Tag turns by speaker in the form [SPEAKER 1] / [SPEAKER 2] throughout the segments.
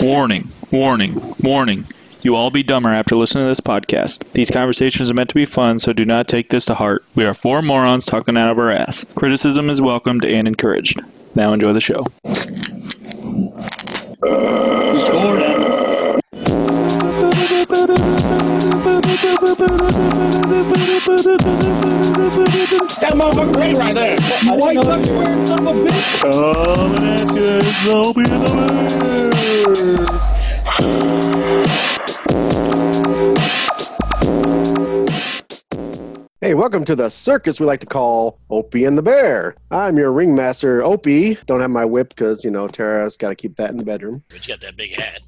[SPEAKER 1] Warning, warning, warning. You all be dumber after listening to this podcast. These conversations are meant to be fun, so do not take this to heart. We are four morons talking out of our ass. Criticism is welcomed and encouraged. Now enjoy the show.
[SPEAKER 2] That motherfucker Ray right there. White duck wearing son of a bitch.
[SPEAKER 3] Hey, welcome to the circus we like to call Opie and the Bear. I'm your ringmaster, Opie. Don't have my whip because, you know, Tara's got to keep that in the bedroom.
[SPEAKER 4] But you got that big hat.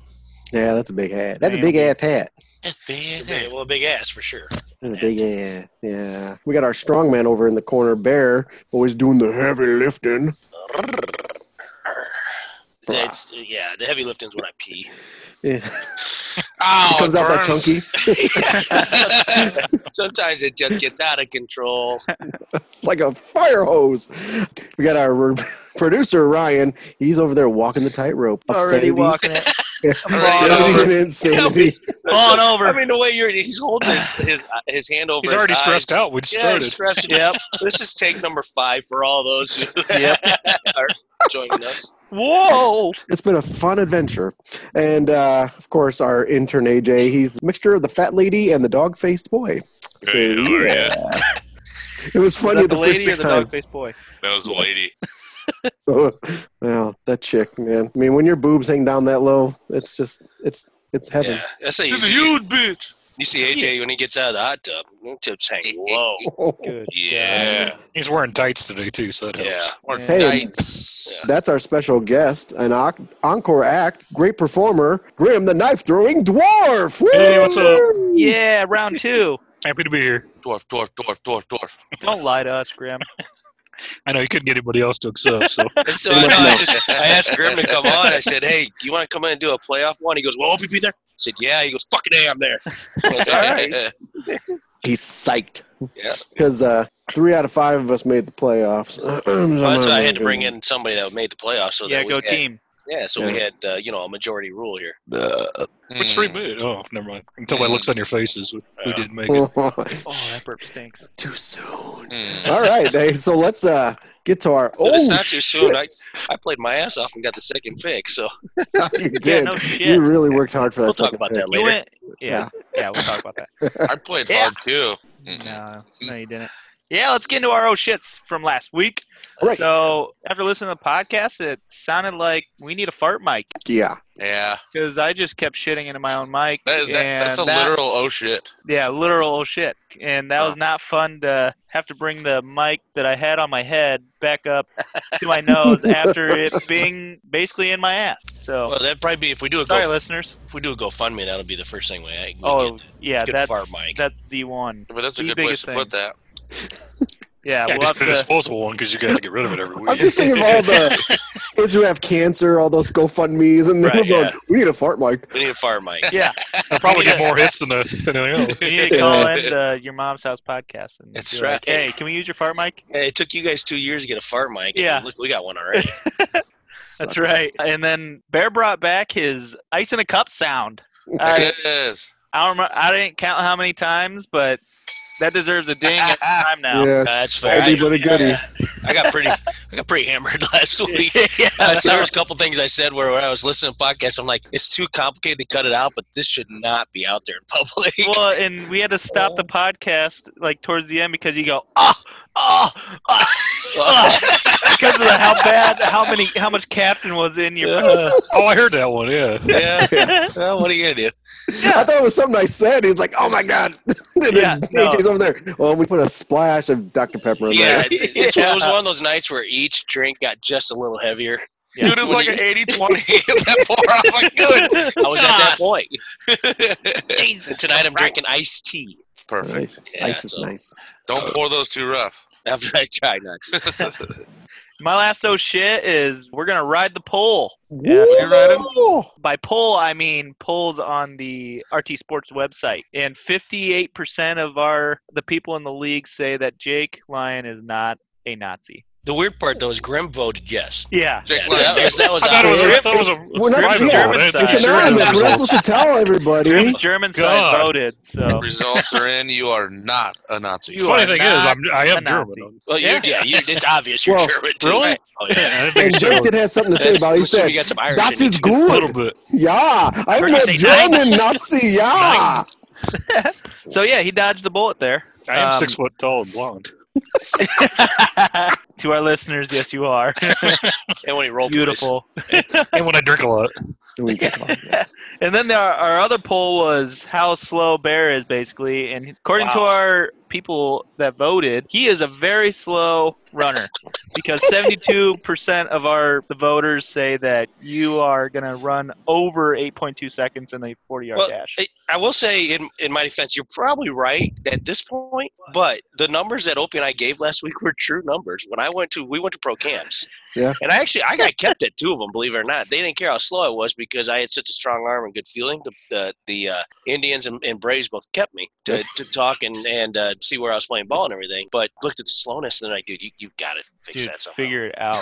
[SPEAKER 3] Yeah, that's a big hat. That's a big ass hat.
[SPEAKER 4] It's a big, well, a big ass for sure.
[SPEAKER 3] That's a big ass. Yeah. We got our strong man over in the corner, Bear, always doing the heavy lifting.
[SPEAKER 4] That's, yeah, the heavy lifting's when I pee.
[SPEAKER 3] Yeah.
[SPEAKER 4] Oh,
[SPEAKER 3] Comes out that chunky.
[SPEAKER 4] Sometimes it just gets out of control.
[SPEAKER 3] It's like a fire hose. We got our re- producer, Ryan. He's over there walking the tightrope. of
[SPEAKER 5] already
[SPEAKER 3] sanity.
[SPEAKER 5] walking it.
[SPEAKER 3] Sanity
[SPEAKER 4] All right,
[SPEAKER 5] over.
[SPEAKER 4] so-
[SPEAKER 3] and insanity.
[SPEAKER 5] Falling over.
[SPEAKER 4] I mean, the way you're—he's holding his his, uh, his hand over.
[SPEAKER 6] He's already
[SPEAKER 4] his
[SPEAKER 6] stressed
[SPEAKER 4] eyes.
[SPEAKER 6] out. We just
[SPEAKER 4] Yeah,
[SPEAKER 6] started.
[SPEAKER 4] he's stressed.
[SPEAKER 5] Yep.
[SPEAKER 4] This is take number five for all those who
[SPEAKER 5] Yep.
[SPEAKER 4] are joining us.
[SPEAKER 5] Whoa.
[SPEAKER 3] It's been a fun adventure. And uh, of course, our intern AJ, he's a mixture of the fat lady and the dog faced boy. So, yeah. It was funny
[SPEAKER 5] Is that
[SPEAKER 3] the, first six times.
[SPEAKER 5] dog-faced boy?
[SPEAKER 7] That was the lady.
[SPEAKER 3] well, that chick, man. I mean, when your boobs hang down that low, it's just, it's, it's heaven.
[SPEAKER 4] Yeah, that's how you
[SPEAKER 7] She's a
[SPEAKER 4] see.
[SPEAKER 7] huge bitch.
[SPEAKER 4] You see AJ when he gets out of the hot tub. them Tips hang low.
[SPEAKER 5] Good.
[SPEAKER 7] Yeah.
[SPEAKER 6] He's wearing tights today too, so that
[SPEAKER 4] Yeah.
[SPEAKER 6] helps.
[SPEAKER 7] Or
[SPEAKER 3] Hey,
[SPEAKER 7] tights.
[SPEAKER 3] That's our special guest, an oc- encore act, great performer, Grim the knife throwing dwarf. Woo!
[SPEAKER 6] Hey, what's up?
[SPEAKER 5] Yeah, round two.
[SPEAKER 6] Happy to be here.
[SPEAKER 7] Dwarf, dwarf, dwarf, dwarf, dwarf.
[SPEAKER 5] Don't lie to us, Grim.
[SPEAKER 6] I know you couldn't get anybody else to accept, so
[SPEAKER 4] And so I, I just I asked Grim to come on. I said, "Hey, you want to come in and do a playoff one?" He goes, "Well, Opie be there." I said, "Yeah." He goes, "Fucking a, I'm there." I'm like, All right.
[SPEAKER 3] He's psyched.
[SPEAKER 4] Yeah.
[SPEAKER 3] Because uh, three out of five of us made the playoffs.
[SPEAKER 4] Well, that's why I had to bring in somebody that made the playoffs. So
[SPEAKER 5] yeah,
[SPEAKER 4] that we
[SPEAKER 5] go
[SPEAKER 4] had,
[SPEAKER 5] team.
[SPEAKER 4] Yeah, so we had uh, you know a majority rule here.
[SPEAKER 7] Hmm,
[SPEAKER 6] it's
[SPEAKER 5] Hmm.
[SPEAKER 6] three minutes. Oh, never mind. Until that looks on your faces, who
[SPEAKER 4] Yeah.
[SPEAKER 6] didn't make it?
[SPEAKER 3] in.
[SPEAKER 5] Oh, that burp stinks.
[SPEAKER 3] Too soon.
[SPEAKER 7] Mm.
[SPEAKER 3] All right, hey, so let's uh get to our.
[SPEAKER 4] But
[SPEAKER 3] Oh,
[SPEAKER 4] it's not too soon. I,
[SPEAKER 3] shit.
[SPEAKER 4] I played my ass off and got the second pick. So
[SPEAKER 3] you did.
[SPEAKER 5] Yeah, no
[SPEAKER 3] You
[SPEAKER 5] shit.
[SPEAKER 3] really worked hard for that.
[SPEAKER 4] we'll talk
[SPEAKER 3] second
[SPEAKER 4] about
[SPEAKER 3] pick.
[SPEAKER 4] that
[SPEAKER 5] You
[SPEAKER 4] later.
[SPEAKER 5] went, yeah, yeah, we'll talk about that.
[SPEAKER 7] I played
[SPEAKER 5] Yeah.
[SPEAKER 7] hard too. Mm-hmm.
[SPEAKER 5] No, no, you didn't. Yeah, let's get into our oh shits from last week.
[SPEAKER 3] All right.
[SPEAKER 5] So after listening to the podcast, it sounded like we need a fart mic
[SPEAKER 3] Yeah.
[SPEAKER 7] Yeah.
[SPEAKER 5] because I just kept shitting into my own mic.
[SPEAKER 7] That is, that,
[SPEAKER 5] and
[SPEAKER 7] that's a
[SPEAKER 5] that-
[SPEAKER 7] literal oh shit.
[SPEAKER 5] Yeah, literal old shit. And that was not fun to have to bring the mic that I had on my head back up to my nose after it being basically in my ass. So
[SPEAKER 4] Well, that'd probably be if we do a
[SPEAKER 5] sorry,
[SPEAKER 4] go,
[SPEAKER 5] listeners.
[SPEAKER 4] if we do a GoFundMe, that'll be the first thing we. I, we
[SPEAKER 5] Oh
[SPEAKER 4] get.
[SPEAKER 5] yeah,
[SPEAKER 4] good
[SPEAKER 5] that's
[SPEAKER 4] fart mic.
[SPEAKER 5] that's the one.
[SPEAKER 7] But that's a
[SPEAKER 5] The
[SPEAKER 7] good place
[SPEAKER 5] biggest
[SPEAKER 7] to put that.
[SPEAKER 5] Yeah,
[SPEAKER 6] Yeah,
[SPEAKER 5] we'll
[SPEAKER 6] just
[SPEAKER 5] have
[SPEAKER 6] put a
[SPEAKER 5] to.
[SPEAKER 6] disposable one because you got to get rid of it every
[SPEAKER 3] I'm
[SPEAKER 6] week.
[SPEAKER 3] just thinking of all the kids who have cancer, all those GoFundmes, and they're
[SPEAKER 4] Right,
[SPEAKER 3] going,
[SPEAKER 4] yeah.
[SPEAKER 3] "We need a fart mic."
[SPEAKER 4] We need a fire mic.
[SPEAKER 5] Yeah,
[SPEAKER 6] I probably get more hits than, the, than anything else.
[SPEAKER 5] you need to call in the your mom's house podcast. And
[SPEAKER 4] That's
[SPEAKER 5] be like,
[SPEAKER 4] right.
[SPEAKER 5] hey, can we use your fart mic?
[SPEAKER 4] Hey, it took you guys two years to get a fire mic. and
[SPEAKER 5] Yeah.
[SPEAKER 4] Look, we got one already.
[SPEAKER 5] That's right. And then Bear brought back his ice in a cup sound. I-
[SPEAKER 7] It is.
[SPEAKER 5] I don't remember, I didn't count how many times, but that deserves a ding every time now.
[SPEAKER 3] Yes.
[SPEAKER 4] That's fair.
[SPEAKER 3] Oldie but a goodie.
[SPEAKER 4] I got pretty, I got pretty hammered last week. Uh, so there was a couple things I said where when I was listening to podcasts, I'm like, it's too complicated to cut it out, but this should not be out there in public.
[SPEAKER 5] well, and we had to stop
[SPEAKER 6] Oh.
[SPEAKER 5] the podcast like towards the end because you go ah ah, ah, ah," because of the, how bad how many how much captain was in your
[SPEAKER 4] Uh,
[SPEAKER 6] Oh, I heard that one. Yeah,
[SPEAKER 4] yeah. Well, what are you gonna do?
[SPEAKER 3] I thought it was something I said. He's like, "Oh my god!" and
[SPEAKER 5] Yeah,
[SPEAKER 3] then
[SPEAKER 5] no.
[SPEAKER 3] DJ's over there. Well, we put a splash of Dr Pepper in
[SPEAKER 4] Yeah,
[SPEAKER 3] there.
[SPEAKER 4] it, it's- it was one of those nights where each drink got just a little heavier.
[SPEAKER 5] Yeah.
[SPEAKER 7] Dude, it's like an 80 20 that pour. I was like, dude.
[SPEAKER 4] I was at that point.
[SPEAKER 5] Jesus.
[SPEAKER 4] And tonight I'm drinking iced tea.
[SPEAKER 7] Perfect.
[SPEAKER 3] Nice.
[SPEAKER 4] Yeah,
[SPEAKER 3] Ice is
[SPEAKER 4] so-
[SPEAKER 3] nice.
[SPEAKER 7] Don't pour those too rough.
[SPEAKER 4] After I try not. to.
[SPEAKER 5] My last oh shit is we're gonna ride the pole.
[SPEAKER 3] Yeah,
[SPEAKER 7] you're right in.
[SPEAKER 5] By poll, I mean polls on the RT Sports website, and 58% of our the people in the league say that Jake Lyon is not a Nazi.
[SPEAKER 4] The weird part though is Grim voted yes.
[SPEAKER 5] Yeah.
[SPEAKER 7] Jake
[SPEAKER 4] Yeah, that,
[SPEAKER 7] Lyons.
[SPEAKER 4] was, that was
[SPEAKER 6] I thought it was
[SPEAKER 4] obvious.
[SPEAKER 6] a, I thought it was a
[SPEAKER 3] We're not-
[SPEAKER 6] private
[SPEAKER 3] yeah,
[SPEAKER 6] vote.
[SPEAKER 5] it's
[SPEAKER 6] That's-
[SPEAKER 3] It's
[SPEAKER 5] Sure,
[SPEAKER 3] anonymous. We're not
[SPEAKER 6] that's-
[SPEAKER 3] supposed to tell everybody.
[SPEAKER 5] German, German side
[SPEAKER 6] God.
[SPEAKER 5] voted, so
[SPEAKER 7] Results are in. You are not a Nazi.
[SPEAKER 5] You
[SPEAKER 6] Funny
[SPEAKER 5] are
[SPEAKER 6] thing
[SPEAKER 5] not
[SPEAKER 6] is, I'm, I am
[SPEAKER 5] a Nazi.
[SPEAKER 6] German.
[SPEAKER 4] Well, you're, yeah, you it's obvious you're
[SPEAKER 3] Well,
[SPEAKER 4] German too.
[SPEAKER 6] really?
[SPEAKER 4] Right? Oh, yeah.
[SPEAKER 6] Yeah, I think
[SPEAKER 3] And
[SPEAKER 6] so.
[SPEAKER 3] Jake did have something to say about it. He
[SPEAKER 4] I'm assuming
[SPEAKER 3] said,
[SPEAKER 4] you got some Irish
[SPEAKER 3] "Das
[SPEAKER 4] in you,
[SPEAKER 3] ist
[SPEAKER 4] too."
[SPEAKER 6] a little
[SPEAKER 3] gut."
[SPEAKER 6] bit.
[SPEAKER 3] Yeah, I'm a
[SPEAKER 5] Say nine.
[SPEAKER 3] German Nazi. Yeah.
[SPEAKER 5] so yeah, he dodged a bullet there.
[SPEAKER 6] I am
[SPEAKER 5] Um,
[SPEAKER 6] six foot tall and blonde.
[SPEAKER 5] to our listeners, yes, you are
[SPEAKER 4] And when he rolled
[SPEAKER 5] beautiful.
[SPEAKER 6] And when I drink a lot,
[SPEAKER 3] And we took off, yes.
[SPEAKER 5] And then there, our other poll was how slow Bear is, basically. And according to
[SPEAKER 4] Wow.
[SPEAKER 5] our people that voted, he is a very slow runner because 72% of our the voters say that you are going to run over 8.2 seconds in a 40 yard
[SPEAKER 4] Well,
[SPEAKER 5] dash.
[SPEAKER 4] I- I will say, in, in my defense, you're probably right at this point, but the numbers that Opie and I gave last week were true numbers. When I went to, we went to pro camps.
[SPEAKER 3] Yeah.
[SPEAKER 4] And I actually, I got kept at two of them, believe it or not. They didn't care how slow I was because I had such a strong arm and good feeling. The the, the uh, Indians and, and Braves both kept me to, to talk and, and uh, see where I was playing ball and everything. But looked at the slowness and then I, dude, you, you've got to fix
[SPEAKER 5] Dude,
[SPEAKER 4] that somehow.
[SPEAKER 5] figure it out.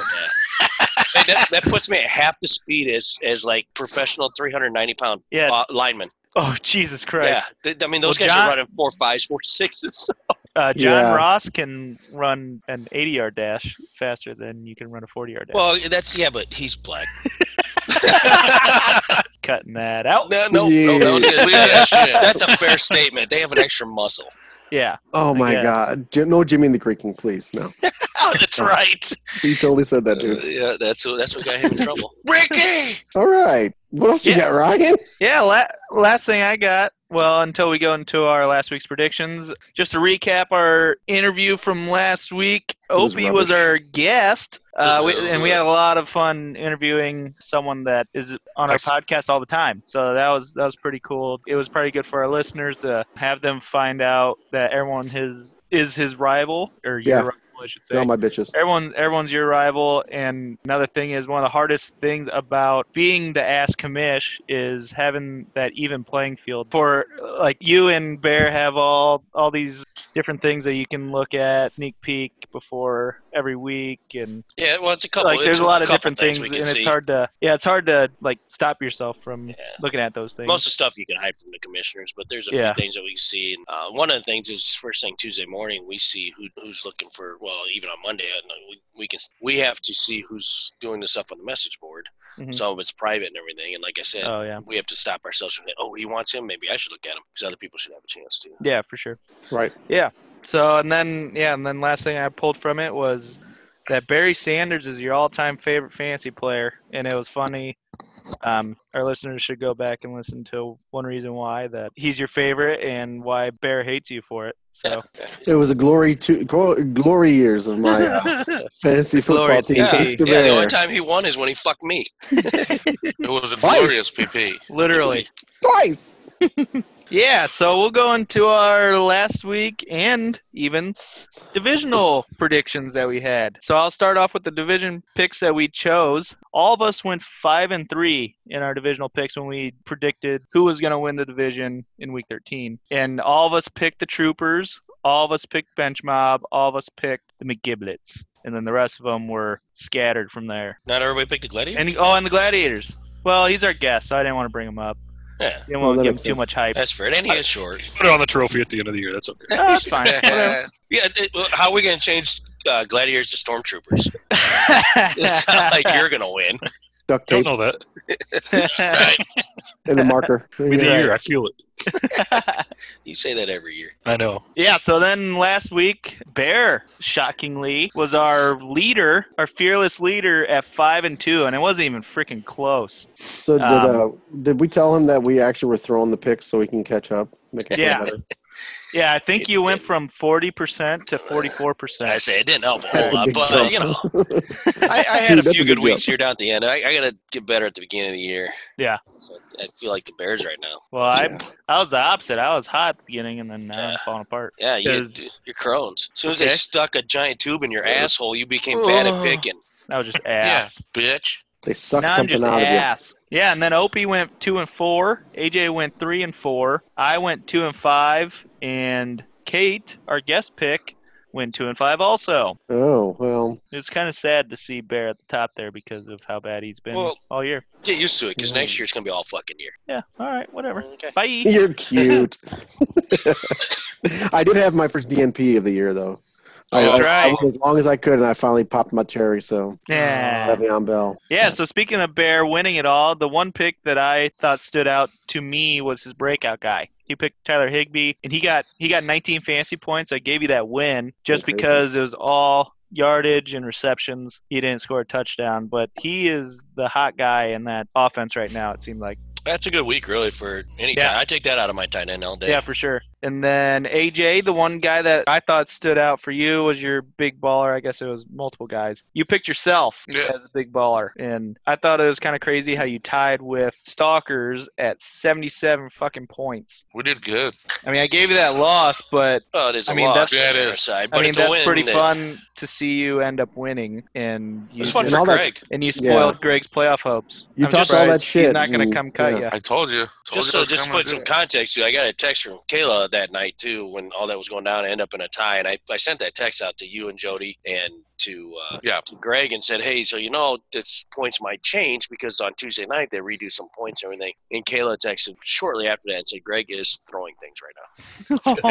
[SPEAKER 4] And that, that puts me at half the speed as, as like professional 390 pound
[SPEAKER 5] Yeah.
[SPEAKER 4] uh, lineman.
[SPEAKER 5] Oh, Jesus Christ.
[SPEAKER 4] Yeah, th- I mean those
[SPEAKER 5] Well,
[SPEAKER 4] guys
[SPEAKER 5] John-
[SPEAKER 4] are running four fives, four sixes.
[SPEAKER 5] Uh, John
[SPEAKER 3] Yeah.
[SPEAKER 5] Ross can run an 80 yard dash faster than you can run a 40 yard dash.
[SPEAKER 4] Well, that's yeah, but he's black.
[SPEAKER 5] Cutting that out.
[SPEAKER 4] no, no, no, no,
[SPEAKER 3] Yeah.
[SPEAKER 4] just-
[SPEAKER 7] Yeah, shit.
[SPEAKER 4] that's a fair statement. They have an extra muscle.
[SPEAKER 5] Yeah.
[SPEAKER 3] Oh my
[SPEAKER 5] Yeah.
[SPEAKER 3] God! Jim, no, Jimmy and the Greek King, please. No,
[SPEAKER 4] Oh, that's right.
[SPEAKER 3] he totally said that, dude.
[SPEAKER 4] yeah, that's what that's what got him in trouble.
[SPEAKER 7] Ricky.
[SPEAKER 3] All right. What else
[SPEAKER 5] Yeah.
[SPEAKER 3] you got, Ryan?
[SPEAKER 5] Yeah, la- last thing I got. Well, until we go into our last week's predictions, just to recap our interview from last week,
[SPEAKER 3] was
[SPEAKER 5] Opie was,
[SPEAKER 3] rubbish.
[SPEAKER 5] our guest, uh, we, and we had a lot of fun interviewing someone that is on our podcast all the time. So that was that was pretty cool. It was pretty good for our listeners to have them find out that everyone his is his rival or your
[SPEAKER 3] Yeah.
[SPEAKER 5] rival, I should say.
[SPEAKER 3] All my bitches.
[SPEAKER 5] Everyone, everyone's your rival. And another thing is one of the hardest things about being the ass commish is having that even playing field. For like you and Bear have all all these different things that you can look at, sneak peek before every week, and
[SPEAKER 4] Yeah, well, it's a couple.
[SPEAKER 5] like there's
[SPEAKER 4] it's
[SPEAKER 5] a lot of
[SPEAKER 4] couple
[SPEAKER 5] different things,
[SPEAKER 4] we
[SPEAKER 5] and
[SPEAKER 4] can
[SPEAKER 5] it's
[SPEAKER 4] see.
[SPEAKER 5] hard to yeah, it's hard to like stop yourself from
[SPEAKER 4] Yeah.
[SPEAKER 5] looking at those things.
[SPEAKER 4] Most of the stuff you can hide from the commissioners, but there's a
[SPEAKER 5] Yeah.
[SPEAKER 4] few things that we can see. And, uh, one of the things is first thing Tuesday morning, we see who, who's looking for. Well, even on Monday, I know we, we can we have to see who's doing the stuff on the message board.
[SPEAKER 5] Mhm.
[SPEAKER 4] Some of it's private and everything. And like I said,
[SPEAKER 5] oh yeah,
[SPEAKER 4] we have to stop ourselves from that. Oh, he wants him. Maybe I should look at him because other people should have a chance to.
[SPEAKER 5] yeah, for sure.
[SPEAKER 3] Right.
[SPEAKER 5] So and then yeah, and then last thing I pulled from it was that Barry Sanders is your all-time favorite fantasy player, and it was funny. Um, our listeners should go back and listen to one reason why that he's your favorite and why Bear hates you for it. So
[SPEAKER 3] It was a glory to glo- glory years of my uh, fantasy football
[SPEAKER 5] Glory
[SPEAKER 3] team.
[SPEAKER 5] days.
[SPEAKER 3] Thanks to
[SPEAKER 4] Yeah, the
[SPEAKER 3] Bear.
[SPEAKER 4] only time he won is when he fucked me.
[SPEAKER 7] It was a
[SPEAKER 3] Twice.
[SPEAKER 7] glorious PP.
[SPEAKER 5] literally,
[SPEAKER 3] Twice.
[SPEAKER 5] yeah. So we'll go into our last week and even divisional predictions that we had. So I'll start off with the division picks that we chose. All of us went five and three in our divisional picks when we predicted who was going to win the division in week 13. And all of us picked the Troopers. All of us picked Bench Mob. All of us picked the McGiblets. And then the rest of them were scattered from there.
[SPEAKER 4] Not everybody picked the gladiator.
[SPEAKER 5] And oh, and the Gladiators. Well, he's our guest, so I didn't want to bring him up.
[SPEAKER 4] yeah,
[SPEAKER 5] Didn't
[SPEAKER 3] Well,
[SPEAKER 5] want to
[SPEAKER 3] that
[SPEAKER 5] give him
[SPEAKER 3] makes
[SPEAKER 5] too
[SPEAKER 3] sense.
[SPEAKER 5] much hype.
[SPEAKER 4] that's fair. And he is short.
[SPEAKER 6] put it on the trophy at the end of the year. That's okay.
[SPEAKER 5] Oh, that's fine. Whatever.
[SPEAKER 4] Yeah, th- well, how are we going to change uh, gladiators to stormtroopers? It's not like you're going to win.
[SPEAKER 3] Duct
[SPEAKER 6] Don't
[SPEAKER 3] tape
[SPEAKER 6] know that.
[SPEAKER 3] and the marker. There
[SPEAKER 6] Be
[SPEAKER 3] you
[SPEAKER 6] the
[SPEAKER 3] go.
[SPEAKER 6] year. I feel it.
[SPEAKER 4] You say that every year.
[SPEAKER 6] I know.
[SPEAKER 5] Yeah, so then last week, Bear, shockingly, was our leader, our fearless leader at five and two, and it wasn't even freaking close.
[SPEAKER 3] So did uh,
[SPEAKER 5] Um,
[SPEAKER 3] did we tell him that we actually were throwing the picks so we can catch up? Make it feel
[SPEAKER 5] Yeah.
[SPEAKER 3] better?
[SPEAKER 5] Yeah, I think you went from forty percent to forty-four
[SPEAKER 4] I
[SPEAKER 5] percent.
[SPEAKER 4] say it didn't help a whole
[SPEAKER 3] That's a
[SPEAKER 4] lot,
[SPEAKER 3] big
[SPEAKER 4] but
[SPEAKER 3] jump.
[SPEAKER 4] you know, I, I had
[SPEAKER 3] Dude,
[SPEAKER 4] a
[SPEAKER 3] that's
[SPEAKER 4] few
[SPEAKER 3] a
[SPEAKER 4] good
[SPEAKER 3] big
[SPEAKER 4] weeks here down at the end. I, I got to get better at the beginning of the year.
[SPEAKER 5] Yeah.
[SPEAKER 4] So I feel like the Bears right now.
[SPEAKER 5] Well, I
[SPEAKER 3] Yeah.
[SPEAKER 5] I was the opposite. I was hot at the beginning, and then now I'm falling apart.
[SPEAKER 4] Yeah, you,
[SPEAKER 5] Is-
[SPEAKER 4] you're crones. As soon as they
[SPEAKER 5] Okay.
[SPEAKER 4] stuck a giant tube in your asshole, you became bad at
[SPEAKER 5] Oh.
[SPEAKER 4] picking.
[SPEAKER 5] I was just ass.
[SPEAKER 7] Bitch.
[SPEAKER 3] They suck
[SPEAKER 5] Now I'm
[SPEAKER 3] something
[SPEAKER 5] just
[SPEAKER 3] out
[SPEAKER 5] ass. Yeah, and then Opie went two and four. AJ went three and four. I went two and five, and Kate, our guest pick, win two and five also.
[SPEAKER 3] Oh well,
[SPEAKER 5] It's kind of sad to see Bear at the top there because of how bad he's been
[SPEAKER 4] Well-
[SPEAKER 5] all year.
[SPEAKER 4] Get used to it because next year's gonna be all fucking year.
[SPEAKER 5] Yeah. All right. Whatever.
[SPEAKER 4] Okay.
[SPEAKER 5] Bye.
[SPEAKER 3] you're cute. I did have my first DNP of the year though. I,
[SPEAKER 7] Oh,
[SPEAKER 3] I-
[SPEAKER 5] right.
[SPEAKER 3] I went as long as I could, and I finally popped my cherry. So
[SPEAKER 5] Yeah.
[SPEAKER 3] Le'Veon Bell.
[SPEAKER 5] Yeah. So speaking of Bear winning it all, the one pick that I thought stood out to me was his breakout guy. He picked Tyler Higbee, and he got he got 19 fantasy points. I gave you that win just
[SPEAKER 3] That's crazy.
[SPEAKER 5] because it was all yardage and receptions. He didn't score a touchdown, but he is the hot guy in that offense right now. It seemed like.
[SPEAKER 4] That's a good week, really, for any
[SPEAKER 5] Yeah.
[SPEAKER 4] time. I take that out of my tight end all day.
[SPEAKER 5] Yeah, for sure. And then AJ, the one guy that I thought stood out for you was your big baller. I guess it was multiple guys. You picked yourself
[SPEAKER 7] Yeah.
[SPEAKER 5] as a big baller, and I thought it was kind of crazy how you tied with Stalkers at 77 fucking points.
[SPEAKER 7] We did good.
[SPEAKER 5] I mean, I gave you that loss, but
[SPEAKER 4] Well, Oh, it is a
[SPEAKER 5] I mean,
[SPEAKER 4] loss
[SPEAKER 7] that's-
[SPEAKER 4] on
[SPEAKER 7] that
[SPEAKER 4] their
[SPEAKER 7] is-
[SPEAKER 4] side, but
[SPEAKER 5] I mean
[SPEAKER 4] it's a
[SPEAKER 5] that's
[SPEAKER 4] win.
[SPEAKER 5] pretty
[SPEAKER 4] that-
[SPEAKER 5] fun to see you end up winning, and
[SPEAKER 4] It
[SPEAKER 5] you
[SPEAKER 4] was fun
[SPEAKER 3] And
[SPEAKER 4] for
[SPEAKER 3] all that-
[SPEAKER 4] Greg.
[SPEAKER 5] and you
[SPEAKER 3] Yeah.
[SPEAKER 5] spoiled Greg's playoff hopes.
[SPEAKER 3] You
[SPEAKER 5] I'm
[SPEAKER 3] talked all
[SPEAKER 5] surprised
[SPEAKER 3] that shit
[SPEAKER 5] He's not going
[SPEAKER 3] and-
[SPEAKER 5] to come cut
[SPEAKER 3] yeah.
[SPEAKER 5] you.
[SPEAKER 7] I told you. Told
[SPEAKER 4] Just
[SPEAKER 7] you I
[SPEAKER 4] so,
[SPEAKER 7] was
[SPEAKER 4] just
[SPEAKER 7] coming
[SPEAKER 4] put
[SPEAKER 7] to
[SPEAKER 4] some
[SPEAKER 7] do it.
[SPEAKER 4] context. to it. I got a text from Kayla that night too, when all that was going down. I end up in a tie, and I, I sent that text out to you and Jody and to uh,
[SPEAKER 7] Yeah.
[SPEAKER 4] to Greg and said, "Hey, so you know, this points might change because on Tuesday night they redo some points and everything." And Kayla texted shortly after that and said, "Greg is throwing things right now."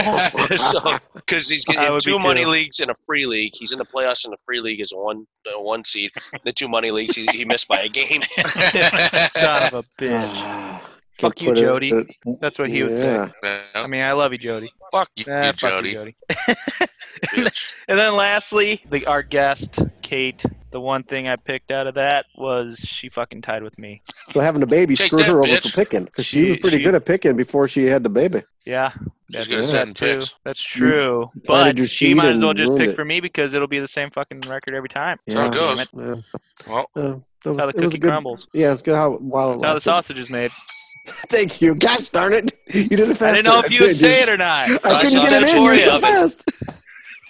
[SPEAKER 4] so because he's
[SPEAKER 5] I
[SPEAKER 4] getting
[SPEAKER 5] would
[SPEAKER 4] two
[SPEAKER 5] be
[SPEAKER 4] money
[SPEAKER 5] too.
[SPEAKER 4] leagues and a free league. He's in the playoffs in the free league as a one uh, one seed. The two money leagues he, he missed by a game.
[SPEAKER 5] Son of a bitch.
[SPEAKER 3] Can
[SPEAKER 5] Fuck you,
[SPEAKER 3] put it-
[SPEAKER 5] Jody.
[SPEAKER 3] put it-
[SPEAKER 5] That's what he would say.
[SPEAKER 3] Yeah.
[SPEAKER 5] I
[SPEAKER 7] Yeah.
[SPEAKER 5] mean, I love you, Jody.
[SPEAKER 7] Fuck you,
[SPEAKER 5] Eh, fuck you,
[SPEAKER 7] Jody.
[SPEAKER 5] Jody.
[SPEAKER 7] bitch.
[SPEAKER 5] And then lastly, the, our guest, Kate, the one thing I picked out of that was she fucking tied with me.
[SPEAKER 3] So having a baby
[SPEAKER 7] Take
[SPEAKER 3] screwed
[SPEAKER 7] that,
[SPEAKER 3] her over
[SPEAKER 7] bitch.
[SPEAKER 3] for picking because she,
[SPEAKER 5] She-
[SPEAKER 3] was pretty
[SPEAKER 5] she-
[SPEAKER 3] good at picking before she had the baby.
[SPEAKER 5] Yeah. that-
[SPEAKER 7] She's good at
[SPEAKER 3] Yeah,
[SPEAKER 7] setting
[SPEAKER 5] that's true.
[SPEAKER 7] picks.
[SPEAKER 5] That's true.
[SPEAKER 3] planted
[SPEAKER 5] But
[SPEAKER 3] your
[SPEAKER 5] she
[SPEAKER 3] seed
[SPEAKER 5] might as well
[SPEAKER 3] and
[SPEAKER 5] just
[SPEAKER 3] ruined
[SPEAKER 5] pick
[SPEAKER 3] it.
[SPEAKER 5] for me because it'll be the same fucking record every time.
[SPEAKER 7] That's how
[SPEAKER 3] Yeah.
[SPEAKER 7] it goes.
[SPEAKER 3] Yeah.
[SPEAKER 7] Well,
[SPEAKER 3] Uh, that was,
[SPEAKER 5] That's how the
[SPEAKER 3] it was a
[SPEAKER 5] cookie
[SPEAKER 3] good,
[SPEAKER 5] crumbles.
[SPEAKER 3] Yeah, it's good how while it
[SPEAKER 5] That's how the
[SPEAKER 3] lasted.
[SPEAKER 5] sausage is made.
[SPEAKER 3] Thank you. Gosh darn it! You did it fast.
[SPEAKER 5] I didn't know if you would say it or not.
[SPEAKER 3] I couldn't
[SPEAKER 4] Sausage
[SPEAKER 3] get it in. You're so
[SPEAKER 4] oven.
[SPEAKER 3] fast.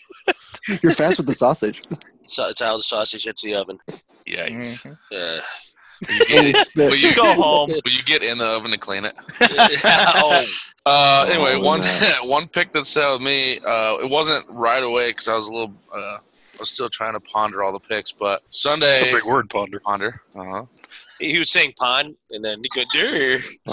[SPEAKER 3] You're fast with the sausage.
[SPEAKER 4] so it's how the sausage hits the oven.
[SPEAKER 7] yikes.
[SPEAKER 5] Mhm.
[SPEAKER 4] Uh,
[SPEAKER 7] Will you get, will you,
[SPEAKER 5] Go home.
[SPEAKER 7] will you get in the oven to clean it?
[SPEAKER 4] oh,
[SPEAKER 7] Uh, anyway,
[SPEAKER 3] Oh,
[SPEAKER 7] one
[SPEAKER 3] no.
[SPEAKER 7] one pick that sat with me. Uh, it wasn't right away because I was a little. Uh, I was still trying to ponder all the picks, but Sunday
[SPEAKER 6] It's a big word, ponder.
[SPEAKER 7] ponder. Uh-huh.
[SPEAKER 4] he was saying pond, and then he goes, "Durr."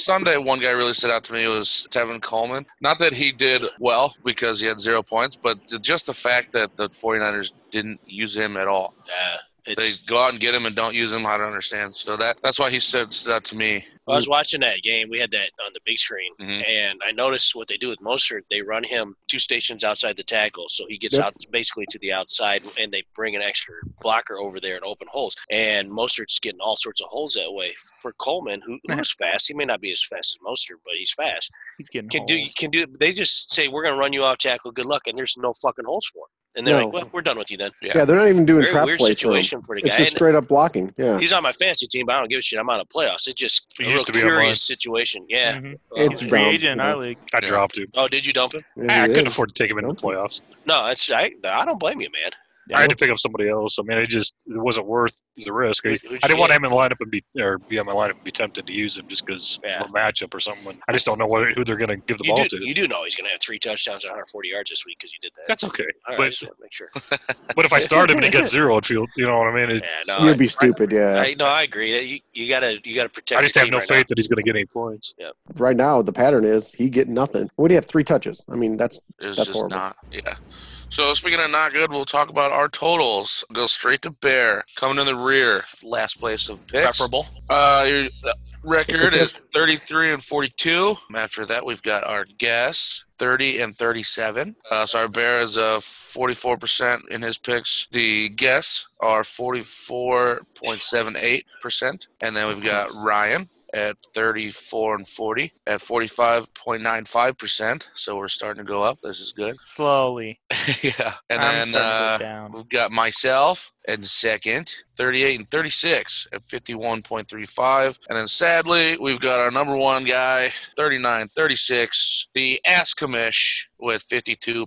[SPEAKER 7] Sunday, one guy really stood out to me was Tevin Coleman. Not that he did well because he had zero points, but just the fact that the 49ers didn't use him at all.
[SPEAKER 4] Yeah,
[SPEAKER 7] They
[SPEAKER 4] it's,
[SPEAKER 7] go out and get him and don't use him. I don't understand. So that that's why he stood, stood out to me.
[SPEAKER 4] I was watching that game. We had that on the big screen,
[SPEAKER 7] Mhm.
[SPEAKER 4] and I noticed what they do with Mostert. They run him two stations outside the tackle, so he gets
[SPEAKER 3] Yep.
[SPEAKER 4] out basically to the outside, and they bring an extra blocker over there and open holes. And Mostert's getting all sorts of holes that way. For Coleman, who, who's fast, he may not be as fast as Mostert, but he's fast.
[SPEAKER 5] He's getting
[SPEAKER 4] Can do
[SPEAKER 5] old.
[SPEAKER 4] can do. They just say we're going to run you off tackle. Good luck, and there's no fucking holes for him. And they're
[SPEAKER 3] No.
[SPEAKER 4] like, well, we're done with you then.
[SPEAKER 3] Yeah, they're not even doing
[SPEAKER 4] Very
[SPEAKER 3] trap
[SPEAKER 4] weird
[SPEAKER 3] plays for him.
[SPEAKER 4] situation for the
[SPEAKER 3] It's
[SPEAKER 4] guy.
[SPEAKER 3] just
[SPEAKER 4] And-
[SPEAKER 3] straight up blocking. Yeah,
[SPEAKER 4] He's on my fantasy team, but I don't give a shit. I'm out of playoffs. It's just
[SPEAKER 6] He
[SPEAKER 4] a real
[SPEAKER 6] used to be on mine.
[SPEAKER 4] curious situation. Yeah.
[SPEAKER 5] Mhm.
[SPEAKER 4] Well,
[SPEAKER 3] It's
[SPEAKER 5] He's a free
[SPEAKER 3] dumb,
[SPEAKER 5] agent in
[SPEAKER 3] you know.
[SPEAKER 5] our league.
[SPEAKER 6] I
[SPEAKER 7] Yeah.
[SPEAKER 6] dropped him.
[SPEAKER 4] oh, did you dump him?
[SPEAKER 3] It
[SPEAKER 6] Ah, I couldn't
[SPEAKER 3] is.
[SPEAKER 6] afford to take him in the playoffs.
[SPEAKER 4] No, it's I. I don't blame you, man.
[SPEAKER 5] Yeah.
[SPEAKER 6] I had to pick up somebody else. I mean, it just it wasn't worth the risk. I,
[SPEAKER 4] Who'd- who'd
[SPEAKER 6] I didn't
[SPEAKER 4] you
[SPEAKER 6] want him in the lineup and be or be on my lineup and be tempted to use him just because
[SPEAKER 4] Yeah.
[SPEAKER 6] of a matchup or something. I just don't know what, who they're going to give the
[SPEAKER 4] You
[SPEAKER 6] ball
[SPEAKER 4] do,
[SPEAKER 6] to.
[SPEAKER 4] you do know he's going to have three touchdowns and 140 yards this week because you did that.
[SPEAKER 6] That's okay.
[SPEAKER 4] All right, I
[SPEAKER 6] but
[SPEAKER 4] just want to make sure.
[SPEAKER 6] but if I start him and he gets zero, it feel you know what I mean. It,
[SPEAKER 4] Yeah, no, I,
[SPEAKER 3] You'd be stupid. Yeah.
[SPEAKER 4] I, no, I agree. You, you gotta you gotta protect.
[SPEAKER 6] I just
[SPEAKER 4] your
[SPEAKER 6] have
[SPEAKER 4] team
[SPEAKER 6] no
[SPEAKER 4] right
[SPEAKER 6] faith that he's going to get any points.
[SPEAKER 3] right now the pattern is he getting nothing. What do you have? Three touches. I mean, that's
[SPEAKER 7] It was
[SPEAKER 3] That's
[SPEAKER 7] just
[SPEAKER 3] horrible.
[SPEAKER 7] not. Yeah. So speaking of not good, we'll talk about our totals. Go straight to Bear coming in the rear, last place of
[SPEAKER 4] now.
[SPEAKER 7] picks.
[SPEAKER 4] Preferable.
[SPEAKER 7] Uh, your uh, record is 33 and 42. After that, we've got our guess 30 and 37. Uh, so our bear is uh, 44% in his picks. The guess are 44.78%. And then we've got Ryan at 34 and 40 at 45.95%. So we're starting to go up. This is good.
[SPEAKER 5] Slowly.
[SPEAKER 7] yeah. And
[SPEAKER 5] I'm starting
[SPEAKER 7] then.
[SPEAKER 5] to
[SPEAKER 7] Uh,
[SPEAKER 5] look down.
[SPEAKER 7] We've got myself and second, 38 and 36 at 51.35. And then sadly, we've got our number one guy, 39 36, the Askamish with 52%.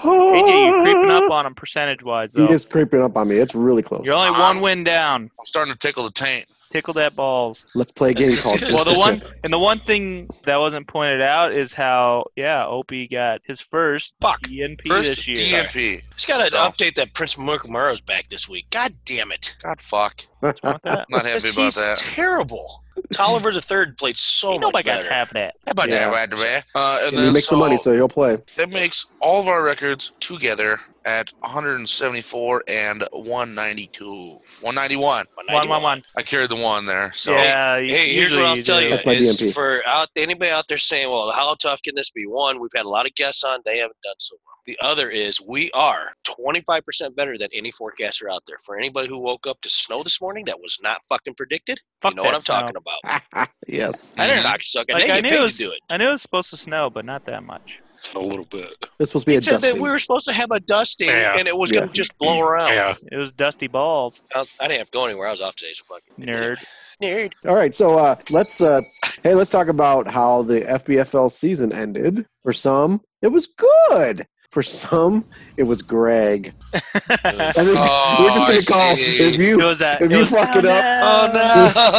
[SPEAKER 5] AJ, you're creeping up on him percentage wise,
[SPEAKER 3] he
[SPEAKER 5] though.
[SPEAKER 3] is creeping up on me. It's really close.
[SPEAKER 5] You're only
[SPEAKER 7] I'm-
[SPEAKER 5] one win down.
[SPEAKER 7] I'm starting to tickle the taint.
[SPEAKER 5] tickled at balls.
[SPEAKER 3] Let's play a game called
[SPEAKER 5] Well,
[SPEAKER 3] Just
[SPEAKER 5] the
[SPEAKER 3] a
[SPEAKER 5] one
[SPEAKER 3] Sip.
[SPEAKER 5] and the one thing that wasn't pointed out is how yeah, Opie got his first
[SPEAKER 4] Fuck.
[SPEAKER 5] DNP
[SPEAKER 7] First
[SPEAKER 5] this year.
[SPEAKER 7] DNP.
[SPEAKER 4] Just got to
[SPEAKER 7] So-
[SPEAKER 4] update that Prince Murkamaro's back this week. God damn it.
[SPEAKER 7] God fuck.
[SPEAKER 5] What's wrong with that?
[SPEAKER 7] Not happy
[SPEAKER 4] He's
[SPEAKER 7] about that.
[SPEAKER 4] terrible. Tolliver the third played so
[SPEAKER 5] Ain't
[SPEAKER 4] much
[SPEAKER 5] nobody
[SPEAKER 4] better.
[SPEAKER 5] got half that.
[SPEAKER 7] How about
[SPEAKER 3] Yeah.
[SPEAKER 7] that, right there? Uh, and
[SPEAKER 3] And
[SPEAKER 7] then
[SPEAKER 3] you make some money, so you'll play.
[SPEAKER 7] that makes all of our records together at 174 and 192, 191.
[SPEAKER 5] One, one, one.
[SPEAKER 7] I carried the one there. So
[SPEAKER 5] yeah. you-
[SPEAKER 4] Hey, here's
[SPEAKER 5] usually
[SPEAKER 4] what I'll tell
[SPEAKER 5] do.
[SPEAKER 4] you:
[SPEAKER 3] That's my
[SPEAKER 4] is
[SPEAKER 3] DMP.
[SPEAKER 4] for out anybody out there saying, "Well, how tough can this be?" One, we've had a lot of guests on; they haven't done so well. The other is we are 25 percent better than any forecaster out there. For anybody who woke up to snow this morning, that was not fucking predicted.
[SPEAKER 5] Fuck
[SPEAKER 4] you know what
[SPEAKER 5] that
[SPEAKER 4] I'm
[SPEAKER 5] snow.
[SPEAKER 4] talking about?
[SPEAKER 3] yes,
[SPEAKER 4] I
[SPEAKER 7] mm,
[SPEAKER 4] didn't knock sucker.
[SPEAKER 5] Like,
[SPEAKER 4] they
[SPEAKER 5] I
[SPEAKER 4] get
[SPEAKER 5] knew
[SPEAKER 4] paid
[SPEAKER 5] it was-
[SPEAKER 4] to do it.
[SPEAKER 5] I knew it was supposed to snow, but not that much.
[SPEAKER 6] It's a little bit.
[SPEAKER 3] this supposed to be a
[SPEAKER 4] It said that
[SPEAKER 3] dusting.
[SPEAKER 4] we were supposed to have a dusting,
[SPEAKER 6] Yeah.
[SPEAKER 4] and it was
[SPEAKER 3] Yeah.
[SPEAKER 4] gonna just blow around.
[SPEAKER 6] Yeah.
[SPEAKER 5] It was dusty balls,
[SPEAKER 4] I, I didn't have to go anywhere. I was off today, so fuck it.
[SPEAKER 5] nerd.
[SPEAKER 4] Nerd.
[SPEAKER 3] All right, so uh, let's uh, hey, let's talk about how the FBFL season ended. For some, it was good. For some, it was Greg. And then
[SPEAKER 7] Oh,
[SPEAKER 3] we're just gonna
[SPEAKER 7] I
[SPEAKER 3] call
[SPEAKER 7] see.
[SPEAKER 3] if
[SPEAKER 5] It
[SPEAKER 3] you
[SPEAKER 5] was that.
[SPEAKER 3] if
[SPEAKER 5] it
[SPEAKER 3] you
[SPEAKER 5] was,
[SPEAKER 3] fuck it up-
[SPEAKER 5] Oh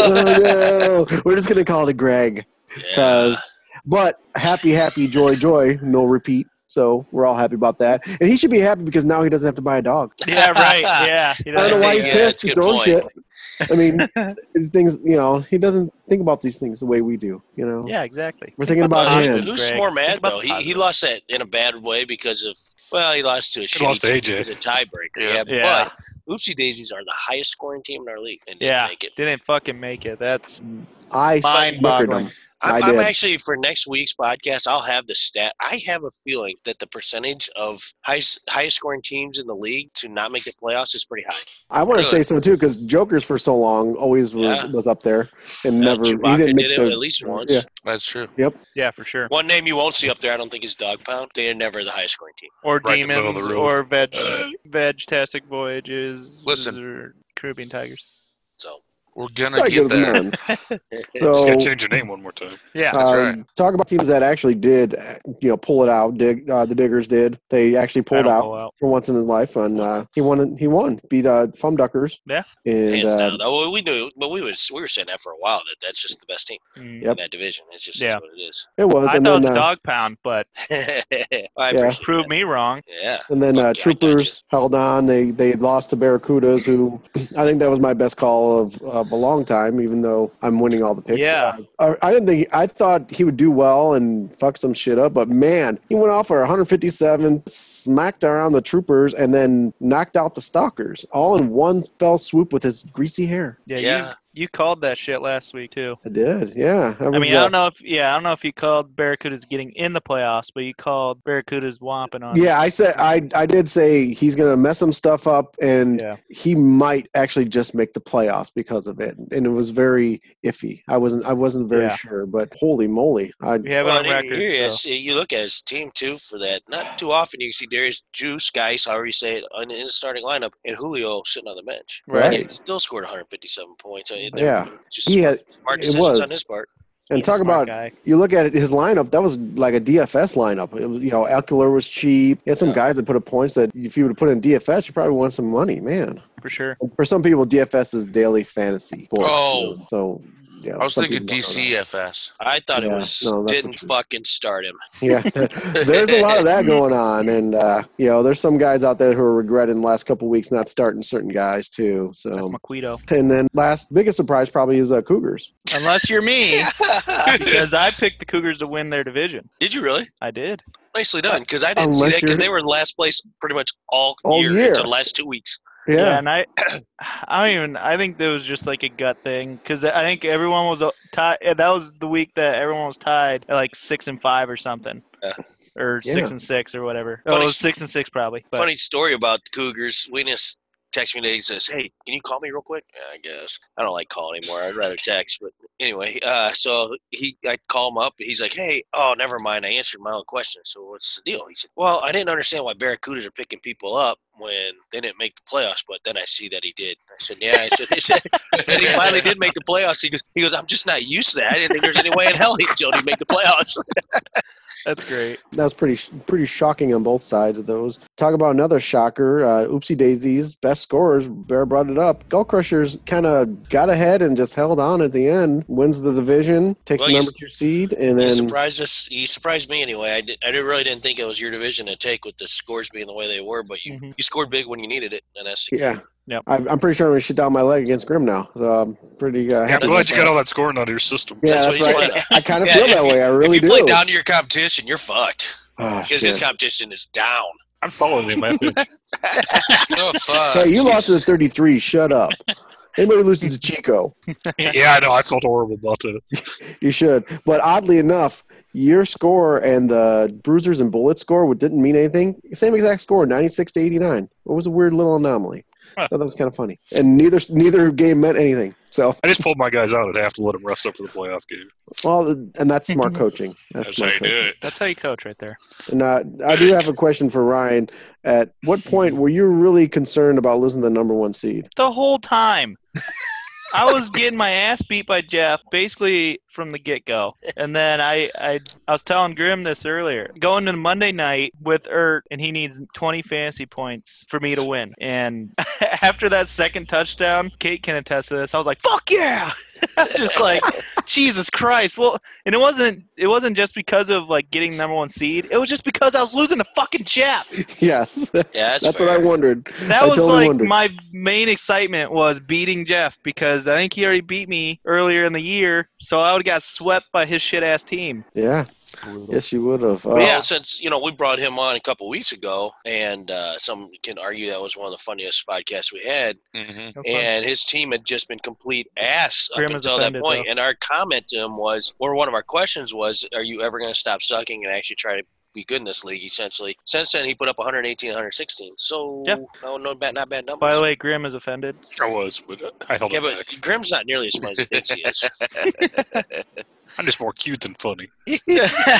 [SPEAKER 5] no.
[SPEAKER 3] oh, no. We're just gonna call it Greg.
[SPEAKER 4] Yeah.
[SPEAKER 3] 'Cause- But happy, happy, joy, joy, no repeat. So we're all happy about that. And he should be happy because now he doesn't have to buy a dog.
[SPEAKER 5] Yeah, right. Yeah. He
[SPEAKER 3] I don't know why he's
[SPEAKER 4] Yeah,
[SPEAKER 3] pissed.
[SPEAKER 4] that's a
[SPEAKER 3] He's
[SPEAKER 4] good
[SPEAKER 3] throwing shit.
[SPEAKER 4] point.
[SPEAKER 3] I mean, these things. You know, he doesn't think about these things the way we do. You know,
[SPEAKER 5] Yeah, exactly.
[SPEAKER 3] we're thinking
[SPEAKER 5] about
[SPEAKER 3] about
[SPEAKER 5] the
[SPEAKER 3] him.
[SPEAKER 5] positive.
[SPEAKER 4] Who's
[SPEAKER 5] Greg.
[SPEAKER 4] more mad
[SPEAKER 5] Think about the
[SPEAKER 4] though? He, he
[SPEAKER 5] positive.
[SPEAKER 4] lost that in a bad way because of well, he lost to a
[SPEAKER 6] He lost
[SPEAKER 4] shitty
[SPEAKER 6] to
[SPEAKER 4] team
[SPEAKER 6] AJ.
[SPEAKER 4] with a tiebreaker.
[SPEAKER 7] Yeah.
[SPEAKER 4] Yeah,
[SPEAKER 5] Yeah.
[SPEAKER 4] but Oopsie Daisies are the highest scoring team in our league and didn't
[SPEAKER 5] Yeah.
[SPEAKER 4] make it.
[SPEAKER 5] Didn't fucking make it. That's
[SPEAKER 3] I snickered
[SPEAKER 5] mind-boggling.
[SPEAKER 3] him. I
[SPEAKER 4] I'm,
[SPEAKER 3] did.
[SPEAKER 4] I'm actually for next week's podcast. I'll have the stat. I have a feeling that the percentage of high, highest scoring teams in the league to not make the playoffs is pretty high.
[SPEAKER 3] I want to
[SPEAKER 7] Really?
[SPEAKER 3] say so too because Joker's for so long always was,
[SPEAKER 4] Yeah.
[SPEAKER 3] was up there and never he
[SPEAKER 4] Chewbacca
[SPEAKER 3] didn't
[SPEAKER 4] did
[SPEAKER 3] make
[SPEAKER 4] it at
[SPEAKER 3] the.
[SPEAKER 4] least once.
[SPEAKER 3] Yeah.
[SPEAKER 7] that's true.
[SPEAKER 5] yeah, for sure.
[SPEAKER 4] One name you won't see up there, I don't think, is Dog Pound. They are never the highest scoring team.
[SPEAKER 5] Or
[SPEAKER 6] Right in the middle of
[SPEAKER 5] demons,
[SPEAKER 6] the
[SPEAKER 5] or veg, vegetastic voyages.
[SPEAKER 7] Listen.
[SPEAKER 5] or Caribbean tigers.
[SPEAKER 4] So
[SPEAKER 7] We're gonna
[SPEAKER 3] I
[SPEAKER 7] get
[SPEAKER 3] give
[SPEAKER 7] there.
[SPEAKER 3] none. So
[SPEAKER 6] Just gotta change your name one more time.
[SPEAKER 5] Yeah.
[SPEAKER 7] That's
[SPEAKER 3] uh,
[SPEAKER 7] right.
[SPEAKER 3] talk about teams that actually did, uh, you know, pull it out. Dig, uh, the Diggers did. They actually pulled
[SPEAKER 5] That'll
[SPEAKER 3] out
[SPEAKER 5] go out.
[SPEAKER 3] for once in his life, and uh, he won. He won. Beat uh, Fum Duckers.
[SPEAKER 5] Yeah.
[SPEAKER 3] And
[SPEAKER 4] hands
[SPEAKER 3] uh,
[SPEAKER 4] down, though, we knew, but we was we were saying that for a while that that's just the best team
[SPEAKER 5] Mm.
[SPEAKER 3] Yep.
[SPEAKER 4] in that division. It's just
[SPEAKER 5] Yeah.
[SPEAKER 4] what it is.
[SPEAKER 3] it was.
[SPEAKER 5] I
[SPEAKER 3] and
[SPEAKER 5] thought
[SPEAKER 3] then
[SPEAKER 5] it was a
[SPEAKER 3] uh,
[SPEAKER 5] dog pound, but
[SPEAKER 4] I
[SPEAKER 3] Yeah.
[SPEAKER 4] appreciate
[SPEAKER 5] prove
[SPEAKER 4] that.
[SPEAKER 5] me wrong.
[SPEAKER 4] Yeah.
[SPEAKER 3] And then
[SPEAKER 4] Fuck yeah, I
[SPEAKER 3] uh,
[SPEAKER 4] got
[SPEAKER 3] troopers held on. They they lost to Barracudas, who I think that was my best call of, of a long time. Even though I'm winning all the picks,
[SPEAKER 5] Yeah.
[SPEAKER 3] Uh, I, I didn't think I thought he would do well and fuck some shit up, but man, he went off for 157, smacked around the troopers, and then knocked out the stalkers all in one fell swoop with his greasy hair.
[SPEAKER 5] Yeah.
[SPEAKER 4] Yeah.
[SPEAKER 5] You, you called that shit last week too.
[SPEAKER 3] I did, yeah.
[SPEAKER 5] I
[SPEAKER 3] was,
[SPEAKER 5] mean, I
[SPEAKER 3] uh,
[SPEAKER 5] don't know if yeah, I don't know if you called Barracudas getting in the playoffs, but you called Barracudas whomping on.
[SPEAKER 3] Yeah, I said I I did say he's gonna mess some stuff up, and
[SPEAKER 5] Yeah.
[SPEAKER 3] he might actually just make the playoffs because of it. And it was very iffy. I wasn't I wasn't very
[SPEAKER 5] Yeah.
[SPEAKER 3] sure, but holy moly! I
[SPEAKER 5] We have it
[SPEAKER 4] Well,
[SPEAKER 5] on
[SPEAKER 4] and
[SPEAKER 5] record.
[SPEAKER 4] here he
[SPEAKER 5] so-
[SPEAKER 4] is. You look at his team too for that. Not too often you can see Darius Juice, Geis, however you say it, on, in the starting lineup, and Julio sitting on the bench.
[SPEAKER 5] Right.
[SPEAKER 4] And he still scored 157 points. I mean, they
[SPEAKER 3] Yeah.
[SPEAKER 4] were Just
[SPEAKER 3] he had
[SPEAKER 4] smart
[SPEAKER 3] it
[SPEAKER 4] decisions
[SPEAKER 3] was.
[SPEAKER 4] on his part.
[SPEAKER 3] and
[SPEAKER 5] He's a
[SPEAKER 3] talk
[SPEAKER 5] smart
[SPEAKER 3] about
[SPEAKER 5] guy.
[SPEAKER 3] you look at it, his lineup. That was like a DFS lineup. It was, you know, Eckler was cheap. He had some guys that put up points that if you would have put in DFS, you probably won some money, man.
[SPEAKER 5] for sure.
[SPEAKER 3] For some people, DFS is daily fantasy. sports.
[SPEAKER 7] Oh.
[SPEAKER 3] so yeah,
[SPEAKER 7] I was
[SPEAKER 3] some
[SPEAKER 7] thinking
[SPEAKER 3] people don't know that.
[SPEAKER 7] DCFS.
[SPEAKER 4] I thought
[SPEAKER 3] Yeah,
[SPEAKER 4] it was
[SPEAKER 3] no, that's
[SPEAKER 4] didn't
[SPEAKER 3] what you-
[SPEAKER 4] fucking start him.
[SPEAKER 3] Yeah, there's a lot of that going on, and uh, you know, there's some guys out there who are regretting the last couple weeks not starting certain guys too.
[SPEAKER 5] That's
[SPEAKER 3] So,
[SPEAKER 5] Maquito.
[SPEAKER 3] and then last biggest surprise probably is uh, Cougars.
[SPEAKER 5] Unless you're me, because I picked the Cougars to win their division.
[SPEAKER 4] Did you really?
[SPEAKER 5] I did.
[SPEAKER 4] Nicely done, because I didn't see
[SPEAKER 3] Unless
[SPEAKER 4] that because
[SPEAKER 3] you're-
[SPEAKER 4] they were in last place pretty much all,
[SPEAKER 3] All
[SPEAKER 4] year,
[SPEAKER 3] year.
[SPEAKER 4] until the last two weeks.
[SPEAKER 3] Yeah,
[SPEAKER 5] and I, I don't even. I think that was just like a gut thing because I think everyone was uh, tied. That was the week that everyone was tied at like six and five or something,
[SPEAKER 4] Yeah.
[SPEAKER 5] or
[SPEAKER 3] Yeah.
[SPEAKER 5] six and six or whatever. oh,
[SPEAKER 4] Funny
[SPEAKER 5] it was
[SPEAKER 4] s-
[SPEAKER 5] six and six probably. But
[SPEAKER 4] Funny story about the Cougars. Weenus texts me today. He says, "Hey, can you call me real quick?" Yeah, I guess I don't like calling anymore. I'd rather text. But anyway, uh, so he, I call him up. He's like, "Hey, oh, never mind. I answered my own question. So what's the deal?" He said, "Well, I didn't understand why Barracudas are picking people up when they didn't make the playoffs, but then I see that he did." I said, "Yeah." I said, he said and he finally did make the playoffs. He goes, "He goes, I'm just not used to that. I didn't think there's any way in hell he'd he'd make the playoffs."
[SPEAKER 5] That's great.
[SPEAKER 3] That was pretty pretty shocking on both sides of those. Talk about another shocker. Uh, Oopsie Daisies, best scorers. Bear brought it up. Goal Crushers kind of got ahead and just held on at the end. Wins the division, takes
[SPEAKER 4] Well,
[SPEAKER 3] the
[SPEAKER 4] you
[SPEAKER 3] number
[SPEAKER 4] s-
[SPEAKER 3] two seed, and
[SPEAKER 4] You
[SPEAKER 3] then
[SPEAKER 4] surprised us. You surprised me anyway. I, did, I did- really didn't think it was your division to take with the scores being the way they were, but you,
[SPEAKER 5] Mhm.
[SPEAKER 4] you scored big when you needed it, and that's the
[SPEAKER 3] yeah.
[SPEAKER 5] Yep.
[SPEAKER 3] I, I'm pretty sure I'm gonna shit down my leg against Grim now. So I'm pretty uh,
[SPEAKER 4] Yeah,
[SPEAKER 6] I'm
[SPEAKER 3] happy.
[SPEAKER 6] glad
[SPEAKER 3] about
[SPEAKER 6] you got
[SPEAKER 3] that.
[SPEAKER 6] all that scoring out of your system.
[SPEAKER 3] Yeah,
[SPEAKER 4] That's
[SPEAKER 3] that's,
[SPEAKER 4] what he's
[SPEAKER 3] right.
[SPEAKER 4] playing at.
[SPEAKER 3] I kind of
[SPEAKER 4] Yeah,
[SPEAKER 3] feel
[SPEAKER 4] if
[SPEAKER 3] that
[SPEAKER 4] you-
[SPEAKER 3] way. I really
[SPEAKER 4] if you
[SPEAKER 3] do.
[SPEAKER 4] play down to your competition, you're fucked
[SPEAKER 3] Ah,
[SPEAKER 4] because
[SPEAKER 3] shit.
[SPEAKER 4] his competition is down.
[SPEAKER 6] I'm following you, man.
[SPEAKER 7] Oh, fuck.
[SPEAKER 3] Hey, you lost to the 33. Shut up. Anybody loses to Chico,
[SPEAKER 6] yeah, I know. I felt horrible about that.
[SPEAKER 3] you should. But oddly enough, your score and the Bruisers and Bullets score what didn't mean anything. Same exact score, 96 to 89. It was a weird little anomaly. I thought that was kind of funny. And neither neither game meant anything. So,
[SPEAKER 6] I just pulled my guys out. I'd have to let them rest up for the playoff game.
[SPEAKER 3] well, and that's smart coaching. That's,
[SPEAKER 6] That's how
[SPEAKER 3] smart
[SPEAKER 6] you do
[SPEAKER 3] coaching.
[SPEAKER 6] it.
[SPEAKER 5] That's how you coach right there.
[SPEAKER 3] And uh, I do have a question for Ryan. At what point were you really concerned about losing the number one seed?
[SPEAKER 5] The whole time. I was getting my ass beat by Jeff basically from the get go. And then I, I I was telling Grim this earlier. Going to Monday night with Ert and he needs twenty fantasy points for me to win. And after that second touchdown, Kate can attest to this, I was like, Fuck yeah Just like Jesus Christ. Well and it wasn't it wasn't just because of like getting number one seed. It was just because I was losing to fucking Jeff.
[SPEAKER 3] Yes, that's,
[SPEAKER 4] Yeah, that's,
[SPEAKER 3] what I
[SPEAKER 4] fair.
[SPEAKER 3] wondered.
[SPEAKER 5] That
[SPEAKER 3] I
[SPEAKER 5] was
[SPEAKER 3] totally
[SPEAKER 5] like
[SPEAKER 3] wondered.
[SPEAKER 5] my main excitement was beating Jeff because I think he already beat me earlier in the year, so I would got swept by his shit ass team.
[SPEAKER 3] Yeah. Yes, you would have. Uh,
[SPEAKER 4] Well, since you know we brought him on a couple weeks ago, and uh, some can argue that was one of the funniest podcasts we had,
[SPEAKER 7] hmm
[SPEAKER 5] No fun.
[SPEAKER 4] and his team had just been complete ass up
[SPEAKER 5] Graham is
[SPEAKER 4] until that
[SPEAKER 5] offended,
[SPEAKER 4] point.
[SPEAKER 5] though.
[SPEAKER 4] And our comment to him was, or one of our questions was, "Are you ever going to stop sucking and actually try to?" Be good in this league, essentially. Since then, he put up 118, 116. So,
[SPEAKER 5] Yeah.
[SPEAKER 4] no, no, bad, not bad numbers.
[SPEAKER 5] By the way, Grim is offended.
[SPEAKER 6] I was, but I held
[SPEAKER 4] yeah,
[SPEAKER 6] it
[SPEAKER 4] but
[SPEAKER 6] back.
[SPEAKER 4] Grimm's not nearly as smart as he thinks he is.
[SPEAKER 6] I'm just more cute than funny.
[SPEAKER 3] Oh,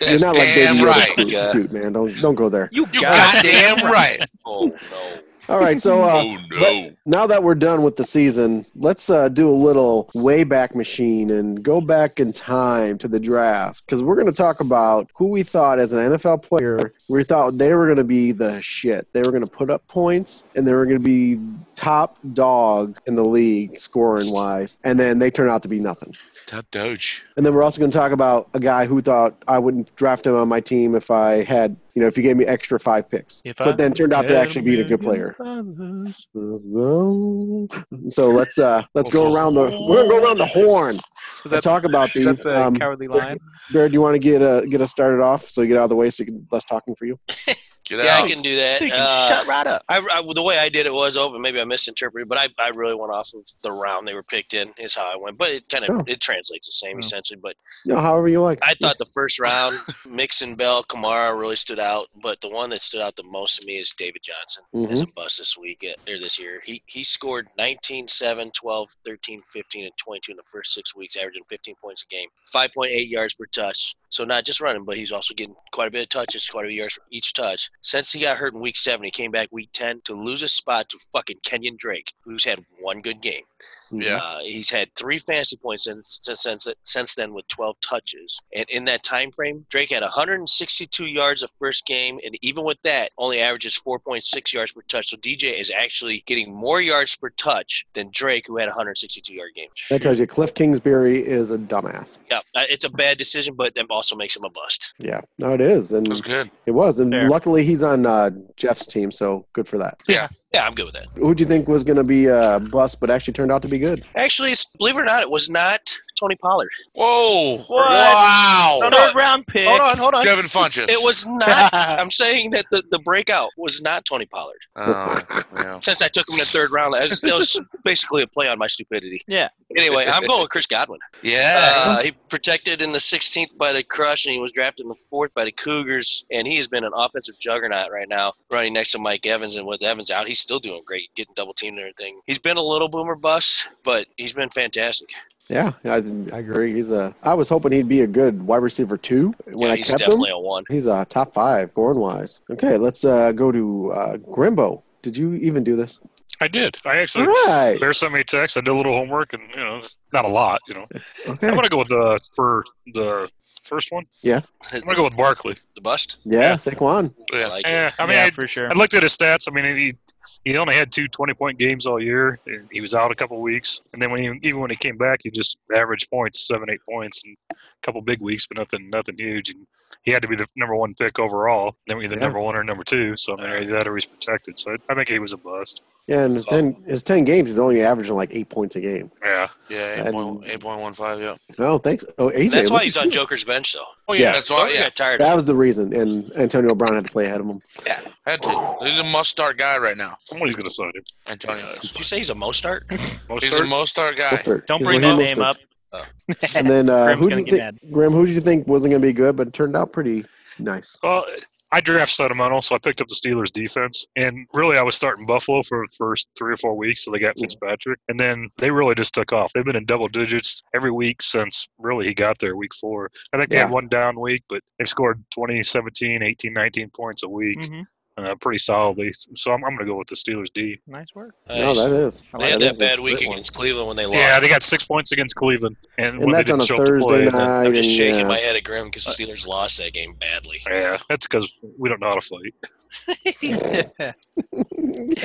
[SPEAKER 3] You're not like
[SPEAKER 7] Mm-hmm. damn
[SPEAKER 3] Baby Yoda
[SPEAKER 7] right.
[SPEAKER 3] cute,
[SPEAKER 4] Yeah.
[SPEAKER 3] cute, man. Don't don't go there.
[SPEAKER 5] you
[SPEAKER 7] You
[SPEAKER 5] got it.
[SPEAKER 7] goddamn right.
[SPEAKER 4] Oh no!
[SPEAKER 3] All right, so uh,
[SPEAKER 7] oh no.
[SPEAKER 3] now that we're done with the season, let's uh, do a little way back machine and go back in time to the draft because we're going to talk about who we thought as an NFL player we thought they were going to be the shit. They were going to put up points and they were going to be top dog in the league scoring wise, and then they turn out to be nothing.
[SPEAKER 7] Top Doge.
[SPEAKER 3] And then we're also going to talk about a guy who thought I wouldn't draft him on my team if I had, you know, if you gave me extra five picks,
[SPEAKER 5] If I
[SPEAKER 3] but then turned out to actually be a good player. So let's uh let's go around the we're gonna go around the horn.
[SPEAKER 5] Is
[SPEAKER 3] Let's talk about
[SPEAKER 5] is that
[SPEAKER 3] these.
[SPEAKER 5] the
[SPEAKER 3] Um,
[SPEAKER 5] cowardly lion.
[SPEAKER 3] Barrett, do you want to get uh, get us started off so you get out of the way so you can less talking for you?
[SPEAKER 7] Get
[SPEAKER 4] Yeah, I
[SPEAKER 7] out.
[SPEAKER 4] can do that.
[SPEAKER 5] You can
[SPEAKER 4] Uh,
[SPEAKER 5] shut right up.
[SPEAKER 4] I, I- the way I did it was open. Maybe I misinterpreted, but I, I really went off of the round they were picked in is how I went. But it kind of
[SPEAKER 3] Oh.
[SPEAKER 4] it translates the same
[SPEAKER 5] Oh.
[SPEAKER 4] essentially. But
[SPEAKER 3] You know, however you like.
[SPEAKER 4] I thought the first round, Mixon, Bell, Kamara really stood out. But the one that stood out the most to me is David Johnson as a bust this week uh, or this year. He he scored 19, 7, 12, 13, 15, and 22 in the first six weeks, averaging 15 points a game, 5.8 yards per touch. So not just running, but he's also getting quite a bit of touches, quite a bit of yards for each touch. Since he got hurt in week seven, he came back week 10 to lose his spot to fucking Kenyon Drake, who's had one good game.
[SPEAKER 5] Hmm.
[SPEAKER 7] Yeah.
[SPEAKER 4] Uh, he's had three fantasy points since, since since since then with 12 touches, and in that time frame, Drake had 162 yards of first game, and even with that, only averages 4.6 yards per touch. So DJ is actually getting more yards per touch than Drake, who had a 162 yard game.
[SPEAKER 3] That tells you Cliff Kingsbury is a dumbass.
[SPEAKER 4] Yeah, uh, it's a bad decision, but it also makes him a bust.
[SPEAKER 3] Yeah, no, it is,
[SPEAKER 7] That was
[SPEAKER 3] and
[SPEAKER 7] good.
[SPEAKER 3] it was, and
[SPEAKER 5] Fair.
[SPEAKER 3] luckily he's on uh, Jeff's team, so good for that.
[SPEAKER 4] Yeah, I'm good with that.
[SPEAKER 3] Who do you think was going to be a bust, but actually turned out to be good?
[SPEAKER 4] Actually, it's, believe it or not, it was not Tony Pollard.
[SPEAKER 7] Whoa.
[SPEAKER 5] What?
[SPEAKER 7] Wow.
[SPEAKER 4] No,
[SPEAKER 5] Third round pick.
[SPEAKER 4] Hold on, hold on.
[SPEAKER 7] Devin Funches.
[SPEAKER 4] It was not. I'm saying that the, the breakout was not Tony Pollard.
[SPEAKER 7] Oh, yeah.
[SPEAKER 4] since I took him in the third round. That was, that was basically a play on my stupidity.
[SPEAKER 5] Yeah.
[SPEAKER 4] Anyway, I'm going with Chris Godwin.
[SPEAKER 7] Yeah.
[SPEAKER 4] Uh, he protected in the 16th by the Crush, and he was drafted in the fourth by the Cougars. And he has been an offensive juggernaut right now, running next to Mike Evans. And with Evans out, he's still doing great, getting double teamed and everything. He's been a little boomer bust, but he's been fantastic.
[SPEAKER 3] Yeah, I, I agree. He's a. I was hoping he'd be a good wide receiver too when
[SPEAKER 4] yeah,
[SPEAKER 3] I
[SPEAKER 4] he's
[SPEAKER 3] kept him.
[SPEAKER 4] definitely a one.
[SPEAKER 3] He's a top five scoring wise. Okay, let's uh, go to uh, Grimbo. Did you even do this?
[SPEAKER 6] I did. I
[SPEAKER 3] All
[SPEAKER 6] actually.
[SPEAKER 3] right.
[SPEAKER 6] Bear sent me a text. I did a little homework, and you know, not a lot, you know. I'm
[SPEAKER 3] Okay.
[SPEAKER 6] gonna go with the for the first one. I'm gonna go with Barkley.
[SPEAKER 4] The bust.
[SPEAKER 3] Yeah, Saquon.
[SPEAKER 4] I
[SPEAKER 7] Yeah.
[SPEAKER 4] like it.
[SPEAKER 6] Yeah, I mean,
[SPEAKER 5] yeah,
[SPEAKER 6] I,
[SPEAKER 5] for sure.
[SPEAKER 6] I looked at his stats. I mean, he he only had two 20 point games all year. and He was out a couple weeks, and then when he, even when he came back, he just averaged points, seven, eight points, and a couple big weeks, but nothing nothing huge. And he had to be the number one pick overall. Then either
[SPEAKER 3] Yeah.
[SPEAKER 6] number one or number two. So I mean, that or he's protected. So I, I think he was a bust.
[SPEAKER 3] Yeah, and his ten his ten games he's only averaging like eight points a game.
[SPEAKER 6] Yeah.
[SPEAKER 7] Yeah,
[SPEAKER 3] And-
[SPEAKER 7] 8.15, yeah.
[SPEAKER 3] Oh, thanks. Oh, AJ.
[SPEAKER 4] That's
[SPEAKER 3] look
[SPEAKER 4] why he's
[SPEAKER 3] at
[SPEAKER 4] on
[SPEAKER 3] you.
[SPEAKER 4] Joker's bench, though.
[SPEAKER 6] Oh
[SPEAKER 3] yeah.
[SPEAKER 7] That's why,
[SPEAKER 4] Joker
[SPEAKER 7] yeah.
[SPEAKER 4] got tired. of
[SPEAKER 3] That was the reason, and Antonio Brown had to play ahead of him.
[SPEAKER 7] Had to. He's a must start guy right now.
[SPEAKER 6] Somebody's gonna sign him.
[SPEAKER 7] Antonio
[SPEAKER 4] it.
[SPEAKER 7] is.
[SPEAKER 4] Did you say he's a Mostart?
[SPEAKER 6] Most
[SPEAKER 7] He's a must start guy.
[SPEAKER 3] Mostert.
[SPEAKER 5] Don't
[SPEAKER 3] He's
[SPEAKER 5] bring that
[SPEAKER 3] Raheem
[SPEAKER 5] name
[SPEAKER 3] Mostert.
[SPEAKER 5] up.
[SPEAKER 3] And then uh,
[SPEAKER 5] Graham's
[SPEAKER 3] who do
[SPEAKER 5] gonna
[SPEAKER 3] you
[SPEAKER 5] get
[SPEAKER 3] think,
[SPEAKER 5] mad.
[SPEAKER 3] Graham? Who did you think wasn't going to be good, but it turned out pretty nice?
[SPEAKER 6] Well, I draft sentimental, so I picked up the Steelers defense, and really I was starting Buffalo for the first three or four weeks, so they got Fitzpatrick, and then they really just took off. They've been in double digits every week since really he got there, week four. I think they
[SPEAKER 3] Yeah.
[SPEAKER 6] had one down week, but they've scored 20, 17, 18, 19 points a week,
[SPEAKER 5] hmm
[SPEAKER 6] uh, pretty solidly. So I'm, I'm going to go with the Steelers D.
[SPEAKER 5] Nice work.
[SPEAKER 3] No,
[SPEAKER 4] Nice.
[SPEAKER 3] that is.
[SPEAKER 4] they
[SPEAKER 3] that
[SPEAKER 4] had that
[SPEAKER 3] is a
[SPEAKER 4] bad week
[SPEAKER 3] great one.
[SPEAKER 4] against Cleveland when they lost.
[SPEAKER 6] Yeah, they got six points against Cleveland, and, when
[SPEAKER 3] And that's
[SPEAKER 6] they
[SPEAKER 3] on
[SPEAKER 6] didn't
[SPEAKER 3] a
[SPEAKER 6] show up to play,
[SPEAKER 3] Thursday
[SPEAKER 6] then-
[SPEAKER 3] night.
[SPEAKER 4] I'm just
[SPEAKER 3] and, uh,
[SPEAKER 4] shaking
[SPEAKER 3] yeah.
[SPEAKER 4] my head at Grim because the Steelers lost that game badly.
[SPEAKER 6] Yeah, that's because we don't know how to fight.
[SPEAKER 4] So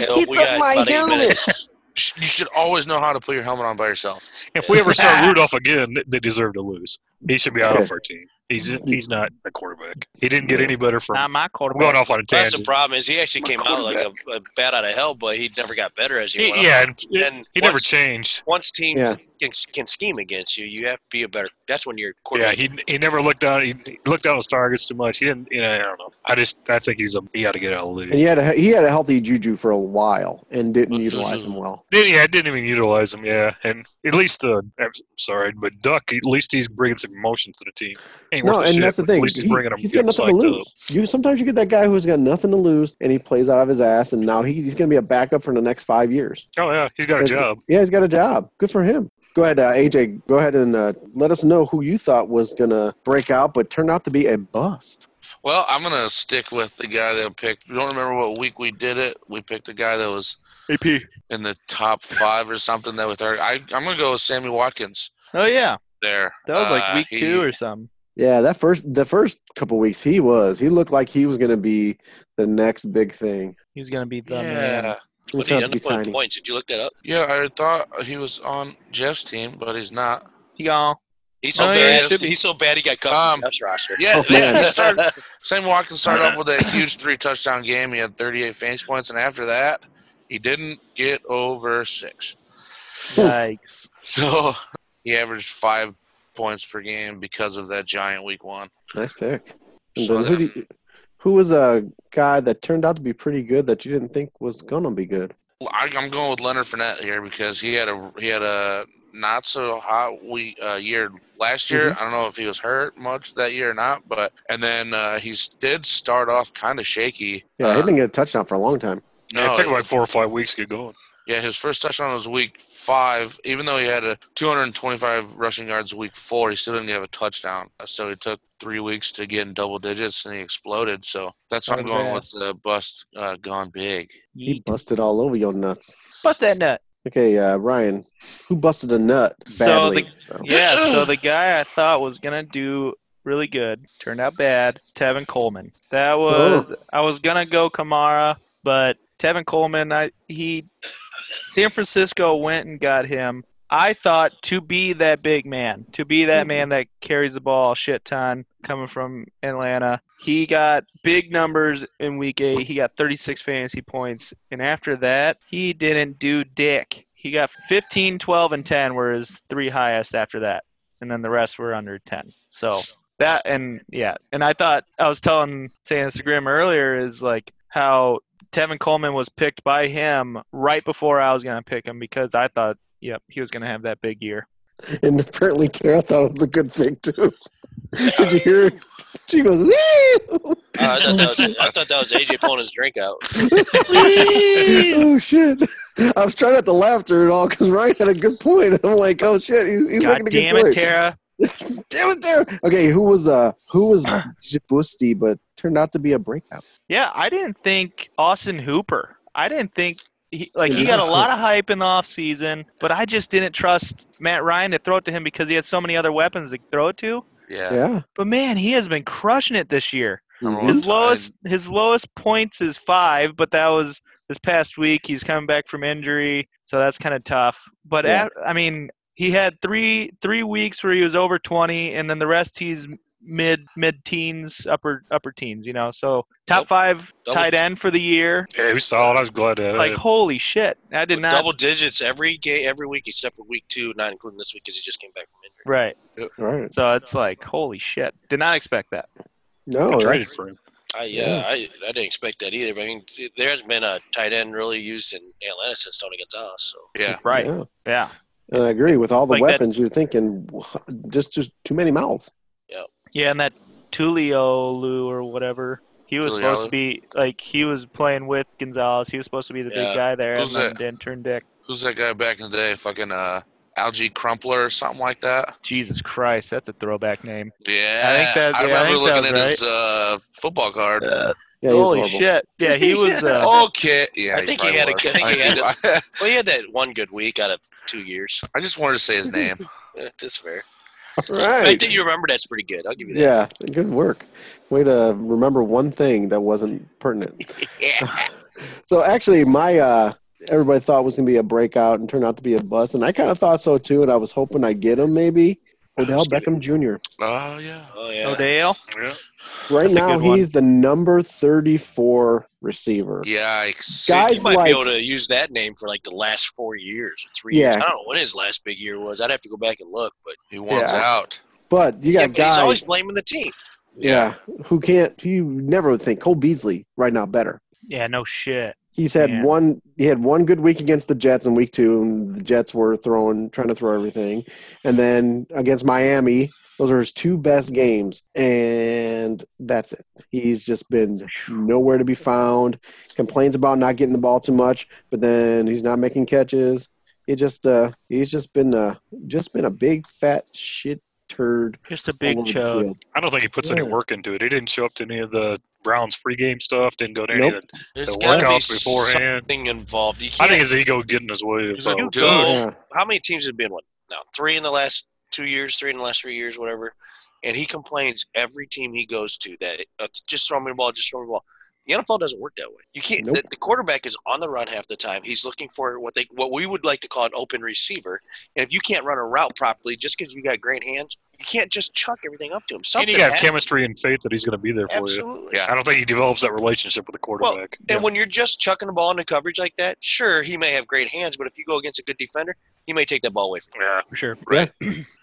[SPEAKER 4] Oh, we got about eight minutes.
[SPEAKER 7] Sh- You should always know how to put your helmet on by yourself.
[SPEAKER 6] If we ever saw Rudolph again, th- they deserve to lose. He should be out of our team. He's he's not a quarterback. He didn't get any better from.
[SPEAKER 5] Not my
[SPEAKER 6] I'm going
[SPEAKER 5] quarterback.
[SPEAKER 6] off on a
[SPEAKER 4] That's the
[SPEAKER 6] tangent.
[SPEAKER 4] problem is he actually came out like a, a bat out of hell, but he never got better as he
[SPEAKER 6] He,
[SPEAKER 4] went.
[SPEAKER 6] yeah,
[SPEAKER 4] on.
[SPEAKER 6] and he-
[SPEAKER 4] and
[SPEAKER 6] he never
[SPEAKER 4] once-
[SPEAKER 6] changed.
[SPEAKER 4] Once teams
[SPEAKER 3] Yeah.
[SPEAKER 4] can, can scheme against you, you have to be a better. That's when you're
[SPEAKER 6] Yeah,
[SPEAKER 4] quarterback.
[SPEAKER 6] he he never looked down. He he looked down his targets too much. He didn't. You know, I don't know. I just I think he's a he ought to get out of the
[SPEAKER 3] And
[SPEAKER 6] league.
[SPEAKER 3] he had a, he had a healthy juju for a while and didn't utilize him well.
[SPEAKER 6] Did- Yeah, I didn't even utilize him. Yeah, and at least uh, I'm sorry, but Duck at least he's bringing some emotion to the team. Ain't
[SPEAKER 3] No,
[SPEAKER 6] worth a
[SPEAKER 3] and
[SPEAKER 6] shit,
[SPEAKER 3] that's the
[SPEAKER 6] but At
[SPEAKER 3] thing.
[SPEAKER 6] least he's
[SPEAKER 3] He,
[SPEAKER 6] bringing them.
[SPEAKER 3] has got nothing
[SPEAKER 6] uh,
[SPEAKER 3] to lose. You sometimes you get that guy who's got nothing to lose, and he plays out of his ass, and now he, he's going to be a backup for the next five years.
[SPEAKER 6] Oh yeah, he's got a
[SPEAKER 3] That's-
[SPEAKER 6] job.
[SPEAKER 3] Yeah, he's got a job. Good for him. Go ahead, uh, AJ. Go ahead and uh, let us know who you thought was going to break out, but turned out to be a bust.
[SPEAKER 7] Well, I'm gonna stick with the guy that picked. We don't remember what week we did it. We picked a guy that was
[SPEAKER 1] AP.
[SPEAKER 7] in the top five or something that we thought. I, I'm gonna go with Sammy Watkins
[SPEAKER 5] Oh yeah,
[SPEAKER 7] there.
[SPEAKER 5] that was like
[SPEAKER 7] Uh,
[SPEAKER 5] week
[SPEAKER 7] he-
[SPEAKER 5] two or something.
[SPEAKER 3] Yeah, that first the first couple weeks he was he looked like he was going to be the next big thing.
[SPEAKER 5] He's gonna be the man.
[SPEAKER 7] yeah,
[SPEAKER 3] He
[SPEAKER 4] What
[SPEAKER 3] turned out to
[SPEAKER 4] did he end
[SPEAKER 3] be
[SPEAKER 4] up with
[SPEAKER 3] tiny.
[SPEAKER 4] points? Did you look that up?
[SPEAKER 7] yeah. I thought he was on Jeff's team, but he's not.
[SPEAKER 5] He gone.
[SPEAKER 4] He's so
[SPEAKER 5] Oh, yeah, it
[SPEAKER 4] bad.
[SPEAKER 5] should be.
[SPEAKER 4] he's so bad he got cut
[SPEAKER 7] Um,
[SPEAKER 4] from the Jets roster.
[SPEAKER 7] Yeah,
[SPEAKER 3] Oh, man.
[SPEAKER 7] he started. Sammy Watkins started off with that huge three touchdown game. He had 38 fantasy points, and after that, he didn't get over six.
[SPEAKER 5] Yikes.
[SPEAKER 7] So he averaged five points per game because of that giant week one.
[SPEAKER 3] Nice pick. And
[SPEAKER 7] So
[SPEAKER 3] then who, do you, who was a guy that turned out to be pretty good that you didn't think was going to be good?
[SPEAKER 7] I, I'm going with Leonard Fournette here because he had a he had a not so hot week uh, year last year. I don't know if he was hurt much that year or not, but and then uh, he s- did start off kind of shaky.
[SPEAKER 3] Yeah,
[SPEAKER 7] Uh,
[SPEAKER 3] he didn't get a touchdown for a long time.
[SPEAKER 7] no,
[SPEAKER 6] it took like four or five weeks to get going.
[SPEAKER 7] Yeah, his first touchdown was week five. Even though he had a 225 rushing yards week four, he still didn't have a touchdown. Uh, So it took three weeks to get in double digits, and he exploded. So that's why I'm
[SPEAKER 5] Not
[SPEAKER 7] going
[SPEAKER 5] bad.
[SPEAKER 7] with the bust uh, gone big.
[SPEAKER 3] He
[SPEAKER 5] Yeet.
[SPEAKER 3] busted all over your nuts.
[SPEAKER 5] Bust that nut.
[SPEAKER 3] Okay, uh, Ryan, who busted a nut
[SPEAKER 5] So
[SPEAKER 3] badly? Oh.
[SPEAKER 5] Yeah, so the guy I thought was gonna do really good turned out bad. It's Tevin Coleman. That was I was gonna go Kamara, but Tevin Coleman, I he San Francisco went and got him. I thought to be that big man, to be that man that carries the ball a shit ton coming from Atlanta. He got big numbers in week eight. He got 36 fantasy points. And after that, he didn't do dick. He got 15, 12, and 10 were his three highest after that. And then the rest were under 10. So that, and yeah. And I thought, I was telling saying this to Grim earlier, is like how Tevin Coleman was picked by him right before I was going to pick him because I thought, yep, he was going to have that big year.
[SPEAKER 3] And apparently Tara thought it was a good thing too. Did you hear? her? She goes, "Wee!"
[SPEAKER 4] Uh, I, thought that was, I thought that was AJ pulling his drink out.
[SPEAKER 3] oh shit! I was trying not to laugh through it all because Ryan had a good point. I'm like, oh shit, he's, he's
[SPEAKER 5] God
[SPEAKER 3] making a good
[SPEAKER 5] damn
[SPEAKER 3] point.
[SPEAKER 5] it, Tara.
[SPEAKER 3] Damn it, there. Okay, who was uh who was busty but turned out to be a breakout?
[SPEAKER 5] Yeah, I didn't think Austin Hooper. I didn't think he, like he got a lot of hype in the offseason, but I just didn't trust Matt Ryan to throw it to him because he had so many other weapons to throw it to.
[SPEAKER 7] Yeah.
[SPEAKER 3] Yeah. Mm-hmm.
[SPEAKER 5] But man, he has been crushing it this year.
[SPEAKER 7] Number
[SPEAKER 5] His
[SPEAKER 7] one
[SPEAKER 5] lowest his lowest points is five, but that was this past week. He's coming back from injury, so that's kind of tough. But
[SPEAKER 3] Yeah.
[SPEAKER 5] at, I mean, he had three three weeks where he was over twenty, and then the rest he's mid mid teens, upper upper teens. You know, so top
[SPEAKER 4] Nope.
[SPEAKER 5] five
[SPEAKER 4] Double-
[SPEAKER 5] tight end for the year.
[SPEAKER 6] Yeah, he was solid. I was glad to uh, have
[SPEAKER 5] Like
[SPEAKER 6] him.
[SPEAKER 5] holy shit, I did not
[SPEAKER 4] Double digits every game, every week except for week two, not including this week because he just came back from injury.
[SPEAKER 5] right.
[SPEAKER 3] Right.
[SPEAKER 5] So it's like holy shit, did not expect that.
[SPEAKER 3] No,
[SPEAKER 6] traded
[SPEAKER 3] Oh, that's-
[SPEAKER 6] for him.
[SPEAKER 4] I, yeah, I, I didn't expect that either. But I mean, there hasn't been a tight end really used in Atlanta since Tony Gonzalez. So
[SPEAKER 7] Yeah.
[SPEAKER 5] Right.
[SPEAKER 3] Yeah.
[SPEAKER 5] Yeah.
[SPEAKER 3] And I agree with all the
[SPEAKER 5] Like that-
[SPEAKER 3] weapons. You're thinking "Wha- just just too many mouths.
[SPEAKER 5] Yeah, and that Tuliolu or whatever. He was supposed to be like he was playing with Gonzalez. He was supposed to be the
[SPEAKER 4] Yeah.
[SPEAKER 5] big guy there,
[SPEAKER 7] Who's
[SPEAKER 5] and
[SPEAKER 7] that?
[SPEAKER 5] then turn dick.
[SPEAKER 7] Who's that guy back in the day? Fucking uh, Algie Crumpler or something like that.
[SPEAKER 5] Jesus Christ, that's a throwback name.
[SPEAKER 7] Yeah.
[SPEAKER 5] I think that- yeah,
[SPEAKER 7] I
[SPEAKER 5] I
[SPEAKER 7] remember
[SPEAKER 5] think
[SPEAKER 7] looking
[SPEAKER 5] that
[SPEAKER 7] at
[SPEAKER 5] was
[SPEAKER 7] his uh, football card.
[SPEAKER 3] Yeah, he was
[SPEAKER 5] Holy
[SPEAKER 3] horrible.
[SPEAKER 5] shit! Yeah, he was. Uh,
[SPEAKER 7] Oh, okay. Yeah.
[SPEAKER 4] I think he had a-
[SPEAKER 7] probably
[SPEAKER 4] I think he
[SPEAKER 7] was.
[SPEAKER 4] well, he had that one good week out of two years.
[SPEAKER 7] I just wanted to say his name.
[SPEAKER 4] Eh, That's fair. I
[SPEAKER 3] Right.
[SPEAKER 4] think you remember that's pretty good. I'll give you that.
[SPEAKER 3] Yeah, good work. Way to remember one thing that wasn't pertinent.
[SPEAKER 7] yeah.
[SPEAKER 3] So actually, my uh, everybody thought was going to be a breakout and turned out to be a bust, and I kind of thought so too. And I was hoping I'd get him maybe Odell Beckham Jr.
[SPEAKER 7] Oh yeah.
[SPEAKER 4] Oh yeah.
[SPEAKER 5] Odell.
[SPEAKER 6] Yeah.
[SPEAKER 3] Right
[SPEAKER 5] That's a
[SPEAKER 3] now,
[SPEAKER 5] good one.
[SPEAKER 3] he's the number thirty-four receiver.
[SPEAKER 7] Yikes.
[SPEAKER 3] Guys-
[SPEAKER 4] you might
[SPEAKER 3] like-
[SPEAKER 4] be able to use that name for like the last four years or three
[SPEAKER 3] Yeah.
[SPEAKER 4] years. I don't know when his last big year was. I'd have to go back and look, but
[SPEAKER 7] He wants
[SPEAKER 3] Yeah.
[SPEAKER 7] out.
[SPEAKER 3] But you got
[SPEAKER 4] yeah, but
[SPEAKER 3] guys,
[SPEAKER 4] he's always blaming the team.
[SPEAKER 3] yeah, who can't? Who you never would think Cole Beasley right now better.
[SPEAKER 5] Yeah, no shit.
[SPEAKER 3] He's had
[SPEAKER 5] Yeah.
[SPEAKER 3] one. He had one good week against the Jets in week two, and the Jets were throwing, trying to throw everything. And then against Miami, those are his two best games, and that's it. He's just been nowhere to be found. Complains about not getting the ball too much, but then he's not making catches. It just, uh, he's just been, uh, just been a big fat shit turd.
[SPEAKER 5] Just a
[SPEAKER 3] all
[SPEAKER 5] big
[SPEAKER 3] over the
[SPEAKER 5] chode.
[SPEAKER 3] field.
[SPEAKER 6] I don't think he puts any
[SPEAKER 3] Yeah.
[SPEAKER 6] work into it. He didn't show up to any of the Browns pregame stuff. Didn't go to any of the,
[SPEAKER 4] There's
[SPEAKER 6] the
[SPEAKER 4] gotta be
[SPEAKER 6] workouts beforehand.
[SPEAKER 4] something involved. You
[SPEAKER 6] I
[SPEAKER 4] can't.
[SPEAKER 6] think his ego getting his way.
[SPEAKER 4] He's a
[SPEAKER 6] about-
[SPEAKER 4] dude.
[SPEAKER 3] Yeah.
[SPEAKER 4] how many teams have been one now? Three in the last two years, three in the last three years, whatever. And he complains every team he goes to that uh, just throw me the ball, just throw me the ball. The NFL doesn't work that way. You can't.
[SPEAKER 3] Nope.
[SPEAKER 4] The, the quarterback is on the run half the time. He's looking for what they what we would like to call an open receiver. And if you can't run a route properly, just because you got great hands, you can't just chuck everything up to him.
[SPEAKER 6] And
[SPEAKER 4] Something
[SPEAKER 6] you got
[SPEAKER 4] happens.
[SPEAKER 6] chemistry and faith that he's going to be there for you.
[SPEAKER 4] absolutely.
[SPEAKER 7] Yeah.
[SPEAKER 6] I don't think he develops that relationship with the quarterback.
[SPEAKER 4] And when you're just chucking the ball into coverage like that, sure, he may have great hands, but if you go against a good defender, he may take that ball away from you.
[SPEAKER 6] yeah.
[SPEAKER 5] For sure.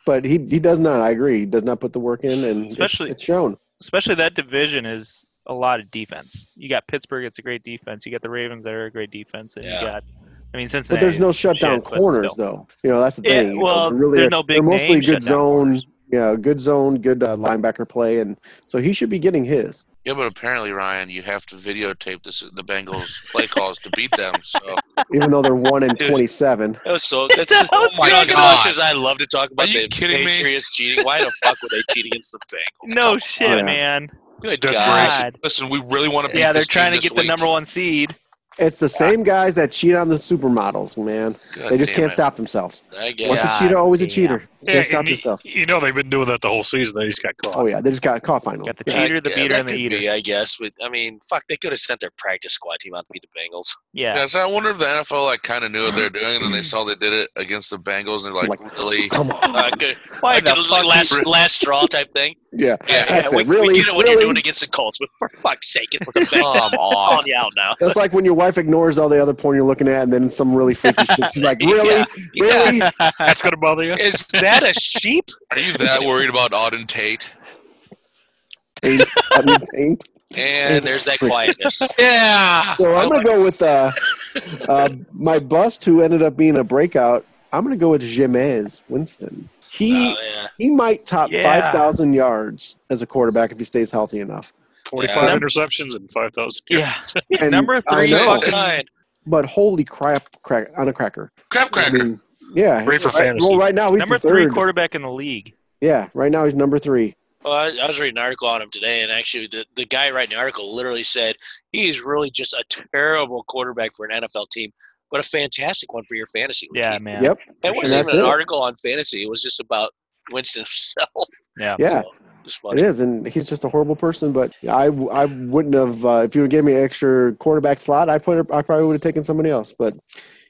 [SPEAKER 3] But he, he does not. I agree. He does not put the work in, and it's,
[SPEAKER 5] Especially-
[SPEAKER 3] it's shown.
[SPEAKER 5] Especially that division is a lot of defense. You got Pittsburgh. It's a great defense. You got the Ravens that are a great defense, and
[SPEAKER 4] Yeah.
[SPEAKER 5] you got. I mean, Cincinnati.
[SPEAKER 3] But there's no
[SPEAKER 5] is
[SPEAKER 3] shutdown
[SPEAKER 5] shit, but
[SPEAKER 3] corners,
[SPEAKER 5] still.
[SPEAKER 3] though. You know that's the
[SPEAKER 5] Yeah,
[SPEAKER 3] thing. You know,
[SPEAKER 5] well,
[SPEAKER 3] they're
[SPEAKER 5] there's no big
[SPEAKER 3] They're mostly
[SPEAKER 5] name
[SPEAKER 3] good
[SPEAKER 5] shutdown
[SPEAKER 3] zone. Yeah, good zone, good uh, linebacker play, and so he should be getting his.
[SPEAKER 7] Yeah, but apparently Ryan, you have to videotape this the Bengals play calls to beat them. So
[SPEAKER 3] Even though they're one in
[SPEAKER 4] Dude.
[SPEAKER 3] twenty-seven,
[SPEAKER 4] That was so. That's
[SPEAKER 5] That was
[SPEAKER 4] oh my
[SPEAKER 7] good.
[SPEAKER 4] god. As
[SPEAKER 7] God.
[SPEAKER 4] much as I love to talk about
[SPEAKER 7] Are you
[SPEAKER 4] the
[SPEAKER 7] kidding me?
[SPEAKER 4] Patriots cheating, why the fuck would they cheat against the Bengals?
[SPEAKER 5] No
[SPEAKER 4] Come
[SPEAKER 5] shit,
[SPEAKER 3] Yeah.
[SPEAKER 5] man.
[SPEAKER 6] It's
[SPEAKER 5] Good
[SPEAKER 6] desperation.
[SPEAKER 5] God.
[SPEAKER 7] listen, we really want to beat
[SPEAKER 5] Yeah, they're
[SPEAKER 7] this team
[SPEAKER 5] trying to
[SPEAKER 7] this
[SPEAKER 5] get the
[SPEAKER 7] week.
[SPEAKER 5] number one seed.
[SPEAKER 3] it's the same guys that cheat on the supermodels. Man,
[SPEAKER 7] God
[SPEAKER 3] they just
[SPEAKER 7] damn
[SPEAKER 3] can't
[SPEAKER 7] it.
[SPEAKER 3] stop themselves.
[SPEAKER 4] on. I
[SPEAKER 3] Once
[SPEAKER 4] guess.
[SPEAKER 5] God
[SPEAKER 3] a cheater, always a
[SPEAKER 5] damn.
[SPEAKER 3] cheater.
[SPEAKER 6] Yeah,
[SPEAKER 3] can't stop
[SPEAKER 6] and you-
[SPEAKER 3] yourself.
[SPEAKER 6] You know they've been doing that the whole season. They just got caught.
[SPEAKER 3] Oh yeah, they just got caught finally.
[SPEAKER 5] Got the
[SPEAKER 3] Yeah.
[SPEAKER 5] cheater, the
[SPEAKER 4] Yeah,
[SPEAKER 5] beater,
[SPEAKER 4] that
[SPEAKER 5] and the
[SPEAKER 4] could
[SPEAKER 5] eater.
[SPEAKER 4] Be, I guess. But I mean, fuck, they could have sent their practice squad team out to beat the Bengals.
[SPEAKER 5] Yeah.
[SPEAKER 7] Yeah, so I wonder if the NFL like kind of knew what they're doing, and
[SPEAKER 5] Mm.
[SPEAKER 7] then they saw they did it against the Bengals, and they're like,
[SPEAKER 3] Like-
[SPEAKER 7] really?
[SPEAKER 3] Come on.
[SPEAKER 4] Uh, good,
[SPEAKER 5] Why
[SPEAKER 4] like
[SPEAKER 5] the
[SPEAKER 4] a
[SPEAKER 5] fuck
[SPEAKER 4] last last straw type thing.
[SPEAKER 3] yeah,
[SPEAKER 7] Yeah,
[SPEAKER 3] That's
[SPEAKER 4] we,
[SPEAKER 3] it. Really,
[SPEAKER 4] we get it when you're
[SPEAKER 3] really?
[SPEAKER 4] doing it against the Colts, but for fuck's sake, it's the
[SPEAKER 7] Come
[SPEAKER 4] Bengals. I'm
[SPEAKER 7] on.
[SPEAKER 4] calling you out now.
[SPEAKER 3] That's like when your wife ignores all the other porn you're looking at, and then some really freaky shit. She's like, "Really,
[SPEAKER 4] Yeah.
[SPEAKER 3] really?"
[SPEAKER 6] That's going to bother you.
[SPEAKER 4] Is that a sheep?
[SPEAKER 7] Are you that worried about Auden Tate?
[SPEAKER 3] Taint, taint, taint.
[SPEAKER 4] And there's that quietness.
[SPEAKER 7] Yeah.
[SPEAKER 3] So I'm gonna go with uh, uh, my bust, who ended up being a breakout. I'm gonna go with Jimenez Winston. He
[SPEAKER 4] Oh, yeah.
[SPEAKER 3] he might top
[SPEAKER 5] Uh, Yeah.
[SPEAKER 3] five thousand yards as a quarterback if he stays healthy enough.
[SPEAKER 6] 45
[SPEAKER 4] Yeah.
[SPEAKER 6] interceptions and 5,000.
[SPEAKER 5] Yeah. He's
[SPEAKER 3] And
[SPEAKER 5] number
[SPEAKER 3] I
[SPEAKER 5] three.
[SPEAKER 3] know.
[SPEAKER 5] fucking-
[SPEAKER 4] Fine.
[SPEAKER 3] But holy crap, crack on a cracker!
[SPEAKER 7] Crap
[SPEAKER 3] I
[SPEAKER 7] cracker.
[SPEAKER 3] mean, yeah.
[SPEAKER 6] Great for
[SPEAKER 3] right-
[SPEAKER 6] fantasy.
[SPEAKER 3] Well, right now he's
[SPEAKER 5] number
[SPEAKER 3] the third.
[SPEAKER 5] three quarterback in the league.
[SPEAKER 3] yeah, right now he's number three.
[SPEAKER 4] Well, I, I was reading an article on him today, and actually, the, the guy writing the article literally said he's really just a terrible quarterback for an NFL team but a fantastic one for your fantasy. league.
[SPEAKER 5] Yeah, man.
[SPEAKER 3] Yep.
[SPEAKER 4] It
[SPEAKER 3] And
[SPEAKER 4] wasn't
[SPEAKER 3] that's
[SPEAKER 4] even an
[SPEAKER 3] it.
[SPEAKER 4] article on fantasy. It was just about Winston himself.
[SPEAKER 3] Yeah,
[SPEAKER 4] So it was
[SPEAKER 3] it
[SPEAKER 4] funny.
[SPEAKER 3] is, and he's just a horrible person. But I, I wouldn't have uh, if you would give me an extra quarterback slot. I put, I probably would have taken somebody else. But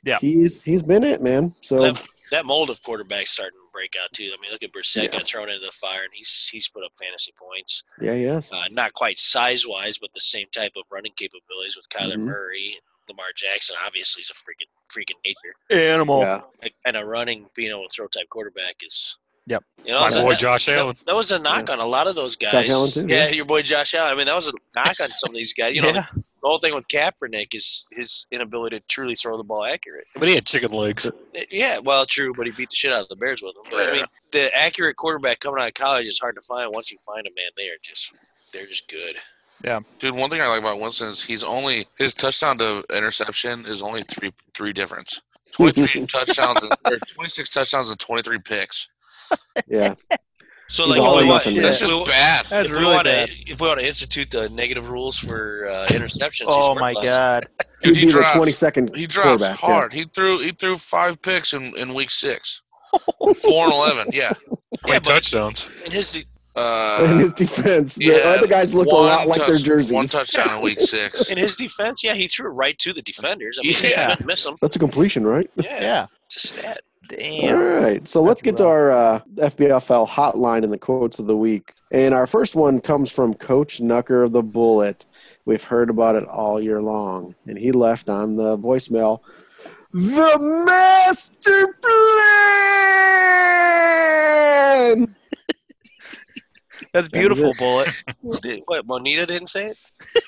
[SPEAKER 5] Yeah.
[SPEAKER 3] he's he's been it, man. So
[SPEAKER 4] That, that mold of quarterbacks starting to break out too. I mean, look at Brissett got thrown into the fire, and he's he's put up fantasy points.
[SPEAKER 3] yeah, yes,
[SPEAKER 4] Uh, not quite size wise, but the same type of running capabilities with Kyler
[SPEAKER 3] Mhm.
[SPEAKER 4] Murray, Lamar Jackson. Obviously, is a freaking freaking nature.
[SPEAKER 5] Animal.
[SPEAKER 3] yeah,
[SPEAKER 4] That kind of running, being able to throw type quarterback is.
[SPEAKER 5] Yep.
[SPEAKER 4] You know,
[SPEAKER 6] My
[SPEAKER 4] so
[SPEAKER 6] boy
[SPEAKER 4] that-
[SPEAKER 6] Josh
[SPEAKER 4] that-
[SPEAKER 6] Allen.
[SPEAKER 4] That, was a knock on a lot of those guys.
[SPEAKER 3] Allen too,
[SPEAKER 4] yeah,
[SPEAKER 3] yeah.
[SPEAKER 4] your boy Josh Allen. I mean, that was a knock on some of these guys. You know,
[SPEAKER 5] Yeah.
[SPEAKER 4] the whole thing with Kaepernick is his inability to truly throw the ball accurate.
[SPEAKER 6] But he had chicken legs.
[SPEAKER 4] Yeah, well, true, but he beat the shit out of the Bears with him. But I mean, the accurate quarterback coming out of college is hard to find. Once you find them, man, they are just they're just good.
[SPEAKER 7] Dude, one thing I like about Winston is he's only his touchdown to interception is only three three difference. Twenty three touchdowns and or twenty six touchdowns and twenty three picks.
[SPEAKER 3] yeah.
[SPEAKER 4] So
[SPEAKER 3] He's
[SPEAKER 4] like,
[SPEAKER 3] all
[SPEAKER 4] if
[SPEAKER 3] or
[SPEAKER 4] we want-
[SPEAKER 3] nothing,
[SPEAKER 4] if
[SPEAKER 7] That's
[SPEAKER 4] we-
[SPEAKER 7] just bad.
[SPEAKER 5] That's
[SPEAKER 4] if we
[SPEAKER 5] really
[SPEAKER 4] want
[SPEAKER 5] bad.
[SPEAKER 4] to if we want to institute the negative rules for uh, interceptions,
[SPEAKER 5] Oh
[SPEAKER 4] he's
[SPEAKER 5] my
[SPEAKER 4] worthless.
[SPEAKER 5] god.
[SPEAKER 7] Dude,
[SPEAKER 3] He'd
[SPEAKER 7] he
[SPEAKER 3] be the
[SPEAKER 7] drops.
[SPEAKER 3] twenty second.
[SPEAKER 7] He drops
[SPEAKER 3] Quarterback, yeah.
[SPEAKER 7] hard. He threw he threw five picks in, in week six. Four and eleven. Yeah.
[SPEAKER 4] Yeah,
[SPEAKER 6] Yeah,
[SPEAKER 4] but-
[SPEAKER 6] touchdowns.
[SPEAKER 4] And his
[SPEAKER 3] in
[SPEAKER 7] Uh,
[SPEAKER 3] his defense, the
[SPEAKER 7] yeah,
[SPEAKER 3] other guys looked a
[SPEAKER 7] one
[SPEAKER 3] lot like their
[SPEAKER 7] touch- One
[SPEAKER 3] jerseys.
[SPEAKER 7] touchdown in week six.
[SPEAKER 4] in his defense, yeah, he threw it right to the defenders. I mean, yeah.
[SPEAKER 7] Yeah.
[SPEAKER 4] couldn't miss him.
[SPEAKER 3] That's a completion, right?
[SPEAKER 4] Yeah,
[SPEAKER 5] Yeah.
[SPEAKER 4] just that.
[SPEAKER 5] Damn.
[SPEAKER 3] All right. So let's get to our uh, FBFL hotline and the quotes of the week. And our first one comes from Coach Nucker of the Bullet. We've heard about it all year long. And he left on the voicemail The Master Plan!
[SPEAKER 5] That's
[SPEAKER 3] That was
[SPEAKER 5] beautiful, bullet.
[SPEAKER 4] Did- What Monita didn't say it.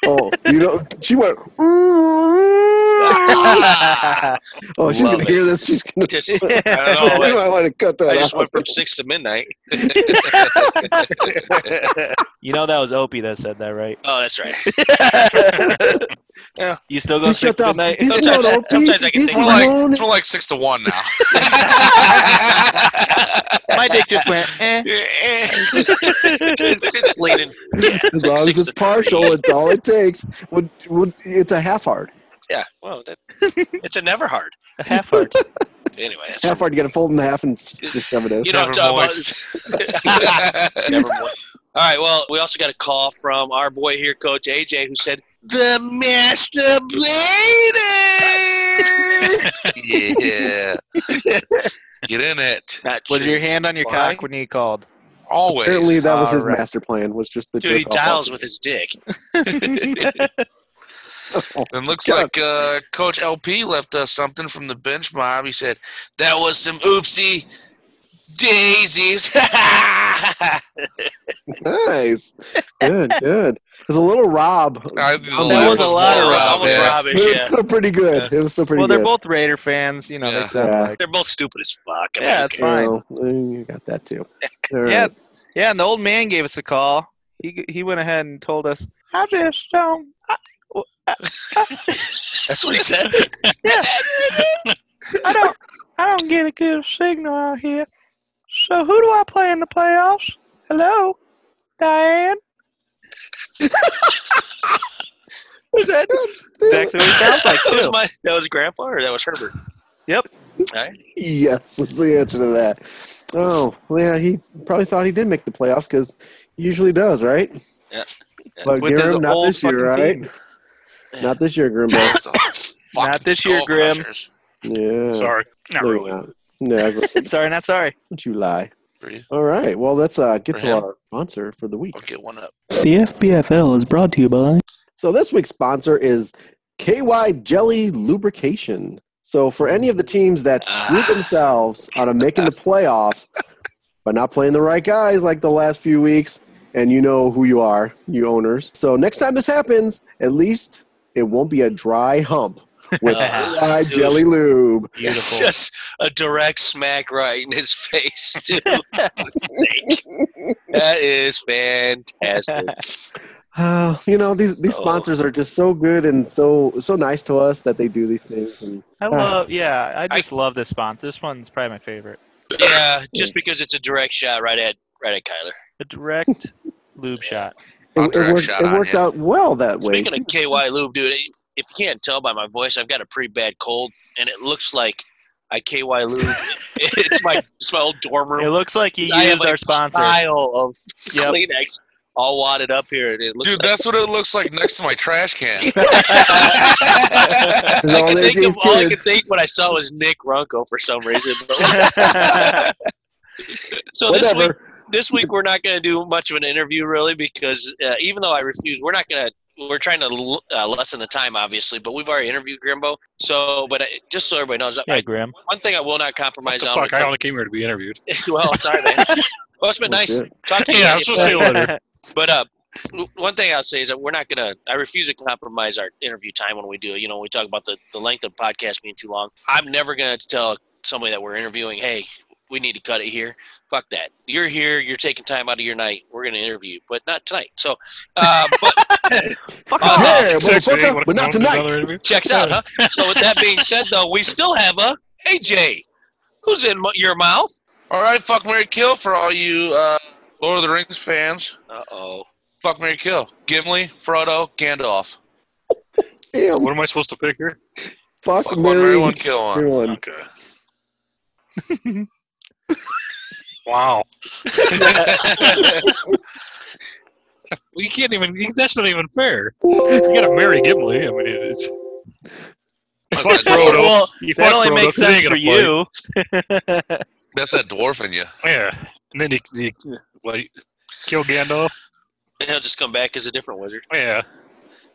[SPEAKER 3] Oh, you know, she went, Ooh. Oh, she's
[SPEAKER 4] Love
[SPEAKER 3] going to
[SPEAKER 4] it.
[SPEAKER 3] hear this. She's going to.
[SPEAKER 4] Just, I don't know.
[SPEAKER 3] I want to cut
[SPEAKER 4] I
[SPEAKER 3] that
[SPEAKER 4] just
[SPEAKER 3] out.
[SPEAKER 4] went from six to midnight.
[SPEAKER 5] you know that was Opie that said that, right?
[SPEAKER 4] Oh, that's right.
[SPEAKER 5] You still
[SPEAKER 3] He
[SPEAKER 5] go
[SPEAKER 3] shut
[SPEAKER 5] sleep
[SPEAKER 3] up.
[SPEAKER 5] at night?
[SPEAKER 3] He's
[SPEAKER 4] Sometimes-
[SPEAKER 3] not OP.
[SPEAKER 4] sometimes I can
[SPEAKER 3] He's
[SPEAKER 4] think
[SPEAKER 7] It's more like
[SPEAKER 3] grown.
[SPEAKER 7] it's more like six to one now.
[SPEAKER 5] My dick just went. Eh.
[SPEAKER 4] it's, it's late in
[SPEAKER 3] As long as
[SPEAKER 4] Six
[SPEAKER 3] it's
[SPEAKER 4] to-
[SPEAKER 3] partial, it's all it takes. Would, would, it's a half hard.
[SPEAKER 4] Yeah, well, that, it's a never hard.
[SPEAKER 5] Half heart.
[SPEAKER 4] Anyway, that's
[SPEAKER 3] Half hard, you got to fold in the half and s- just shove it in.
[SPEAKER 4] you know what I'm
[SPEAKER 6] Never
[SPEAKER 4] talking about. never mind. All right, well, we also got a call from our boy here, Coach AJ, who said, The Master Blader!
[SPEAKER 7] yeah. Get in it.
[SPEAKER 4] Not
[SPEAKER 5] Was
[SPEAKER 4] sure.
[SPEAKER 5] your hand on your
[SPEAKER 4] Why?
[SPEAKER 5] cock when you called?
[SPEAKER 7] Always.
[SPEAKER 3] Apparently, that was his
[SPEAKER 5] Alright.
[SPEAKER 3] master plan. Was just the
[SPEAKER 4] Dude, he
[SPEAKER 3] jerk off
[SPEAKER 4] dials
[SPEAKER 3] button.
[SPEAKER 4] with his dick.
[SPEAKER 7] And looks
[SPEAKER 3] God.
[SPEAKER 7] like uh, Coach LP left us something from the bench mob. He said, That was some oopsie daisies. I
[SPEAKER 3] Nice, good, good. It was a little Rob.
[SPEAKER 7] did the
[SPEAKER 5] That
[SPEAKER 7] laugh
[SPEAKER 5] was a lot of Rob,
[SPEAKER 7] more uh, Rob,
[SPEAKER 4] Almost
[SPEAKER 7] yeah.
[SPEAKER 3] But
[SPEAKER 4] Robbish,
[SPEAKER 3] it was
[SPEAKER 4] yeah.
[SPEAKER 3] still pretty good. It was still pretty
[SPEAKER 5] well, they're
[SPEAKER 3] good.
[SPEAKER 5] both Raider fans. You know,
[SPEAKER 7] Yeah.
[SPEAKER 5] they sound
[SPEAKER 3] Yeah.
[SPEAKER 5] like.
[SPEAKER 4] They're both stupid as fuck. I mean,
[SPEAKER 5] Yeah,
[SPEAKER 4] who
[SPEAKER 5] it's
[SPEAKER 4] cares?
[SPEAKER 5] fine.
[SPEAKER 3] You know, you got that too. All
[SPEAKER 5] Yeah,
[SPEAKER 3] right.
[SPEAKER 5] yeah. And the old man gave us a call. He he went ahead and told us, "I just don't." I, I,
[SPEAKER 4] that's what he said.
[SPEAKER 5] yeah, I don't. I don't get a good signal out here. So who do I play in the playoffs? Hello, Diane.
[SPEAKER 4] that,
[SPEAKER 5] Exactly what it sounds like
[SPEAKER 4] was
[SPEAKER 5] too.
[SPEAKER 4] my, that was Grandpa or that was Herbert?
[SPEAKER 5] Yep.
[SPEAKER 4] All right.
[SPEAKER 3] Yes, what's the answer to that? Oh, well, yeah, he probably thought he did make the playoffs because he usually does, right?
[SPEAKER 4] Yeah. Yeah.
[SPEAKER 3] But
[SPEAKER 5] With his
[SPEAKER 3] Grimm, not
[SPEAKER 5] old
[SPEAKER 3] this year, right?
[SPEAKER 5] fucking
[SPEAKER 4] team.
[SPEAKER 3] Not this year, Grimbo.
[SPEAKER 7] Those fucking
[SPEAKER 5] Not this year,
[SPEAKER 7] skull
[SPEAKER 5] Grim.
[SPEAKER 7] crushers.
[SPEAKER 3] Yeah.
[SPEAKER 6] Sorry. Not
[SPEAKER 3] No,
[SPEAKER 6] really.
[SPEAKER 3] you're not. No,
[SPEAKER 5] sorry, not sorry.
[SPEAKER 3] don't you lie.
[SPEAKER 7] For you.
[SPEAKER 3] All right. Well, let's uh, get
[SPEAKER 7] For
[SPEAKER 3] to
[SPEAKER 7] him.
[SPEAKER 3] our sponsor for the week.
[SPEAKER 7] I'll get one up.
[SPEAKER 8] The FBFL is brought to you by
[SPEAKER 3] So this week's sponsor is KY Jelly Lubrication. So for any of the teams that screw
[SPEAKER 4] Ah.
[SPEAKER 3] themselves out of making the playoffs by not playing the right guys like the last few weeks, and you know who you are, you owners. So next time this happens, at least it won't be a dry hump with KY
[SPEAKER 4] dude.
[SPEAKER 3] Jelly Lube.
[SPEAKER 4] It's just a direct smack right in his face, too. Fuck's sake. that is fantastic.
[SPEAKER 3] Uh, you know these these
[SPEAKER 4] Oh.
[SPEAKER 3] sponsors are just so good and so so nice to us that they do these things. And
[SPEAKER 5] I love. Yeah, I
[SPEAKER 4] Uh. I-
[SPEAKER 5] just love this sponsor. This one's probably my favorite.
[SPEAKER 4] Yeah, just because it's a direct shot right at right at Kyler.
[SPEAKER 5] A direct lube shot.
[SPEAKER 3] it,
[SPEAKER 7] I'll
[SPEAKER 3] it
[SPEAKER 7] direct
[SPEAKER 3] works,
[SPEAKER 7] shot
[SPEAKER 3] it
[SPEAKER 7] on
[SPEAKER 3] works
[SPEAKER 7] ya.
[SPEAKER 3] out well that way.
[SPEAKER 4] Speaking of KY Lube, dude, if you can't tell by my voice, I've got a pretty bad cold. and it looks like I KY lube. it's my it's my old dorm room.
[SPEAKER 5] It looks like you
[SPEAKER 4] I have,
[SPEAKER 5] used
[SPEAKER 4] like,
[SPEAKER 5] our sponsor.
[SPEAKER 4] Pile of
[SPEAKER 5] Yep.
[SPEAKER 4] Kleenex all wadded up here. And it looks
[SPEAKER 7] Dude,
[SPEAKER 4] like,
[SPEAKER 7] that's what it looks like next to my trash can.
[SPEAKER 4] I
[SPEAKER 3] all
[SPEAKER 4] could
[SPEAKER 3] they
[SPEAKER 4] think
[SPEAKER 3] these
[SPEAKER 4] of, all I could
[SPEAKER 3] kids.
[SPEAKER 4] think what I saw was Nick Runko for some reason. But-
[SPEAKER 5] yeah,
[SPEAKER 4] so this week,
[SPEAKER 3] Whatever.
[SPEAKER 4] this week we're not going to do much of an interview really because uh, even though I refuse, we're not going to. We're trying to l- uh, lessen the time, obviously, but we've already interviewed Grimbo. So, but I, just so everybody knows, I,
[SPEAKER 5] Graham.
[SPEAKER 4] one thing I will not compromise
[SPEAKER 6] The
[SPEAKER 4] on.
[SPEAKER 6] fuck, I only came here to be interviewed.
[SPEAKER 4] well, sorry, man. Well, it's been
[SPEAKER 3] Well,
[SPEAKER 4] nice
[SPEAKER 3] shit.
[SPEAKER 4] talking to you.
[SPEAKER 6] Yeah, I was supposed to say later.
[SPEAKER 4] But uh, w- one thing I'll say is that we're not gonna. I refuse to compromise our interview time when we do. You know, we talk about the the length of podcast being too long. I'm never gonna tell somebody that we're interviewing, hey, we need to cut it here. Fuck that. You're here. You're taking time out of your night. We're gonna interview, you, but not tonight. So, uh, but
[SPEAKER 5] Fuck
[SPEAKER 4] Uh,
[SPEAKER 5] off.
[SPEAKER 3] yeah,
[SPEAKER 6] Six, eight,
[SPEAKER 3] motherfucker,
[SPEAKER 6] wanna
[SPEAKER 3] but not
[SPEAKER 6] come on to
[SPEAKER 3] tonight.
[SPEAKER 6] another interview?
[SPEAKER 4] checks out, huh? So with that being said, though, we still have a AJ. Who's in mu- your mouth?
[SPEAKER 7] all right, fuck Mary Kill for all you uh, Lord of the Rings fans.
[SPEAKER 4] Uh oh.
[SPEAKER 7] Fuck Mary Kill. Gimli, Frodo, Gandalf.
[SPEAKER 3] Damn,
[SPEAKER 6] What am I supposed to pick here?
[SPEAKER 3] fuck,
[SPEAKER 7] Fuck one,
[SPEAKER 3] Mary.
[SPEAKER 7] Mary one, kill one.
[SPEAKER 3] Everyone.
[SPEAKER 6] Okay. wow. Well, you can't even. you- That's not even fair. You gotta marry Gimli. I mean, it's
[SPEAKER 7] That's
[SPEAKER 6] fuck
[SPEAKER 7] that dwarf-
[SPEAKER 6] Frodo.
[SPEAKER 5] Well,
[SPEAKER 6] You
[SPEAKER 5] that
[SPEAKER 6] fuck
[SPEAKER 5] only
[SPEAKER 6] Frodo,
[SPEAKER 5] makes
[SPEAKER 6] 'cause he
[SPEAKER 5] sense for
[SPEAKER 6] ain't gonna fight.
[SPEAKER 5] you.
[SPEAKER 7] That's that dwarf in you.
[SPEAKER 6] Yeah, and then he, he what, he- kill Gandalf.
[SPEAKER 4] And he'll just come back as a different wizard.
[SPEAKER 6] Yeah.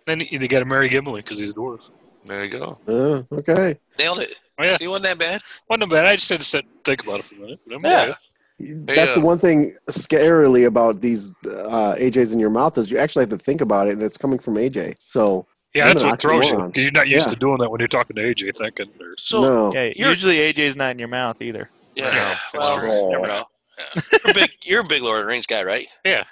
[SPEAKER 6] Then you got to marry Gimli because he's a dwarf.
[SPEAKER 7] There you go.
[SPEAKER 3] Uh, okay.
[SPEAKER 4] Nailed it.
[SPEAKER 6] Oh, yeah.
[SPEAKER 4] See, wasn't that bad?
[SPEAKER 6] Well, no, bad. I just had to sit, think about it for a minute. But I'm
[SPEAKER 4] Yeah.
[SPEAKER 6] yeah.
[SPEAKER 3] That's
[SPEAKER 7] Yeah.
[SPEAKER 3] the one thing scarily about these uh, AJs in your mouth is you actually have to think about it, and it's coming from AJ. So
[SPEAKER 6] Yeah,
[SPEAKER 3] I'm
[SPEAKER 6] that's
[SPEAKER 3] an
[SPEAKER 6] what throws you
[SPEAKER 3] oxymoron.
[SPEAKER 6] because you're not used
[SPEAKER 3] Yeah.
[SPEAKER 6] to doing that when you're talking to AJ. Thinking, or,
[SPEAKER 4] So
[SPEAKER 3] no,
[SPEAKER 5] Hey,
[SPEAKER 4] Oh, You're-
[SPEAKER 5] usually AJ's not in your mouth either.
[SPEAKER 4] Yeah.
[SPEAKER 6] Yeah, that's
[SPEAKER 4] Well,
[SPEAKER 6] true.
[SPEAKER 3] Oh,
[SPEAKER 4] never know. You're a big, you're a big Lord of the Rings guy, right?
[SPEAKER 6] Yeah.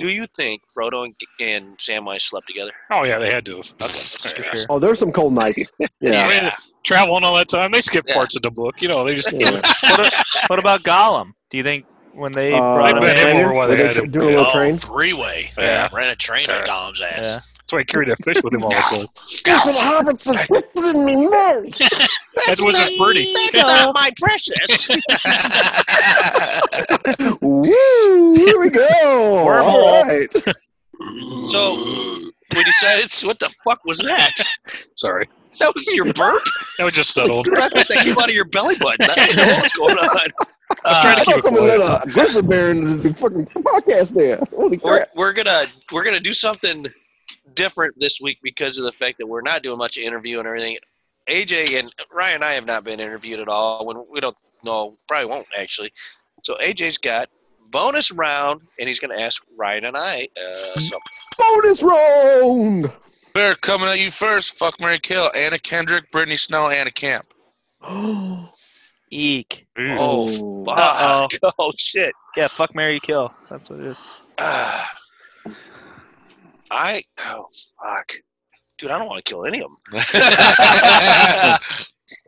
[SPEAKER 4] Do you think Frodo and, and Samwise slept together?
[SPEAKER 6] oh yeah, they had to. have.
[SPEAKER 5] For
[SPEAKER 6] Yeah.
[SPEAKER 5] sure.
[SPEAKER 3] oh, there's some cold nights. Yeah,
[SPEAKER 6] I mean, traveling all that time, they skip
[SPEAKER 4] Yeah.
[SPEAKER 6] parts of the book. You know, they just
[SPEAKER 3] Yeah.
[SPEAKER 5] What about Gollum? Do you think when they
[SPEAKER 3] Uh,
[SPEAKER 5] brought
[SPEAKER 6] They've
[SPEAKER 5] him
[SPEAKER 6] been
[SPEAKER 5] in,
[SPEAKER 6] everywhere while
[SPEAKER 3] Were
[SPEAKER 6] they
[SPEAKER 3] they
[SPEAKER 6] had
[SPEAKER 3] tr-
[SPEAKER 6] him.
[SPEAKER 3] doing a
[SPEAKER 4] Oh,
[SPEAKER 3] little train.
[SPEAKER 4] Freeway.
[SPEAKER 6] Yeah.
[SPEAKER 4] Ran a train
[SPEAKER 6] Yeah.
[SPEAKER 4] on Dom's ass.
[SPEAKER 5] Yeah.
[SPEAKER 6] That's why he carried that fish with him all the time.
[SPEAKER 3] Go for the hobbits is what's in me mouth.
[SPEAKER 6] That wasn't pretty.
[SPEAKER 4] That's not my precious.
[SPEAKER 3] Woo! Here we go. All right.
[SPEAKER 4] so we decided. What the fuck was that?
[SPEAKER 6] Sorry,
[SPEAKER 4] That was your burp.
[SPEAKER 6] that was just settled.
[SPEAKER 4] I thought that came out of your belly button. I didn't know what was going on. Uh,
[SPEAKER 3] I thought someone let a grizzly bear into the fucking podcast there. Holy
[SPEAKER 4] we're,
[SPEAKER 3] crap!
[SPEAKER 4] we're gonna we're gonna do something different this week because of the fact that we're not doing much interview and everything. AJ and Ryan and I have not been interviewed at all. When we don't know, probably won't actually. So AJ's got bonus round, and he's gonna ask Ryan and I. Uh, some-
[SPEAKER 3] Bonus round.
[SPEAKER 7] They're coming at you first. Fuck Mary Kill. Anna Kendrick, Brittany Snow, Anna Camp.
[SPEAKER 5] Eek.
[SPEAKER 4] oh fuck!
[SPEAKER 5] Uh-oh.
[SPEAKER 4] Oh shit!
[SPEAKER 5] Yeah, fuck Mary Kill. That's what it is.
[SPEAKER 4] Ah. I oh fuck, dude! I don't want to kill any of them. Uh,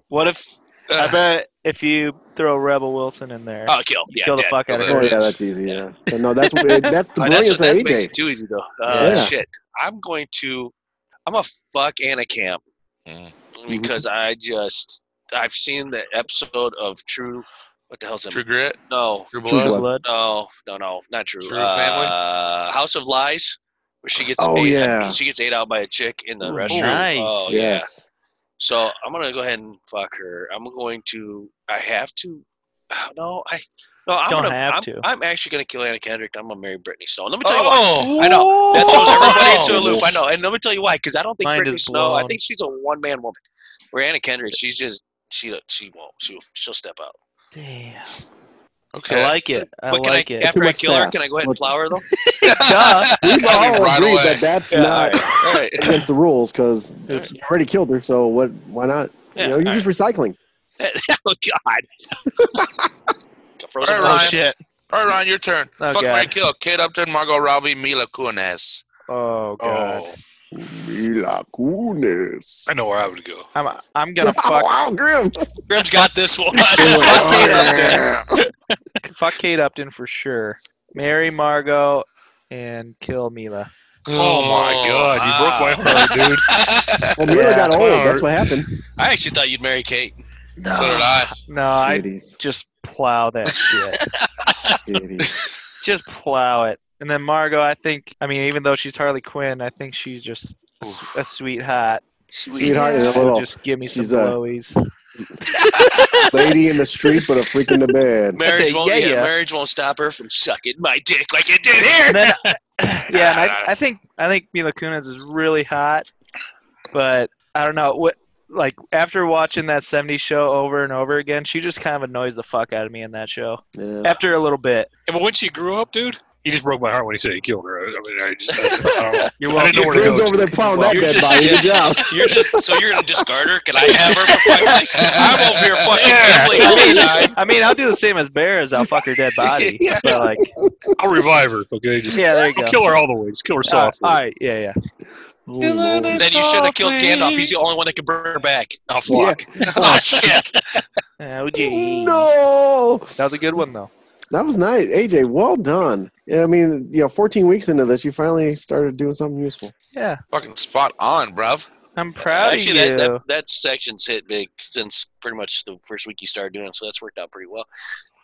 [SPEAKER 5] What if I bet if you throw Rebel Wilson in there,
[SPEAKER 4] Oh, kill! Yeah,
[SPEAKER 5] kill the
[SPEAKER 4] dead.
[SPEAKER 5] fuck out of
[SPEAKER 7] There
[SPEAKER 3] Oh
[SPEAKER 5] her.
[SPEAKER 7] it
[SPEAKER 3] yeah,
[SPEAKER 7] is.
[SPEAKER 3] that's easy. Yeah, But no, that's that's the
[SPEAKER 4] Oh, that's
[SPEAKER 3] brilliance
[SPEAKER 4] what,
[SPEAKER 3] of
[SPEAKER 4] that makes
[SPEAKER 3] AJ.
[SPEAKER 4] it too easy though. Uh,
[SPEAKER 3] Yeah.
[SPEAKER 4] Shit, I'm going to, I'm a fuck Anacamp
[SPEAKER 7] Mm.
[SPEAKER 3] Mm-hmm.
[SPEAKER 4] because I just I've seen the episode of True. What the hell's it?
[SPEAKER 7] True Grit,
[SPEAKER 4] No,
[SPEAKER 7] True Blood.
[SPEAKER 3] True
[SPEAKER 5] Blood.
[SPEAKER 3] Blood.
[SPEAKER 4] no, no, no, not True.
[SPEAKER 7] True
[SPEAKER 4] uh,
[SPEAKER 7] Family?
[SPEAKER 4] House of Lies, where she gets
[SPEAKER 3] Oh,
[SPEAKER 4] ate-
[SPEAKER 3] yeah.
[SPEAKER 4] she gets ate out by a chick in the
[SPEAKER 5] Ooh,
[SPEAKER 4] restroom.
[SPEAKER 5] nice.
[SPEAKER 4] Oh yeah.
[SPEAKER 3] Yes.
[SPEAKER 4] So I'm gonna go ahead and fuck her. I'm going to. I have to. No, I. No, I'm
[SPEAKER 5] Don't
[SPEAKER 4] gonna.
[SPEAKER 5] have
[SPEAKER 4] I'm,
[SPEAKER 5] to.
[SPEAKER 4] I'm actually gonna kill Anna Kendrick. I'm gonna marry Brittany Snow. And let me tell you why.
[SPEAKER 7] Oh,
[SPEAKER 4] I know that throws everybody
[SPEAKER 7] Oh.
[SPEAKER 4] into a loop. I know, and let me tell you why. Because I don't think
[SPEAKER 5] Mind
[SPEAKER 4] Brittany
[SPEAKER 5] is
[SPEAKER 4] Snow. I
[SPEAKER 5] blown.
[SPEAKER 4] think she's a one man woman. Where Anna Kendrick, she's just she she won't she she'll step out.
[SPEAKER 5] Damn.
[SPEAKER 7] okay.
[SPEAKER 5] I like it. I
[SPEAKER 4] but can
[SPEAKER 5] like
[SPEAKER 4] I
[SPEAKER 5] it.
[SPEAKER 4] after
[SPEAKER 3] Too
[SPEAKER 4] I
[SPEAKER 3] much
[SPEAKER 4] kill her,
[SPEAKER 3] sass.
[SPEAKER 4] can I go ahead and
[SPEAKER 3] Look-
[SPEAKER 4] flower though?
[SPEAKER 5] Duh.
[SPEAKER 3] We've
[SPEAKER 7] I mean,
[SPEAKER 3] all
[SPEAKER 7] right
[SPEAKER 3] agreed
[SPEAKER 7] away.
[SPEAKER 3] that that's
[SPEAKER 4] Yeah,
[SPEAKER 3] not
[SPEAKER 4] all right.
[SPEAKER 3] against the rules because
[SPEAKER 4] Yeah.
[SPEAKER 3] you already killed her. So what? Why not?
[SPEAKER 4] Yeah,
[SPEAKER 3] you know, you're
[SPEAKER 4] all
[SPEAKER 3] just recycling.
[SPEAKER 4] oh God. Frozen
[SPEAKER 5] Oh
[SPEAKER 7] All right,
[SPEAKER 4] Frozen.
[SPEAKER 7] Ryan.
[SPEAKER 5] shit.
[SPEAKER 7] All right, Ryan, your turn.
[SPEAKER 5] Oh,
[SPEAKER 7] Fuck
[SPEAKER 5] God.
[SPEAKER 7] Mary Kill. Kate Upton, Margot Robbie, Mila Kunis.
[SPEAKER 5] Oh god.
[SPEAKER 6] Oh,
[SPEAKER 3] Mila Kunis.
[SPEAKER 6] I know where I would go.
[SPEAKER 5] I'm I'm gonna fuck
[SPEAKER 3] Wow, Grim.
[SPEAKER 4] Grim's got this one.
[SPEAKER 7] Oh,
[SPEAKER 5] fuck Kate Upton. fuck Kate Upton for sure. Marry Margot and kill Mila.
[SPEAKER 6] Oh, my God, you
[SPEAKER 4] wow.
[SPEAKER 6] broke
[SPEAKER 7] ah.
[SPEAKER 6] my heart, dude.
[SPEAKER 3] Well, Miro
[SPEAKER 5] Yeah.
[SPEAKER 3] got old.
[SPEAKER 6] Well,
[SPEAKER 3] That's what happened.
[SPEAKER 4] I actually thought you'd marry Kate.
[SPEAKER 5] No,
[SPEAKER 7] So did I.
[SPEAKER 5] no, I
[SPEAKER 3] Titties.
[SPEAKER 5] just plow that shit.
[SPEAKER 3] Titties.
[SPEAKER 5] just plow it. And then Margot, I think, I mean, even though she's Harley Quinn, I think she's just a, s- a sweetheart.
[SPEAKER 3] Sweetheart is a little
[SPEAKER 5] just give me some
[SPEAKER 3] she's a-
[SPEAKER 5] blowies.
[SPEAKER 3] lady in the street, but a freak in the bed.
[SPEAKER 4] Marriage
[SPEAKER 5] say,
[SPEAKER 4] won't.
[SPEAKER 5] yeah,
[SPEAKER 4] Yeah,
[SPEAKER 5] yeah.
[SPEAKER 4] marriage won't stop her from sucking my dick like it did here.
[SPEAKER 5] And then, yeah, and I, I think I think Mila Kunis is really hot, but I don't know what. Like after watching that '70s show over and over again, she just kind of annoys the fuck out of me in that show.
[SPEAKER 3] Yeah.
[SPEAKER 5] After a little bit,
[SPEAKER 6] Yeah, but when she grew up, dude, he just broke my heart when he said he killed her. I, mean, I just, I, don't know.
[SPEAKER 5] you're
[SPEAKER 6] I didn't know
[SPEAKER 5] welcome.
[SPEAKER 6] where to go.
[SPEAKER 3] Who's over there plowing that
[SPEAKER 4] You're
[SPEAKER 3] dead
[SPEAKER 4] just-
[SPEAKER 3] body? Good job.
[SPEAKER 4] You're just so you're gonna discard her? Can I have her? For fuck's sake? I'm over here fucking
[SPEAKER 6] Yeah.
[SPEAKER 4] gambling all the time.
[SPEAKER 5] I mean, I'll do the same as Bear as I'll fuck her dead body. But like,
[SPEAKER 6] I'll revive her. Okay, just
[SPEAKER 5] yeah, there you go.
[SPEAKER 6] kill her all the way. Just kill her
[SPEAKER 5] All right,
[SPEAKER 6] softly.
[SPEAKER 5] all right, yeah, yeah.
[SPEAKER 4] Then you should have killed Gandalf. He's the only one that can bring her back.
[SPEAKER 6] I'll flock.
[SPEAKER 4] Oh shit!
[SPEAKER 5] Oh, gee.
[SPEAKER 3] No.
[SPEAKER 5] That was a good one, though.
[SPEAKER 3] That was nice. AJ, well done. Yeah, I mean, you know, 14 weeks into this, you finally started doing something useful.
[SPEAKER 5] Yeah,
[SPEAKER 7] Fucking spot on, bruv.
[SPEAKER 5] I'm proud
[SPEAKER 4] Actually,
[SPEAKER 5] of you.
[SPEAKER 4] that, that that section's hit big since pretty much the first week you started doing it, so that's worked out pretty well.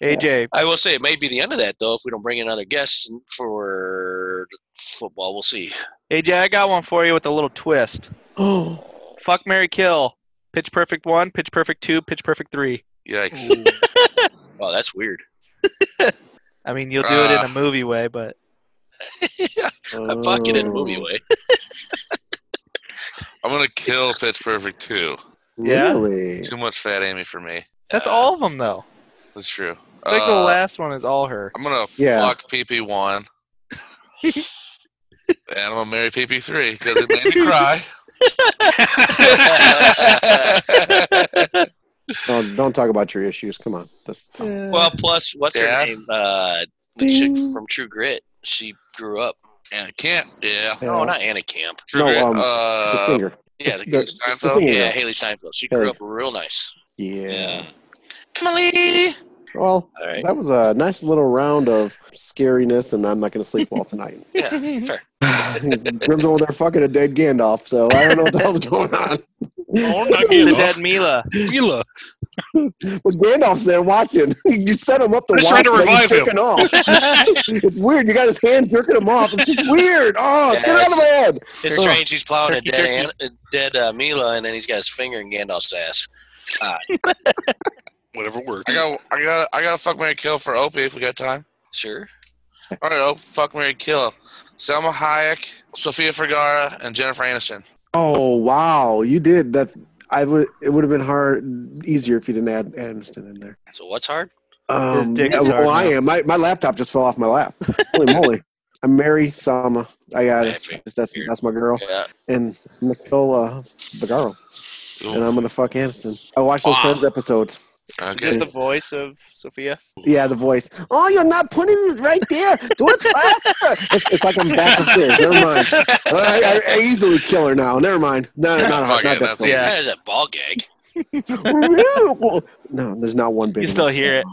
[SPEAKER 5] AJ,
[SPEAKER 4] I will say it may be the end of that though if we don't bring in other guests for football. We'll see.
[SPEAKER 5] AJ, I got one for you with a little twist.
[SPEAKER 3] Oh,
[SPEAKER 5] Fuck Mary Kill. Pitch Perfect 1, Pitch Perfect 2, Pitch Perfect 3.
[SPEAKER 7] Yikes.
[SPEAKER 4] Oh, that's weird.
[SPEAKER 5] I mean, you'll do it in a movie way, but
[SPEAKER 4] I'm fucking in a movie way.
[SPEAKER 7] I'm gonna kill Pitch Perfect 2.
[SPEAKER 5] Yeah.
[SPEAKER 3] Oh, Really?
[SPEAKER 7] Too much fat Amy for me.
[SPEAKER 5] that's all of them, though.
[SPEAKER 7] That's true.
[SPEAKER 5] I think the
[SPEAKER 7] Uh,
[SPEAKER 5] last one is all her.
[SPEAKER 7] I'm gonna
[SPEAKER 3] Yeah.
[SPEAKER 7] fuck PP one, and I'm gonna marry PP three because it made me cry.
[SPEAKER 3] No, don't talk about your issues. Come on. That's,
[SPEAKER 4] Well, plus what's
[SPEAKER 7] Yeah.
[SPEAKER 4] her name? Uh, the chick from True Grit. She grew up.
[SPEAKER 7] Anna Camp, yeah.
[SPEAKER 4] No, not Anna Camp.
[SPEAKER 7] True
[SPEAKER 3] No,
[SPEAKER 7] Grit,
[SPEAKER 3] um, the
[SPEAKER 7] uh,
[SPEAKER 3] singer.
[SPEAKER 7] yeah, the,
[SPEAKER 3] the-
[SPEAKER 7] Goose
[SPEAKER 3] the
[SPEAKER 7] Steinfeld.
[SPEAKER 3] singer.
[SPEAKER 4] Yeah, Haley Steinfeld. She grew
[SPEAKER 3] Hey.
[SPEAKER 4] up real nice.
[SPEAKER 3] Yeah.
[SPEAKER 7] Emily.
[SPEAKER 3] Well,
[SPEAKER 4] All right.
[SPEAKER 3] that was a nice little round of scariness, and I'm not going to sleep well tonight.
[SPEAKER 4] Yeah,
[SPEAKER 3] Grim's over there fucking a dead Gandalf, so I don't know what the hell's going on.
[SPEAKER 6] Oh,
[SPEAKER 5] the
[SPEAKER 6] not Gandalf.
[SPEAKER 5] dead Mila.
[SPEAKER 6] Mila.
[SPEAKER 3] Well, Gandalf's there watching. you set him up to
[SPEAKER 6] I just
[SPEAKER 3] watch,
[SPEAKER 6] tried to
[SPEAKER 3] but he's
[SPEAKER 6] revive him.
[SPEAKER 3] jerking off. it's weird. You got his hand jerking him off. It's just weird. Oh,
[SPEAKER 4] Yeah,
[SPEAKER 3] get out of my head.
[SPEAKER 4] It's strange. He's plowing a
[SPEAKER 5] Turkey,
[SPEAKER 4] dead
[SPEAKER 5] turkey.
[SPEAKER 4] an, a dead uh, Mila, and then he's got his finger in Gandalf's ass.
[SPEAKER 6] Whatever
[SPEAKER 7] I
[SPEAKER 6] works.
[SPEAKER 7] got, I got, I got to fuck Mary Kill for Opie if we got time.
[SPEAKER 4] Sure.
[SPEAKER 7] All right, oh fuck Mary Kill, Selma Hayek, Sophia Vergara, and Jennifer Aniston.
[SPEAKER 3] Oh wow, you did that. I would. It would have been hard, easier if you didn't add Aniston in there.
[SPEAKER 4] So what's hard?
[SPEAKER 3] Um,
[SPEAKER 5] Your dick
[SPEAKER 3] yeah,
[SPEAKER 5] is hard
[SPEAKER 3] well, I
[SPEAKER 5] now.
[SPEAKER 3] am. My, my laptop just fell off my lap. Holy moly! I'm Mary Sama. I got it.
[SPEAKER 4] Epic.
[SPEAKER 3] That's that's my girl.
[SPEAKER 4] Yeah.
[SPEAKER 3] And Nicola Vigaro. And I'm gonna fuck Aniston. I watched those
[SPEAKER 7] Wow.
[SPEAKER 3] Friends episodes.
[SPEAKER 7] Okay.
[SPEAKER 5] Is
[SPEAKER 3] Yes.
[SPEAKER 5] the voice of Sophia?
[SPEAKER 3] Yeah, the voice. Oh, you're not putting it right there. Do it faster. it's, it's like I'm back upstairs. Never mind. I, I, I easily kill her now. Never mind. No, not,
[SPEAKER 7] Fuck
[SPEAKER 3] not,
[SPEAKER 7] it,
[SPEAKER 3] not
[SPEAKER 7] that's
[SPEAKER 3] difficult.
[SPEAKER 7] easy.
[SPEAKER 4] That is a uh, ball gag.
[SPEAKER 3] No, there's not one big.
[SPEAKER 5] You still
[SPEAKER 3] enough.
[SPEAKER 5] hear it.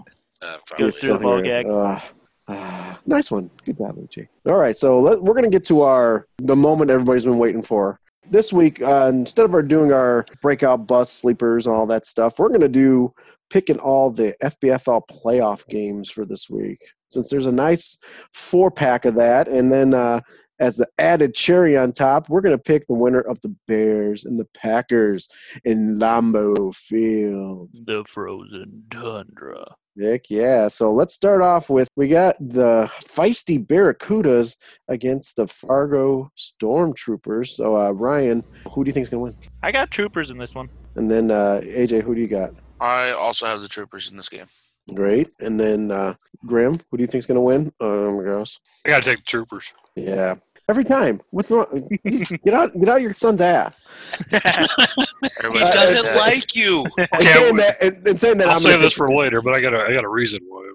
[SPEAKER 4] Uh,
[SPEAKER 3] You
[SPEAKER 4] probably.
[SPEAKER 5] Goes through the ball
[SPEAKER 3] hear it.
[SPEAKER 5] gag.
[SPEAKER 3] Ugh. Ah, nice one. Good job, Lucci. All right, so let, we're gonna get to our the moment everybody's been waiting for. This week, uh, instead of our doing our breakout bus sleepers and all that stuff, we're gonna do picking all the FBFL playoff games for this week. Since there's a nice four pack of that, and then uh, as the added cherry on top, we're going to pick the winner of the Bears and the Packers in Lambeau Field.
[SPEAKER 5] The frozen tundra.
[SPEAKER 3] Nick, yeah. So let's start off with we got the feisty Barracudas against the Fargo Stormtroopers. So uh, Ryan, who do you think's going to win?
[SPEAKER 5] I got troopers in this one.
[SPEAKER 3] And then uh, AJ, who do you got?
[SPEAKER 7] I also have the Troopers in this game.
[SPEAKER 3] Great. And then uh, Grim, who do you think's going to win? Oh my gosh.
[SPEAKER 6] I got to take the troopers.
[SPEAKER 3] Yeah. Every time. What's wrong? get out get out of your son's ass.
[SPEAKER 4] He
[SPEAKER 7] Everybody-
[SPEAKER 4] doesn't
[SPEAKER 7] Yeah.
[SPEAKER 4] like you.
[SPEAKER 3] And
[SPEAKER 6] Okay,
[SPEAKER 3] saying
[SPEAKER 6] well,
[SPEAKER 3] that and, and saying that
[SPEAKER 6] I'll
[SPEAKER 3] I'm
[SPEAKER 6] save
[SPEAKER 3] gonna-
[SPEAKER 6] this for later, but I got a, I got a reason why.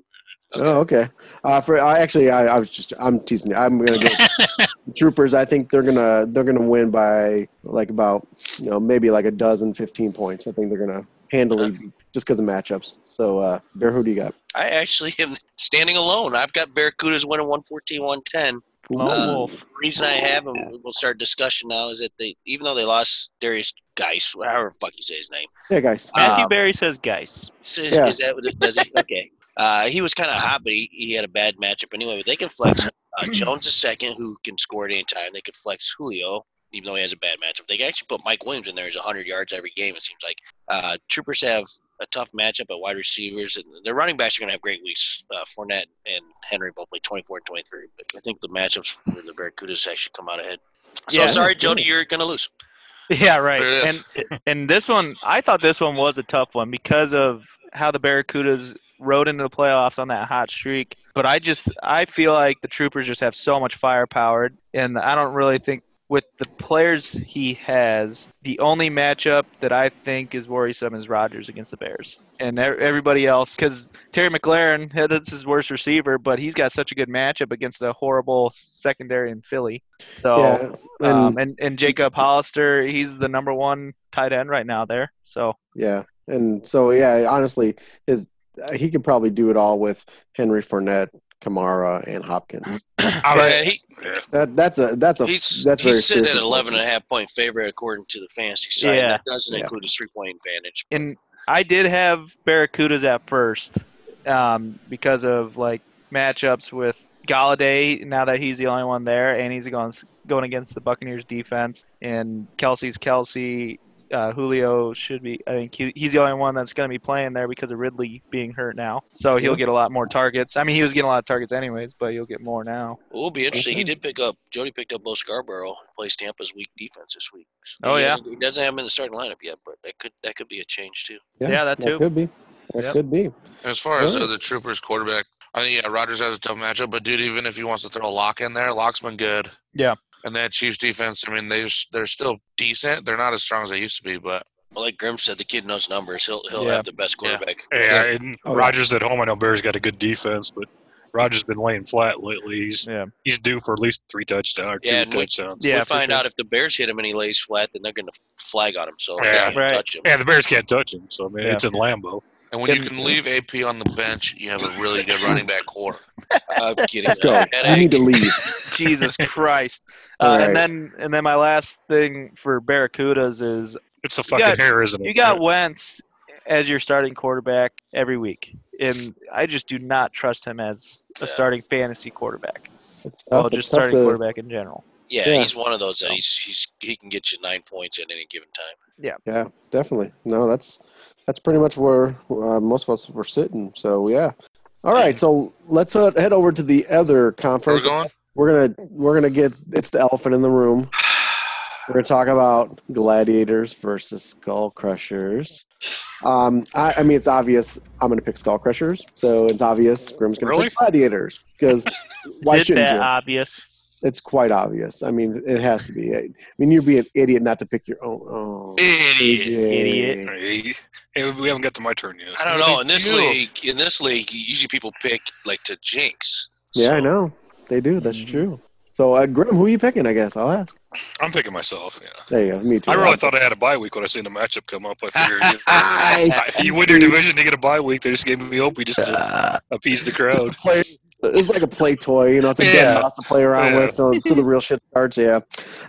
[SPEAKER 3] Oh, okay. Uh, for I actually I, I was just I'm teasing you. I'm gonna go troopers, I think they're gonna they're gonna win by like about you know, maybe like a dozen, fifteen points. I think they're gonna handily beat just because of matchups. So uh Bear, who do you got?
[SPEAKER 4] I actually am standing alone. I've got Barracudas winning 114 110.
[SPEAKER 5] Lone
[SPEAKER 4] Uh,
[SPEAKER 5] Wolf.
[SPEAKER 4] reason I have them, we'll start discussion now, is that they, even though they lost Darius Geis, however the fuck you say his name,
[SPEAKER 3] Yeah, guys.
[SPEAKER 5] Matthew
[SPEAKER 4] um,
[SPEAKER 5] Barry says Geis.
[SPEAKER 4] so is,
[SPEAKER 3] Yeah.
[SPEAKER 4] is that what it does? It? Okay. Uh, he was kind of hot, but he, he had a bad matchup anyway. But they can flex uh, Jones is second, who can score at any time. They can flex Julio, even though he has a bad matchup. They can actually put Mike Williams in there. He's 100 yards every game, it seems like. Uh, Troopers have a tough matchup at wide receivers, and their running backs are going to have great weeks. Uh, Fournette and Henry both play 24 and 23, but I think the matchups for the Barracudas actually come out ahead. So
[SPEAKER 5] Yeah.
[SPEAKER 4] sorry, Jody, you're going to lose.
[SPEAKER 5] Yeah, right.
[SPEAKER 7] There it is.
[SPEAKER 5] And and this one, I thought this one was a tough one because of how the Barracudas rode into the playoffs on that hot streak. But I just I feel like the Troopers just have so much firepower, and I don't really think with the players he has, the only matchup that I think is worrisome is Rodgers against the Bears, and e- everybody else because Terry McLaren eh, that's his worst receiver, but he's got such a good matchup against a horrible secondary in Philly. So.
[SPEAKER 3] yeah. And,
[SPEAKER 5] Um, and and Jacob Hollister, he's the number one tight end right now there. So
[SPEAKER 3] yeah. And so, yeah, honestly, his, uh, he could probably do it all with Henry Fournette, Kamara, and Hopkins.
[SPEAKER 6] I was-
[SPEAKER 4] Yeah, Uh, he-
[SPEAKER 3] That, that's a that's a
[SPEAKER 4] he's
[SPEAKER 3] that's very
[SPEAKER 4] he's sitting at
[SPEAKER 3] spiritual
[SPEAKER 4] 11 and a half point favorite according to the fantasy side.
[SPEAKER 5] Yeah.
[SPEAKER 4] That doesn't
[SPEAKER 3] Yeah.
[SPEAKER 4] include his three point advantage.
[SPEAKER 5] and I did have Barracudas at first um, because of like matchups with Galladay. Now that he's the only one there, and he's going going against the Buccaneers defense, and Kelsey's Kelsey. Uh, Julio should be. I think he, he's the only one that's going to be playing there because of Ridley being hurt now. So he'll get a lot more targets. I mean, he was getting a lot of targets anyways, but he'll get more now.
[SPEAKER 4] It will be interesting.
[SPEAKER 5] Mm-hmm.
[SPEAKER 4] He did pick up Jody picked up Bo Scarborough, plays Tampa's weak defense this week. So
[SPEAKER 5] Oh,
[SPEAKER 4] he
[SPEAKER 5] yeah.
[SPEAKER 4] hasn't- he doesn't have him in the starting lineup yet, but that could that could be a change too.
[SPEAKER 5] Yeah, that too.
[SPEAKER 3] could be. That
[SPEAKER 5] Yep.
[SPEAKER 3] could be.
[SPEAKER 7] As far as uh,
[SPEAKER 3] Really?
[SPEAKER 7] the Troopers quarterback, I think yeah, Rogers has a tough matchup. But dude, even if he wants to throw a lock in there, lock's been good.
[SPEAKER 5] Yeah.
[SPEAKER 7] And that Chiefs defense, I mean, they're they're still decent. They're not as strong as they used to be, but
[SPEAKER 4] Well, like Grim said, the kid knows numbers. He'll he'll
[SPEAKER 5] Yeah.
[SPEAKER 4] have the best quarterback.
[SPEAKER 6] yeah, and
[SPEAKER 3] Oh, yeah.
[SPEAKER 6] Rogers at home. I know Bears got a good defense, but Rogers been laying flat lately. He's
[SPEAKER 5] Yeah.
[SPEAKER 6] he's due for at least three touchdowns, or two
[SPEAKER 4] Yeah, and we-
[SPEAKER 6] touchdowns.
[SPEAKER 5] Yeah,
[SPEAKER 4] we
[SPEAKER 5] for
[SPEAKER 4] find
[SPEAKER 5] sure.
[SPEAKER 4] out if the Bears hit him and he lays flat, then they're going to flag on him. So they
[SPEAKER 6] Yeah.
[SPEAKER 4] can't
[SPEAKER 5] Right.
[SPEAKER 4] touch him.
[SPEAKER 6] Yeah, the Bears can't touch him. So I mean,
[SPEAKER 5] Yeah.
[SPEAKER 6] it's in Lambeau.
[SPEAKER 7] and when you can leave AP on the bench, you have a really good running back core.
[SPEAKER 4] I'm kidding.
[SPEAKER 3] Let's go. You
[SPEAKER 4] Headache.
[SPEAKER 3] need to leave.
[SPEAKER 5] Jesus Christ!
[SPEAKER 3] All
[SPEAKER 5] Uh,
[SPEAKER 3] right.
[SPEAKER 5] And then, and then my last thing for Barracudas is
[SPEAKER 6] It's a
[SPEAKER 5] You
[SPEAKER 6] fucking
[SPEAKER 5] got-
[SPEAKER 6] hair, isn't it?
[SPEAKER 5] you got Wentz as your starting quarterback every week, and I just do not trust him as a starting fantasy quarterback.
[SPEAKER 3] It's
[SPEAKER 5] Well,
[SPEAKER 3] tough.
[SPEAKER 5] just
[SPEAKER 3] it's tough
[SPEAKER 5] Oh, starting
[SPEAKER 3] to,
[SPEAKER 5] quarterback in general.
[SPEAKER 4] Yeah,
[SPEAKER 3] Yeah.
[SPEAKER 4] he's one of those that he's he's he can get you nine points at any given time.
[SPEAKER 3] yeah, definitely. No, that's that's pretty much where uh, most of us were sitting. So yeah. All right, so let's uh, head over to the other
[SPEAKER 7] Where we
[SPEAKER 3] conference.
[SPEAKER 7] going?
[SPEAKER 3] We're gonna we're gonna get it's the elephant in the room. We're gonna talk about gladiators versus skull crushers. Um, I, I mean, it's obvious. I'm gonna pick skull crushers, so it's obvious. Grim's gonna
[SPEAKER 6] Really?
[SPEAKER 3] pick gladiators because why
[SPEAKER 5] Did
[SPEAKER 3] shouldn't
[SPEAKER 5] that uh,
[SPEAKER 3] you?
[SPEAKER 5] obvious?
[SPEAKER 3] It's quite obvious. I mean, it has to be. I mean, you'd be an idiot not to pick your own. Oh,
[SPEAKER 7] Idiot.
[SPEAKER 3] AJ.
[SPEAKER 5] Idiot.
[SPEAKER 6] Hey, we haven't got to my turn yet.
[SPEAKER 4] I don't know. In this
[SPEAKER 7] You.
[SPEAKER 4] league, in this league, usually people pick like to jinx.
[SPEAKER 3] Yeah, I
[SPEAKER 4] So-
[SPEAKER 3] know. They do. That's true. So, uh, Grim, who are you picking? I guess I'll ask.
[SPEAKER 6] I'm picking myself. Yeah.
[SPEAKER 3] There you go. Me too.
[SPEAKER 6] I really thought I had a bye week when I seen the matchup come up. I figured you,
[SPEAKER 7] Nice.
[SPEAKER 6] you win your division, you get a bye week. They just gave me Opie just to appease the crowd.
[SPEAKER 3] It's, a play, it's like a play toy, you know. It's a
[SPEAKER 6] Yeah.
[SPEAKER 3] dead mouse to play around
[SPEAKER 6] Yeah.
[SPEAKER 3] with till, till the real shit starts. Yeah.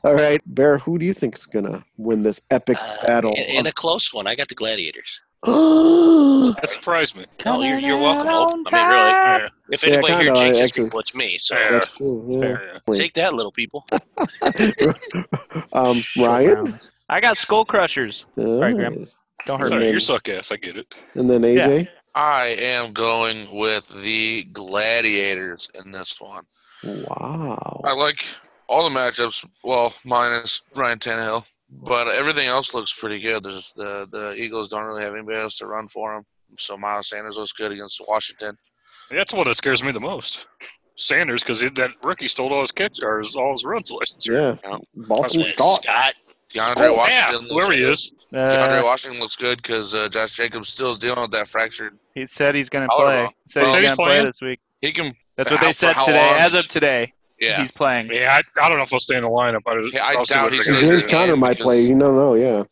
[SPEAKER 3] All right, Bear. Who do you think's gonna win this epic
[SPEAKER 4] Uh,
[SPEAKER 3] battle?
[SPEAKER 4] and, and a close one. I got the Gladiators.
[SPEAKER 6] That surprised me.
[SPEAKER 4] No, you're, you're welcome. Hope. I mean, really,
[SPEAKER 6] Yeah,
[SPEAKER 4] if
[SPEAKER 3] Yeah,
[SPEAKER 4] anybody here
[SPEAKER 3] kinda,
[SPEAKER 4] jinxes
[SPEAKER 3] actually.
[SPEAKER 4] people, it's me. So
[SPEAKER 6] Yeah.
[SPEAKER 3] That's true. Yeah.
[SPEAKER 6] yeah.
[SPEAKER 4] take that, little people.
[SPEAKER 3] Um, Ryan.
[SPEAKER 5] I got Skull Crushers. Right, Grim.
[SPEAKER 3] Nice.
[SPEAKER 5] Don't hurt
[SPEAKER 6] Sorry,
[SPEAKER 5] me.
[SPEAKER 3] Perfect.
[SPEAKER 6] you're suck ass. I get it.
[SPEAKER 3] And then AJ.
[SPEAKER 7] I am going with the Gladiators in this one.
[SPEAKER 3] Wow.
[SPEAKER 7] I like all the matchups. Well, minus Ryan Tannehill, but everything else looks pretty good. There's the the Eagles don't really have anybody else to run for them. So Miles Sanders looks good against Washington.
[SPEAKER 6] That's what that scares me the most. Sanders, because that rookie stole all his catch or his, all his runs last year.
[SPEAKER 3] Yeah.
[SPEAKER 7] Yeah.
[SPEAKER 4] Uh,
[SPEAKER 3] Boston Scott.
[SPEAKER 7] DeAndre
[SPEAKER 6] Scott, yeah,
[SPEAKER 7] Washington, looks
[SPEAKER 6] whoever he
[SPEAKER 7] good.
[SPEAKER 6] is.
[SPEAKER 7] DeAndre
[SPEAKER 5] Uh,
[SPEAKER 7] Washington looks good because uh, Josh Jacobs still is dealing with that fractured.
[SPEAKER 5] he said he's going to
[SPEAKER 7] I'll
[SPEAKER 5] play.
[SPEAKER 7] roll.
[SPEAKER 5] He said he's
[SPEAKER 6] Said
[SPEAKER 5] going
[SPEAKER 6] he's
[SPEAKER 5] to play
[SPEAKER 6] playing?
[SPEAKER 5] this week.
[SPEAKER 7] He can,
[SPEAKER 5] That's what they
[SPEAKER 7] How-
[SPEAKER 5] said
[SPEAKER 7] how
[SPEAKER 5] today.
[SPEAKER 7] long?
[SPEAKER 5] As of today,
[SPEAKER 7] yeah.
[SPEAKER 5] he's playing.
[SPEAKER 6] Yeah, I, I don't know if I'll stay in the lineup. I,
[SPEAKER 7] Yeah, I
[SPEAKER 6] I'll see
[SPEAKER 7] doubt
[SPEAKER 6] what
[SPEAKER 7] he's
[SPEAKER 6] they're
[SPEAKER 7] gonna
[SPEAKER 3] And
[SPEAKER 6] gonna do.
[SPEAKER 3] James Conner might
[SPEAKER 7] because-
[SPEAKER 3] play. You don't know. Yeah.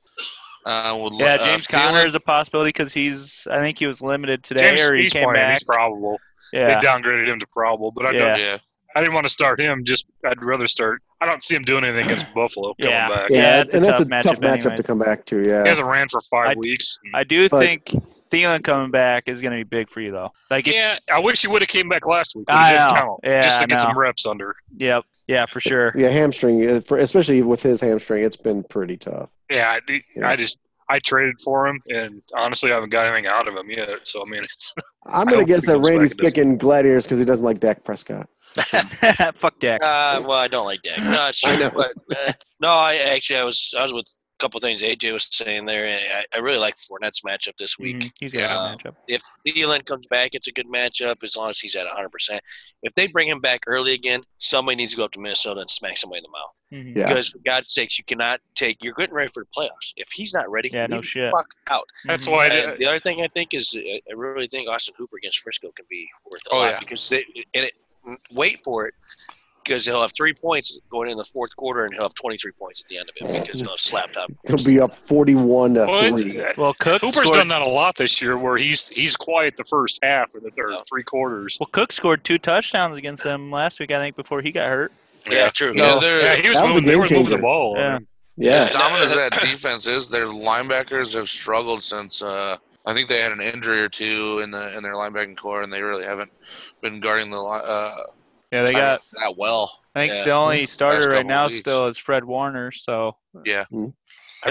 [SPEAKER 7] Uh, would,
[SPEAKER 5] Yeah,
[SPEAKER 7] uh,
[SPEAKER 5] James
[SPEAKER 7] Thielen-
[SPEAKER 5] Conner is a possibility because he's. I think he was limited today,
[SPEAKER 6] James,
[SPEAKER 5] or he
[SPEAKER 6] he's
[SPEAKER 5] came
[SPEAKER 6] playing.
[SPEAKER 5] back.
[SPEAKER 6] He's probable.
[SPEAKER 5] Yeah,
[SPEAKER 6] They downgraded him to probable, but I,
[SPEAKER 5] Yeah.
[SPEAKER 6] don't,
[SPEAKER 7] Yeah,
[SPEAKER 6] I didn't want to start him. Just I'd rather start. I don't see him doing anything against Buffalo coming
[SPEAKER 5] Yeah.
[SPEAKER 6] back.
[SPEAKER 5] Yeah,
[SPEAKER 3] Yeah,
[SPEAKER 5] that's
[SPEAKER 3] and
[SPEAKER 5] a
[SPEAKER 3] that's a
[SPEAKER 5] tough
[SPEAKER 3] tough
[SPEAKER 5] matchup
[SPEAKER 3] matchup
[SPEAKER 5] anyway.
[SPEAKER 3] to come back to.
[SPEAKER 6] He
[SPEAKER 3] Yeah,
[SPEAKER 6] hasn't ran for five
[SPEAKER 5] I-
[SPEAKER 6] weeks.
[SPEAKER 5] I do
[SPEAKER 3] But-
[SPEAKER 5] think Thielen coming back is going to be big for you, though. Like, if, yeah,
[SPEAKER 6] yeah, I wish he would have came back last week. but
[SPEAKER 5] I
[SPEAKER 6] he didn't
[SPEAKER 5] know.
[SPEAKER 6] count,
[SPEAKER 5] Yeah,
[SPEAKER 6] just to
[SPEAKER 5] I
[SPEAKER 6] get some
[SPEAKER 5] know.
[SPEAKER 6] reps under.
[SPEAKER 5] yep, yeah, for sure.
[SPEAKER 3] yeah, hamstring, uh, for, especially with his hamstring, it's been pretty tough.
[SPEAKER 6] Yeah, I, did-
[SPEAKER 3] Yeah.
[SPEAKER 6] I just I traded for him, and honestly, I haven't got anything out of him yet. So I mean,
[SPEAKER 3] I'm
[SPEAKER 6] I
[SPEAKER 3] gonna
[SPEAKER 6] don't
[SPEAKER 3] guess
[SPEAKER 6] think
[SPEAKER 3] that
[SPEAKER 6] he goes
[SPEAKER 3] Randy's
[SPEAKER 6] back this
[SPEAKER 3] picking Gladiators because he doesn't like Dak Prescott.
[SPEAKER 5] Fuck Dak.
[SPEAKER 4] Uh, well, I don't like Dak. No, it's
[SPEAKER 3] I
[SPEAKER 4] true,
[SPEAKER 3] know.
[SPEAKER 4] But, uh, no, I actually I was I was with a couple things AJ was saying there. I, I really like Fournette's matchup this week.
[SPEAKER 7] Mm-hmm.
[SPEAKER 5] Mhm, He's got
[SPEAKER 4] Yeah.
[SPEAKER 5] a good matchup.
[SPEAKER 4] If Thielen comes back, it's a good matchup as long as he's at 100. percent If they bring him back early again, somebody needs to go up to Minnesota and smack somebody in the mouth.
[SPEAKER 5] Mhm.
[SPEAKER 3] Yeah.
[SPEAKER 4] Because for God's sakes, you cannot take. You're getting ready for the playoffs. If he's not ready,
[SPEAKER 5] Yeah, no
[SPEAKER 4] leave the
[SPEAKER 5] shit.
[SPEAKER 4] fuck out.
[SPEAKER 6] that's
[SPEAKER 5] Mhm.
[SPEAKER 6] why I
[SPEAKER 4] Mm-hmm.
[SPEAKER 7] uh,
[SPEAKER 4] And
[SPEAKER 6] did,
[SPEAKER 4] the other thing I think is uh, I really think Austin Hooper against Frisco can be worth a
[SPEAKER 7] Oh,
[SPEAKER 4] lot
[SPEAKER 7] yeah.
[SPEAKER 4] because they, and it, wait for it because he'll have three points going in the fourth quarter and he'll have 23 points at the end of it because he'll have slapped up.
[SPEAKER 3] He'll be up 41 to
[SPEAKER 6] Well,
[SPEAKER 3] three.
[SPEAKER 6] it-
[SPEAKER 5] Well, Cook
[SPEAKER 6] Hooper's
[SPEAKER 5] scored,
[SPEAKER 6] done that a lot this year, where he's he's quiet the first half or the third
[SPEAKER 4] Yeah.
[SPEAKER 6] three quarters.
[SPEAKER 5] Well, Cook scored two touchdowns against them last week, I think, before he got hurt.
[SPEAKER 4] Yeah, true.
[SPEAKER 7] Yeah, they're-
[SPEAKER 6] Yeah, he was
[SPEAKER 3] That was a
[SPEAKER 6] moving. They
[SPEAKER 3] game
[SPEAKER 6] were moving the
[SPEAKER 3] changer.
[SPEAKER 6] ball.
[SPEAKER 5] Yeah.
[SPEAKER 6] I mean,
[SPEAKER 7] As
[SPEAKER 3] Yeah,
[SPEAKER 7] dominant as that defense is, their linebackers have struggled since uh, I think they had an injury or two in the in their linebacking core, and they really haven't been guarding the li- uh,
[SPEAKER 5] Yeah, they got.
[SPEAKER 7] that well.
[SPEAKER 5] I think
[SPEAKER 4] Yeah.
[SPEAKER 5] the only starter right
[SPEAKER 7] couple
[SPEAKER 5] now
[SPEAKER 7] weeks.
[SPEAKER 5] still is Fred Warner. So
[SPEAKER 6] I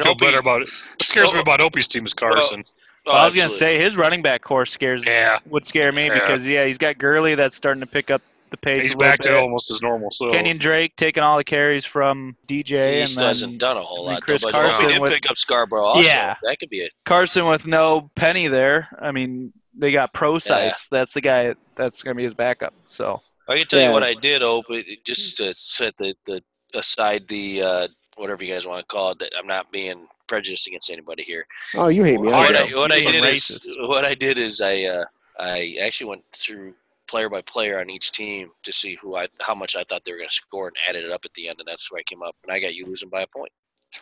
[SPEAKER 6] feel
[SPEAKER 4] Opie-
[SPEAKER 6] better about it. What scares me
[SPEAKER 4] Oh.
[SPEAKER 6] about Opie's team is Carson.
[SPEAKER 4] Oh,
[SPEAKER 5] I was going to
[SPEAKER 4] absolutely.
[SPEAKER 5] say his running back core scares
[SPEAKER 6] yeah,
[SPEAKER 5] would scare me
[SPEAKER 6] Yeah.
[SPEAKER 5] because yeah, he's got Gurley that's starting to pick up the pace.
[SPEAKER 6] he's
[SPEAKER 5] a little
[SPEAKER 6] back to
[SPEAKER 5] bit.
[SPEAKER 6] almost his normal self.
[SPEAKER 5] Kenyon Drake taking all the carries from DJ
[SPEAKER 4] East
[SPEAKER 5] and
[SPEAKER 4] hasn't
[SPEAKER 5] then
[SPEAKER 4] done a whole
[SPEAKER 5] I mean,
[SPEAKER 4] lot, though,
[SPEAKER 5] Chris
[SPEAKER 4] but
[SPEAKER 5] Carson
[SPEAKER 4] Opie did
[SPEAKER 5] with-
[SPEAKER 4] pick up Scarborough. Also.
[SPEAKER 5] Yeah.
[SPEAKER 4] that could be it.
[SPEAKER 5] Carson with no penny there. I mean, they got pro sites. That's the guy that's going to be his backup. So
[SPEAKER 4] I can tell
[SPEAKER 3] Yeah.
[SPEAKER 4] you what I did, Ope, it- it- just to set the, the aside the uh, whatever you guys want to call it. That I'm not being prejudiced against anybody here.
[SPEAKER 3] Oh, you hate me. I
[SPEAKER 4] what
[SPEAKER 3] know.
[SPEAKER 4] I, what I
[SPEAKER 5] He's a
[SPEAKER 4] did is what I did is I uh, I actually went through player by player on each team to see who I how much I thought they were going to score and added it up at the end, and that's where I came up. And I got you losing by a point,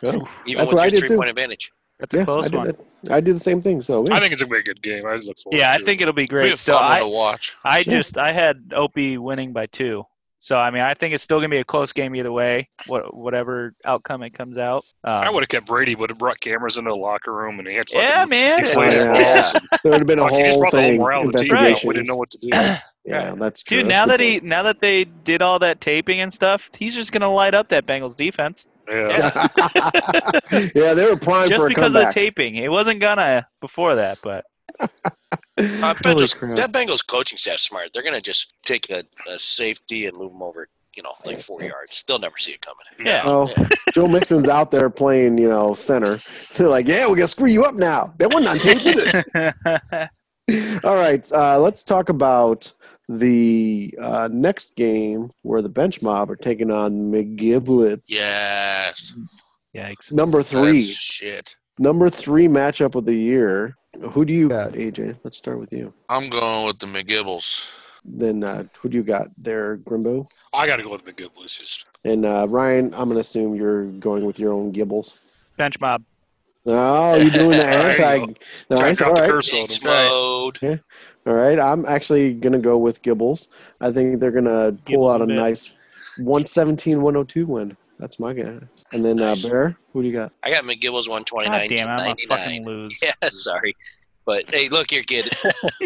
[SPEAKER 3] Yeah.
[SPEAKER 4] even
[SPEAKER 3] Oh, That's
[SPEAKER 4] with
[SPEAKER 3] what I
[SPEAKER 4] your
[SPEAKER 3] did,
[SPEAKER 4] three
[SPEAKER 3] too.
[SPEAKER 4] point advantage.
[SPEAKER 5] that's a
[SPEAKER 3] Yeah, I
[SPEAKER 5] close
[SPEAKER 3] did
[SPEAKER 5] one.
[SPEAKER 3] that. I did the same thing. So yeah.
[SPEAKER 6] I think it's a very good game. I look forward.
[SPEAKER 5] Yeah, I
[SPEAKER 6] to
[SPEAKER 5] think it'll be
[SPEAKER 7] It'll be a
[SPEAKER 5] great. So
[SPEAKER 7] fun one to
[SPEAKER 5] I,
[SPEAKER 7] watch.
[SPEAKER 5] I
[SPEAKER 3] Yeah.
[SPEAKER 5] just I had Opie winning by two. So I mean, I think it's still going to be a close game either way. What whatever outcome it comes out. Um,
[SPEAKER 6] I would have kept Brady, would have brought cameras into the locker room, and he had fucking
[SPEAKER 5] Yeah, man.
[SPEAKER 6] he played
[SPEAKER 3] Yeah.
[SPEAKER 6] balls.
[SPEAKER 3] there would have been a
[SPEAKER 6] Fuck, he just
[SPEAKER 3] whole
[SPEAKER 6] brought the whole
[SPEAKER 3] thing
[SPEAKER 6] morale of the team. out.
[SPEAKER 3] investigation.
[SPEAKER 6] We didn't know what to do.
[SPEAKER 3] yeah, that's true.
[SPEAKER 5] Dude,
[SPEAKER 3] That's
[SPEAKER 5] now
[SPEAKER 3] a
[SPEAKER 5] that
[SPEAKER 3] good
[SPEAKER 5] he
[SPEAKER 3] point.
[SPEAKER 5] now that they did all that taping and stuff, he's just gonna light up that Bengals defense.
[SPEAKER 6] Yeah.
[SPEAKER 3] yeah, they were primed
[SPEAKER 5] Just
[SPEAKER 3] for a
[SPEAKER 5] because of the
[SPEAKER 3] comeback.
[SPEAKER 5] taping. It wasn't gonna before that, but
[SPEAKER 4] Uh,
[SPEAKER 3] Holy
[SPEAKER 4] Bengals,
[SPEAKER 3] crap.
[SPEAKER 4] that Bengals coaching staff smart. They're going to just take a, a safety and move them over, you know, like four yards. They'll never see it coming.
[SPEAKER 5] yeah.
[SPEAKER 3] Oh, Joe Mixon's out there playing, you know, center. They're like, yeah, we're gonna screw you up now. That wasn't on tape, was it? All right, uh, let's talk about the uh, next game where the bench mob are taking on McGiblets.
[SPEAKER 7] Yes.
[SPEAKER 5] Yikes.
[SPEAKER 3] number
[SPEAKER 7] That's
[SPEAKER 3] three,
[SPEAKER 7] shit.
[SPEAKER 3] number three matchup of the year. Who do you got, AJ? Let's start with you.
[SPEAKER 7] I'm going with the McGibbles.
[SPEAKER 3] Then uh, who do you got there, Grimbo?
[SPEAKER 6] I got to go with McGibbles. Just
[SPEAKER 3] And uh, Ryan, I'm gonna assume you're going with your own Gibbles.
[SPEAKER 5] Bench mob.
[SPEAKER 3] Oh, you're doing the
[SPEAKER 6] There
[SPEAKER 3] anti.
[SPEAKER 6] you try to
[SPEAKER 3] Nice. All
[SPEAKER 6] drop the
[SPEAKER 3] right.
[SPEAKER 6] curse on
[SPEAKER 4] Thanks,
[SPEAKER 6] him.
[SPEAKER 5] Right.
[SPEAKER 4] mode.
[SPEAKER 3] All right. I'm actually going to go with Gibbles. I think they're going to pull
[SPEAKER 5] Gibbles
[SPEAKER 3] out a
[SPEAKER 5] a bit.
[SPEAKER 3] nice 117 102 win. That's my guess. And then
[SPEAKER 4] Nice.
[SPEAKER 3] uh, Bear, who do you got?
[SPEAKER 4] I got McGibble's
[SPEAKER 5] God
[SPEAKER 4] 129 to
[SPEAKER 5] damn, I'm a
[SPEAKER 4] 99.
[SPEAKER 5] fucking lose.
[SPEAKER 4] Yeah, sorry. But hey, look here, kid.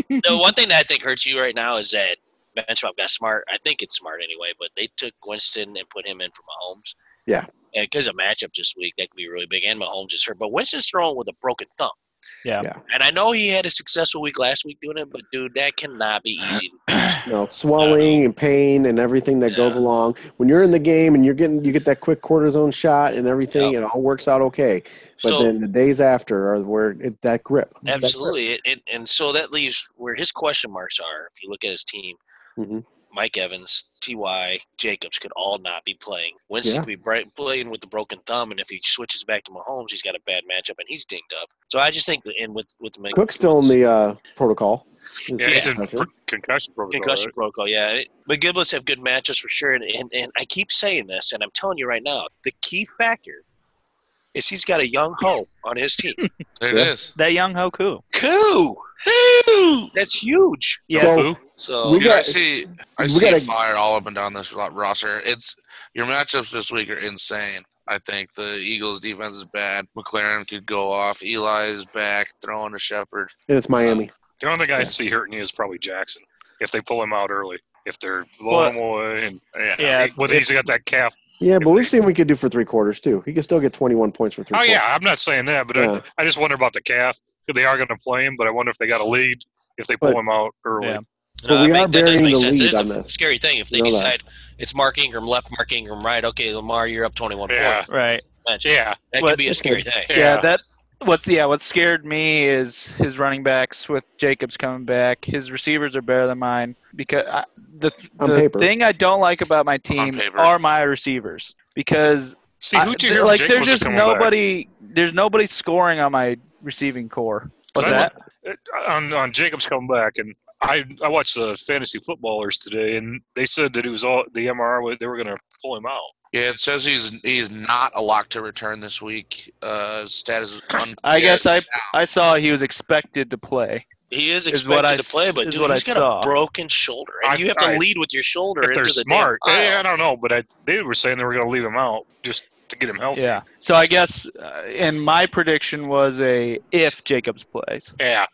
[SPEAKER 4] the one thing that I think hurts you right now is that Benchmark got smart. I think it's smart anyway, but they took Winston and put him in for Mahomes.
[SPEAKER 3] Yeah.
[SPEAKER 4] Because of matchup this week, that could be really big. And Mahomes is hurt. But Winston's throwing with a broken thumb.
[SPEAKER 5] Yeah.
[SPEAKER 3] Yeah.
[SPEAKER 4] And I know he had a successful week last week doing it, but dude, that cannot be easy.
[SPEAKER 3] You know, swelling and pain and everything that goes
[SPEAKER 4] Yeah.
[SPEAKER 3] along. When you're in the game and you're getting, you get that quick cortisone shot and everything, it all works out okay. But
[SPEAKER 4] so,
[SPEAKER 3] then the days after are where it, that grip. It's that grip.
[SPEAKER 4] Absolutely, it, it, and so that leaves where his question marks are. If you look at his team,
[SPEAKER 3] Mhm.
[SPEAKER 4] Mike Evans, Ty Jacobs could all not be playing. Winston
[SPEAKER 3] Yeah.
[SPEAKER 4] could be bright, playing with the broken thumb, and if he switches back to Mahomes, he's got a bad matchup and he's dinged up. So I just think, that- and with with Mc-
[SPEAKER 3] Cook's still in the uh, protocol.
[SPEAKER 6] Yeah, he's in per- concussion protocol.
[SPEAKER 4] concussion
[SPEAKER 6] right?
[SPEAKER 4] protocol, yeah, it, but Giblets have good matchups for sure. And, and and I keep saying this, and I'm telling you right now, the key factor is he's got a young hoe on his team.
[SPEAKER 7] There
[SPEAKER 3] Yeah.
[SPEAKER 7] it is.
[SPEAKER 5] That young Hoku.
[SPEAKER 4] Coo, that's huge.
[SPEAKER 5] Yeah.
[SPEAKER 3] So
[SPEAKER 6] Who?
[SPEAKER 4] So
[SPEAKER 3] We
[SPEAKER 7] Dude, I
[SPEAKER 3] got-
[SPEAKER 7] see, I
[SPEAKER 3] we
[SPEAKER 7] see
[SPEAKER 3] gotta-
[SPEAKER 7] fire all up and down this ro- roster. It's your matchups this week are insane. I think the Eagles' defense is bad. McLaren could go off. Eli is back, throwing to Shepard.
[SPEAKER 3] and it's Miami.
[SPEAKER 6] The only thing I see hurting you is probably Jackson if they pull him out early. If they're blowing him away, and
[SPEAKER 5] Yeah,
[SPEAKER 6] whether he's got that calf.
[SPEAKER 3] Yeah, but we've seen what he could do for three quarters too. He could still get 21 points for three.
[SPEAKER 6] Oh
[SPEAKER 3] quarters.
[SPEAKER 6] yeah, I'm not saying that, but
[SPEAKER 3] Yeah.
[SPEAKER 6] I, I just wonder about the calf. They are going to play him, but I wonder if they got a lead if they pull
[SPEAKER 3] But-
[SPEAKER 6] him out early.
[SPEAKER 5] Yeah.
[SPEAKER 3] But we
[SPEAKER 4] that
[SPEAKER 3] are
[SPEAKER 4] make- that does
[SPEAKER 3] burying
[SPEAKER 4] make
[SPEAKER 3] the
[SPEAKER 4] sense.
[SPEAKER 3] lead
[SPEAKER 4] It is
[SPEAKER 3] on
[SPEAKER 4] a
[SPEAKER 3] this.
[SPEAKER 4] scary thing if they
[SPEAKER 3] You know that.
[SPEAKER 4] decide it's Mark Ingram left, Mark Ingram right. Okay, Lamar, you're up 21
[SPEAKER 6] Yeah.
[SPEAKER 4] points.
[SPEAKER 5] right.
[SPEAKER 6] Yeah,
[SPEAKER 4] That
[SPEAKER 5] What-
[SPEAKER 4] could be a scary thing.
[SPEAKER 5] Yeah.
[SPEAKER 6] Yeah.
[SPEAKER 5] that what's yeah, what scared me is his running backs with Jacobs coming back. His receivers are better than mine because I, the,
[SPEAKER 3] On
[SPEAKER 5] the
[SPEAKER 3] paper.
[SPEAKER 5] thing I don't like about my team
[SPEAKER 7] paper.
[SPEAKER 5] are my receivers because
[SPEAKER 6] See,
[SPEAKER 5] I-
[SPEAKER 6] who do you hear?
[SPEAKER 5] like
[SPEAKER 6] Jake
[SPEAKER 5] there's
[SPEAKER 6] was
[SPEAKER 5] just
[SPEAKER 6] coming
[SPEAKER 5] nobody there's nobody scoring on my receiving core. What's
[SPEAKER 6] But I
[SPEAKER 5] that?
[SPEAKER 6] back. Uh, on on Jacobs coming back, and I I watched the fantasy footballers today, and they said that it was all the MRR. was- They were going to pull him out.
[SPEAKER 7] Yeah, it says he's he's not a lock to return this week. Uh, status is unclear.
[SPEAKER 5] I guess I I saw he was expected to play.
[SPEAKER 4] He is
[SPEAKER 5] Is what
[SPEAKER 4] expected
[SPEAKER 5] I
[SPEAKER 4] to play, but
[SPEAKER 5] s- is
[SPEAKER 4] dude,
[SPEAKER 5] what I
[SPEAKER 4] he's got
[SPEAKER 5] saw.
[SPEAKER 4] a broken shoulder, and
[SPEAKER 6] I-
[SPEAKER 4] you have to
[SPEAKER 6] I-
[SPEAKER 4] lead with your shoulder.
[SPEAKER 6] If they're
[SPEAKER 4] into the damn
[SPEAKER 6] smart, Eh,
[SPEAKER 4] pile.
[SPEAKER 6] I, I don't know, but I, they were saying they were going to leave him out just to get him healthy.
[SPEAKER 5] Yeah. So I guess uh, and my prediction was a if Jacobs plays.
[SPEAKER 6] yeah.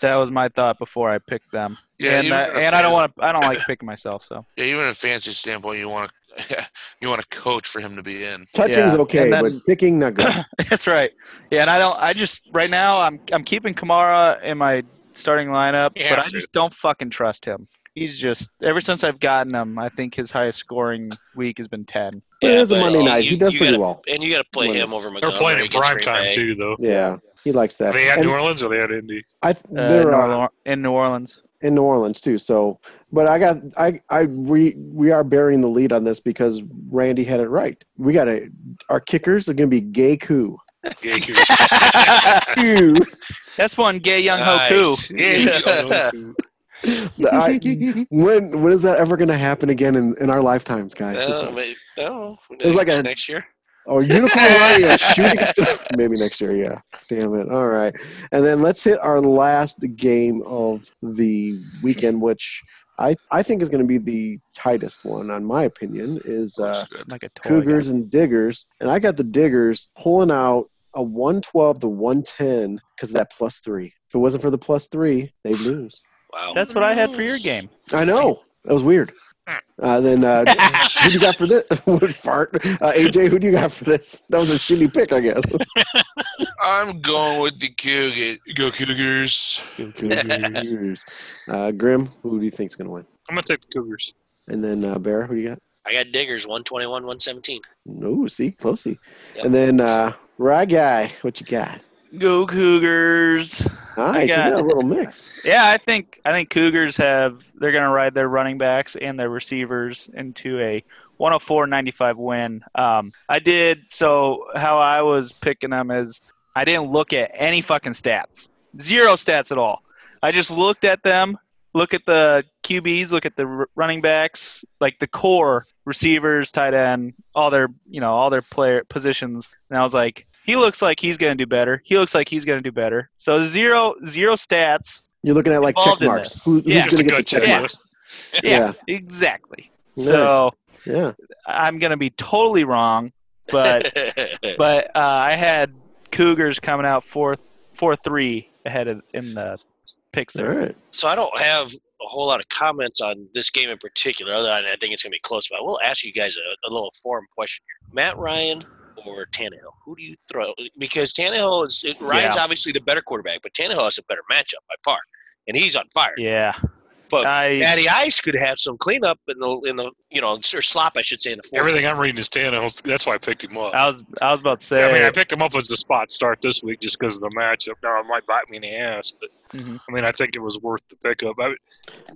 [SPEAKER 5] That was my thought before I picked them.
[SPEAKER 7] Yeah,
[SPEAKER 5] and
[SPEAKER 7] even
[SPEAKER 5] I,
[SPEAKER 7] if
[SPEAKER 5] and I don't
[SPEAKER 7] it-
[SPEAKER 5] want to. I don't like picking myself. So
[SPEAKER 7] Yeah, even in a fancy standpoint, you want to you want to coach for him to be in.
[SPEAKER 3] Touching's
[SPEAKER 5] Yeah.
[SPEAKER 3] okay,
[SPEAKER 5] And then-
[SPEAKER 3] but picking not good.
[SPEAKER 5] that's right. Yeah, and I don't. I just right now I'm I'm keeping Kamara in my starting lineup,
[SPEAKER 6] You
[SPEAKER 5] but
[SPEAKER 6] have
[SPEAKER 5] I
[SPEAKER 6] to.
[SPEAKER 5] just don't fucking trust him. He's just ever since I've gotten him, I think his highest scoring week has been ten.
[SPEAKER 3] But it is a
[SPEAKER 4] but
[SPEAKER 3] Monday
[SPEAKER 4] you-
[SPEAKER 3] night. he
[SPEAKER 4] you-
[SPEAKER 3] does
[SPEAKER 4] you
[SPEAKER 3] pretty
[SPEAKER 4] gotta-
[SPEAKER 3] well.
[SPEAKER 4] And you got to play
[SPEAKER 3] Win.
[SPEAKER 4] him over
[SPEAKER 6] They're
[SPEAKER 4] Montgomery.
[SPEAKER 6] playing in
[SPEAKER 4] against
[SPEAKER 6] prime
[SPEAKER 4] Green
[SPEAKER 6] time
[SPEAKER 4] Bay.
[SPEAKER 6] too, though.
[SPEAKER 3] Yeah, he likes that.
[SPEAKER 6] They had
[SPEAKER 3] And
[SPEAKER 6] New Orleans or they had Indy.
[SPEAKER 3] I th-
[SPEAKER 5] Uh, in,
[SPEAKER 3] they're
[SPEAKER 5] New
[SPEAKER 3] uh,
[SPEAKER 5] Orleans, in New Orleans.
[SPEAKER 3] in New Orleans too. So, but I got I I we we are burying the lead on this because Randy had it right. We got to our kickers are going to be gay coup. Ew.
[SPEAKER 5] That's one gay young
[SPEAKER 4] Nice.
[SPEAKER 5] Hoku.
[SPEAKER 4] Yeah.
[SPEAKER 3] I- when when is that ever going to happen again in, in our lifetimes, guys? It's
[SPEAKER 4] Oh,
[SPEAKER 3] like-
[SPEAKER 4] wait, no.
[SPEAKER 3] was like a-
[SPEAKER 4] next year.
[SPEAKER 3] Oh, unicorn radio shooting stuff. Maybe next year, yeah. Damn it. All right. And then let's hit our last game of the weekend, which I, I think is going to be the tightest one, on my opinion, is uh,
[SPEAKER 7] Looks good.
[SPEAKER 5] Like a toy.
[SPEAKER 3] Cougars and Diggers. And I got the Diggers pulling out a 112 to 110 because of that plus three. If it wasn't for the plus three, they'd lose.
[SPEAKER 4] Wow.
[SPEAKER 5] That's what I had for your game.
[SPEAKER 3] I know. That was weird. Uh, then uh, who do you got for this? Fart. Uh, AJ, who do you got for this? That was a shitty pick, I guess.
[SPEAKER 7] I'm going with the Cougars. Go Cougars.
[SPEAKER 3] Cougars. uh, Grim, who do you think's going to win?
[SPEAKER 6] I'm going to take the Cougars.
[SPEAKER 3] And then uh, Bear, who you got?
[SPEAKER 4] I got Diggers 121, 117.
[SPEAKER 3] No, see, closely.
[SPEAKER 4] Yep.
[SPEAKER 3] And then uh, Rye Guy, what you got?
[SPEAKER 5] Go Cougars.
[SPEAKER 3] Nice,
[SPEAKER 5] got-
[SPEAKER 3] you got a little mix.
[SPEAKER 5] Yeah, I think I think Cougars have they're going to ride their running backs and their receivers into a 104-95 win. Um, I did so how I was picking them is I didn't look at any fucking stats, zero stats at all. I just looked at them, look at the QBs, look at the r- running backs, like the core receivers, tight end, all their you know all their player positions, and I was like, he looks like he's going to do better. He looks like he's going to do better. So zero zero stats.
[SPEAKER 3] You're looking at like check
[SPEAKER 5] Involved in
[SPEAKER 3] marks.
[SPEAKER 5] this.
[SPEAKER 3] Who, who's
[SPEAKER 5] Yeah.
[SPEAKER 3] going to get the
[SPEAKER 6] Just a
[SPEAKER 3] check
[SPEAKER 5] gut check.
[SPEAKER 3] marks?
[SPEAKER 5] Yeah, exactly.
[SPEAKER 3] Nice.
[SPEAKER 5] So
[SPEAKER 3] Yeah. yeah.
[SPEAKER 5] I'm gonna be totally wrong, but but uh, I had Cougars coming out four four three ahead of in the picks
[SPEAKER 3] All
[SPEAKER 5] there.
[SPEAKER 3] right.
[SPEAKER 4] so I don't have a whole lot of comments on this game in particular, other than I think it's going to be close. But I will ask you guys a, a little forum question here: Matt Ryan or Tannehill? Who do you throw? Because Tannehill is it, Ryan's obviously the better quarterback, but Tannehill has a better matchup by far, and he's on fire.
[SPEAKER 5] Yeah,
[SPEAKER 4] But
[SPEAKER 5] I
[SPEAKER 4] Matty Ice could have some cleanup in the in the you know or slop I should say in the fourth.
[SPEAKER 6] Everything I'm reading is Tannehill. That's why I picked him up.
[SPEAKER 5] I was I was about to say
[SPEAKER 6] I mean, I picked him up as the spot start this week just because of the matchup. Now it might bite me in the ass, but
[SPEAKER 3] Mm-hmm.
[SPEAKER 5] Mhm.
[SPEAKER 6] I mean, I think it was worth the pickup. I,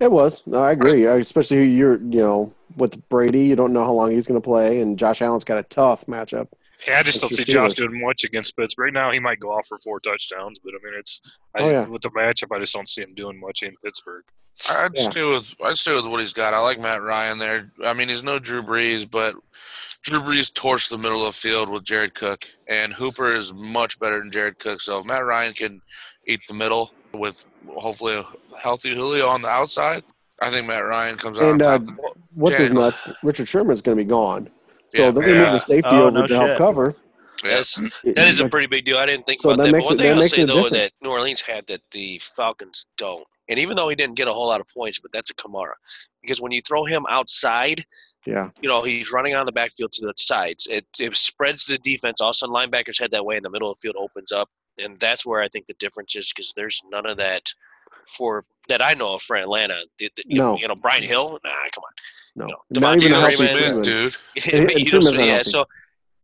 [SPEAKER 3] It was. No, I agree. I- Especially you're, you know, with Brady, you don't know how long he's going to play, and Josh Allen's got a tough matchup.
[SPEAKER 6] yeah, I just don't
[SPEAKER 3] That's
[SPEAKER 6] see
[SPEAKER 3] your
[SPEAKER 6] Josh
[SPEAKER 3] feelings.
[SPEAKER 6] doing much against Pittsburgh. Now he might go off for four touchdowns, but I mean, it's I,
[SPEAKER 3] Oh, yeah.
[SPEAKER 6] with the matchup, I just don't see him doing much in Pittsburgh.
[SPEAKER 7] I'd
[SPEAKER 3] Yeah.
[SPEAKER 7] stay with I'd stay with what he's got. I like Matt Ryan there. I mean, he's no Drew Brees, but Drew Brees torched the middle of the field with Jared Cook, and Hooper is much better than Jared Cook. So if Matt Ryan can eat the middle with hopefully a healthy Julio on the outside, I think Matt Ryan comes out
[SPEAKER 3] And
[SPEAKER 7] on
[SPEAKER 3] uh,
[SPEAKER 7] top.
[SPEAKER 3] what's his
[SPEAKER 7] Jack.
[SPEAKER 3] nuts? Richard Sherman's going to be gone. So
[SPEAKER 7] Yeah.
[SPEAKER 3] they're going to
[SPEAKER 4] Yeah.
[SPEAKER 3] move the safety
[SPEAKER 5] Oh,
[SPEAKER 3] over
[SPEAKER 5] no
[SPEAKER 3] to help
[SPEAKER 5] shit.
[SPEAKER 3] cover.
[SPEAKER 4] That's, that is a pretty big deal. I didn't think
[SPEAKER 3] So
[SPEAKER 4] about
[SPEAKER 3] that
[SPEAKER 4] that.
[SPEAKER 3] makes
[SPEAKER 4] but one
[SPEAKER 3] it-
[SPEAKER 4] thing
[SPEAKER 3] that
[SPEAKER 4] I'll
[SPEAKER 3] makes
[SPEAKER 4] say
[SPEAKER 3] it
[SPEAKER 4] though
[SPEAKER 3] different.
[SPEAKER 4] that New Orleans had that the Falcons don't, and even though he didn't get a whole lot of points, but that's a Kamara because when you throw him outside,
[SPEAKER 3] Yeah.
[SPEAKER 4] you know he's running on the backfield to the sides. It it spreads the defense. All of a sudden, linebackers head that way, and the middle of the field opens up, and that's where I think the difference is because there's none of that for that I know of for Atlanta. The- the- you
[SPEAKER 3] No.
[SPEAKER 4] know, you know Brian Hill. Nah, come on.
[SPEAKER 3] No,
[SPEAKER 4] No,
[SPEAKER 3] not even a
[SPEAKER 4] Devontae
[SPEAKER 3] healthy
[SPEAKER 4] Freeman.
[SPEAKER 3] Freeman.
[SPEAKER 7] Smith, dude.
[SPEAKER 3] And- and
[SPEAKER 4] But you don't
[SPEAKER 3] Freeman's
[SPEAKER 4] see-
[SPEAKER 3] not
[SPEAKER 4] yeah,
[SPEAKER 3] healthy.
[SPEAKER 4] so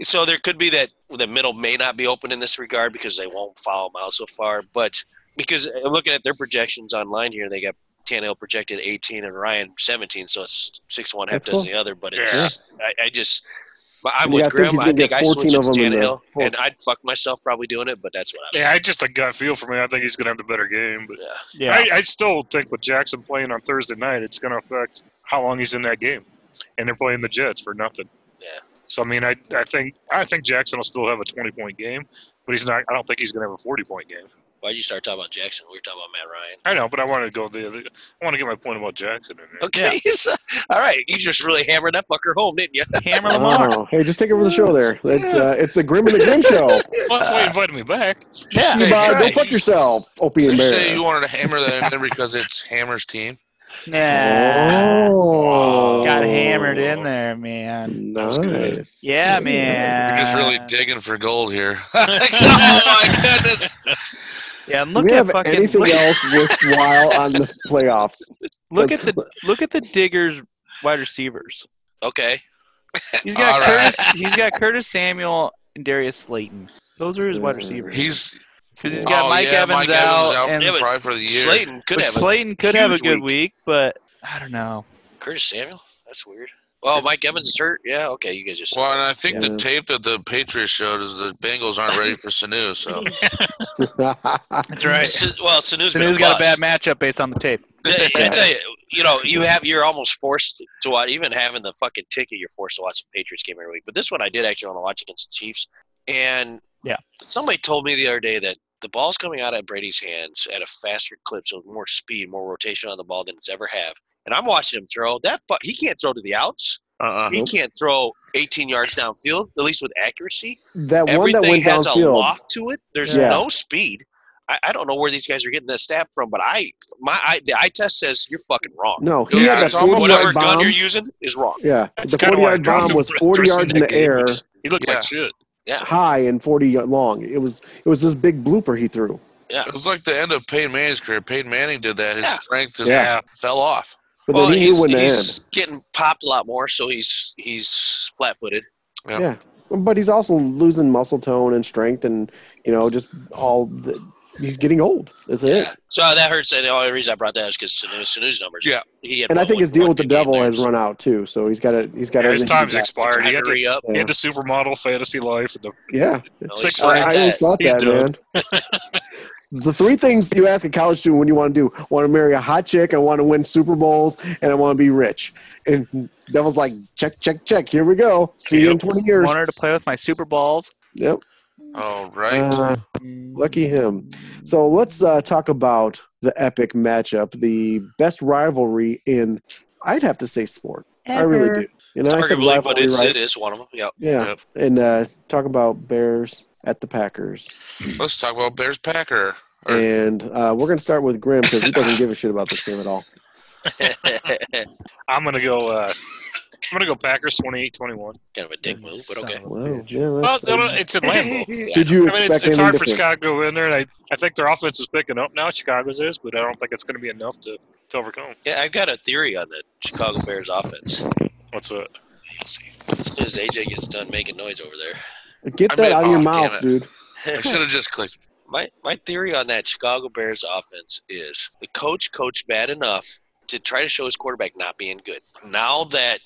[SPEAKER 4] so there could be that the middle may not be open in this regard because they won't follow him out so far. But because I'm looking at their projections online here, they got Tannehill projected 18 and Ryan 17, so it's six to one half
[SPEAKER 3] That's
[SPEAKER 4] dozen
[SPEAKER 3] close.
[SPEAKER 4] the other. But it's I, I just but I'm
[SPEAKER 3] And you
[SPEAKER 4] with
[SPEAKER 3] gotta think
[SPEAKER 4] Graham.
[SPEAKER 3] he's
[SPEAKER 4] I
[SPEAKER 3] gonna
[SPEAKER 4] think
[SPEAKER 3] get
[SPEAKER 4] I
[SPEAKER 3] 14
[SPEAKER 4] switch it to
[SPEAKER 3] of 'em in the
[SPEAKER 4] Tannehill,
[SPEAKER 3] fourth.
[SPEAKER 4] and I'd fuck myself probably doing it. But that's what I.
[SPEAKER 6] Yeah, I just a gut feel for me. I think he's going to have the better game, but
[SPEAKER 5] Yeah.
[SPEAKER 6] I, I still think with Jackson playing on Thursday night, it's going to affect how long he's in that game, and they're playing the Jets for nothing.
[SPEAKER 4] Yeah.
[SPEAKER 6] So I mean, I I think I think Jackson will still have a twenty point game, but he's not. I don't think he's going to have a forty point game.
[SPEAKER 4] Why'd you start talking about Jackson? We were talking about Matt Ryan.
[SPEAKER 6] I know, but I wanted to go the. other I want to get my point about Jackson in there.
[SPEAKER 4] Okay, all right. You just really hammered that fucker home, didn't you?
[SPEAKER 5] Hammer Lamar.
[SPEAKER 3] Wow. Oh. Hey, just take over the show there. It's uh, it's the Grim and the Grim show.
[SPEAKER 6] Well, that's why you invited me back.
[SPEAKER 7] Yeah.
[SPEAKER 3] Come on, go
[SPEAKER 7] Hey,
[SPEAKER 3] fuck yourself, Opie
[SPEAKER 7] You
[SPEAKER 3] and
[SPEAKER 7] say
[SPEAKER 3] Bear.
[SPEAKER 7] you wanted to hammer that in there because it's Hammer's team.
[SPEAKER 5] Nah.
[SPEAKER 3] Oh.
[SPEAKER 5] Got hammered in there, man.
[SPEAKER 3] Nice.
[SPEAKER 5] Yeah, man.
[SPEAKER 7] You're just really
[SPEAKER 5] Uh,
[SPEAKER 7] digging for gold here. oh my goodness!
[SPEAKER 5] Yeah, and
[SPEAKER 3] Do
[SPEAKER 5] look
[SPEAKER 3] we
[SPEAKER 5] at
[SPEAKER 3] have
[SPEAKER 5] fucking
[SPEAKER 3] anything
[SPEAKER 5] look,
[SPEAKER 3] else worthwhile on the playoffs?
[SPEAKER 5] look at the look at the Diggers wide receivers.
[SPEAKER 4] Okay.
[SPEAKER 5] He's got
[SPEAKER 7] All
[SPEAKER 5] Curtis,
[SPEAKER 7] right.
[SPEAKER 5] he's got Curtis Samuel and Darius Slayton. Those are his wide receivers.
[SPEAKER 7] He's
[SPEAKER 5] Because he's got
[SPEAKER 7] oh,
[SPEAKER 5] Mike
[SPEAKER 7] yeah,
[SPEAKER 5] Evans
[SPEAKER 7] Mike
[SPEAKER 5] out,
[SPEAKER 7] Evans out
[SPEAKER 5] and
[SPEAKER 4] Yeah,
[SPEAKER 7] for
[SPEAKER 4] but
[SPEAKER 7] probably for the year.
[SPEAKER 4] Slayton could
[SPEAKER 5] which
[SPEAKER 4] have a
[SPEAKER 5] Slayton could have a
[SPEAKER 4] huge
[SPEAKER 5] good
[SPEAKER 4] week.
[SPEAKER 5] week, but I don't know.
[SPEAKER 4] Curtis Samuel? That's weird. Well, Mike Evans is hurt. Yeah, okay. You guys just.
[SPEAKER 7] Well, and I think
[SPEAKER 3] Yeah.
[SPEAKER 7] the tape that the Patriots showed is the Bengals aren't ready for Sanu. So
[SPEAKER 5] That's right.
[SPEAKER 4] S- well, Sanu's been
[SPEAKER 5] Sanu's
[SPEAKER 4] a
[SPEAKER 5] got a bad
[SPEAKER 4] bust.
[SPEAKER 5] matchup based on the tape.
[SPEAKER 4] Yeah, I tell you, you know, you have you're almost forced to watch. Even having the fucking ticket, you're forced to watch the Patriots game every week. But this one, I did actually want to watch against the Chiefs. And
[SPEAKER 5] Yeah.
[SPEAKER 4] somebody told me the other day that the ball's coming out at Brady's hands at a faster clip, so more speed, more rotation on the ball than it's ever have. And I'm watching him throw. That fu- he can't throw to the outs.
[SPEAKER 7] uh-uh.
[SPEAKER 5] Uh-huh.
[SPEAKER 4] He can't throw 18 yards downfield, at least with accuracy.
[SPEAKER 3] that one that
[SPEAKER 4] Everything
[SPEAKER 3] went
[SPEAKER 4] has a
[SPEAKER 3] downfield.
[SPEAKER 4] loft to it. There's
[SPEAKER 3] Yeah.
[SPEAKER 4] no speed. I, I don't know where these guys are getting that stat from, but I my I, the eye test says you're fucking wrong.
[SPEAKER 3] No, he
[SPEAKER 7] Yeah,
[SPEAKER 3] had that
[SPEAKER 7] it's almost
[SPEAKER 3] 40
[SPEAKER 4] Whatever
[SPEAKER 3] yard
[SPEAKER 4] gun
[SPEAKER 3] bomb.
[SPEAKER 4] you're using is wrong.
[SPEAKER 3] Yeah,
[SPEAKER 6] That's
[SPEAKER 3] the
[SPEAKER 6] kinda
[SPEAKER 3] 40
[SPEAKER 6] why I
[SPEAKER 3] yard
[SPEAKER 6] dropped
[SPEAKER 3] bomb
[SPEAKER 6] him
[SPEAKER 3] was
[SPEAKER 6] for
[SPEAKER 3] 40
[SPEAKER 6] Thursday
[SPEAKER 3] yards in
[SPEAKER 6] night
[SPEAKER 3] the
[SPEAKER 6] game.
[SPEAKER 3] air,
[SPEAKER 6] He looked
[SPEAKER 7] Yeah.
[SPEAKER 6] like shit.
[SPEAKER 3] high and 40 yard long. It was it was this big blooper he threw.
[SPEAKER 4] Yeah.
[SPEAKER 7] It was like the end of Peyton Manning's career. Peyton Manning did that. His
[SPEAKER 4] Yeah.
[SPEAKER 7] strength just
[SPEAKER 6] Yeah.
[SPEAKER 7] fell off.
[SPEAKER 3] But
[SPEAKER 4] well,
[SPEAKER 3] then he knew
[SPEAKER 4] he's,
[SPEAKER 3] when to end.
[SPEAKER 4] he's getting popped a lot more, so he's he's flat footed.
[SPEAKER 7] yeah.
[SPEAKER 3] Yeah. But he's also losing muscle tone and strength and, you know, just all the, he's getting old. That's it.
[SPEAKER 4] So that hurts. And the only reason I brought that is because Sanu, Sanu's numbers.
[SPEAKER 7] Yeah.
[SPEAKER 4] He had
[SPEAKER 3] And I
[SPEAKER 4] one-
[SPEAKER 3] think his
[SPEAKER 4] one
[SPEAKER 3] deal with the
[SPEAKER 4] good game
[SPEAKER 3] devil
[SPEAKER 4] there,
[SPEAKER 3] has
[SPEAKER 4] so
[SPEAKER 3] run out too. So he's got to he's got
[SPEAKER 6] Yeah, his
[SPEAKER 3] everything. he
[SPEAKER 6] time's
[SPEAKER 3] got.
[SPEAKER 6] expired. He had, the,
[SPEAKER 4] Hurry up.
[SPEAKER 6] he had the supermodel fantasy life. And the,
[SPEAKER 3] Yeah.
[SPEAKER 4] No,
[SPEAKER 6] Six
[SPEAKER 4] he's
[SPEAKER 3] I, I
[SPEAKER 4] not
[SPEAKER 6] Right.
[SPEAKER 3] always
[SPEAKER 4] that.
[SPEAKER 3] thought
[SPEAKER 6] He's
[SPEAKER 3] that,
[SPEAKER 6] done.
[SPEAKER 3] man. the three things you ask a college student when you want to do: want to marry a hot chick, I want to win Super Bowls, and I want to be rich. And Devil's like, check, check, check. Here we go. See you in twenty years.
[SPEAKER 5] Wanted to play with my Super Balls.
[SPEAKER 3] Yep.
[SPEAKER 7] Oh, right.
[SPEAKER 3] Uh,
[SPEAKER 4] Mm,
[SPEAKER 3] lucky him. So let's uh, talk about the epic matchup, the best rivalry in. I'd have to say sport. I really do. You know, I said
[SPEAKER 4] Arguably, but
[SPEAKER 3] rivalry,
[SPEAKER 4] it's,
[SPEAKER 3] right?
[SPEAKER 4] it is one of them. Yeah.
[SPEAKER 3] Yeah,
[SPEAKER 7] Yep.
[SPEAKER 3] and uh, talk about Bears at the Packers,
[SPEAKER 7] Let's talk about Bears Packer. Or-
[SPEAKER 3] and uh, we're gonna start with Grim because he doesn't give a shit about this game at all.
[SPEAKER 4] kind
[SPEAKER 6] I'm going to go. Uh, I'm going to go Packers 28-21.
[SPEAKER 4] of a dick move, but okay.
[SPEAKER 3] Wow, yeah,
[SPEAKER 6] Well,
[SPEAKER 3] that's,
[SPEAKER 6] no, no, it's in Lambeau.
[SPEAKER 3] did you
[SPEAKER 6] I mean,
[SPEAKER 3] expect
[SPEAKER 6] it's, it's
[SPEAKER 3] anything
[SPEAKER 6] hard for
[SPEAKER 3] different?
[SPEAKER 6] Chicago to go in there, and I, I think their offense is picking up now. Chicago's is, but I don't think it's going to be enough to, to overcome.
[SPEAKER 4] Yeah, I've got a theory on the Chicago Bears offense.
[SPEAKER 6] What's uh, up?
[SPEAKER 4] As soon as AJ gets done making noise over there.
[SPEAKER 3] Get
[SPEAKER 7] I
[SPEAKER 3] that
[SPEAKER 7] mean-
[SPEAKER 3] out of your
[SPEAKER 7] oh, damn
[SPEAKER 3] mouth,
[SPEAKER 7] it.
[SPEAKER 3] dude.
[SPEAKER 7] I should have just clicked.
[SPEAKER 4] My my theory on that Chicago Bears offense is the coach coached bad enough to try to show his quarterback not being good. Now that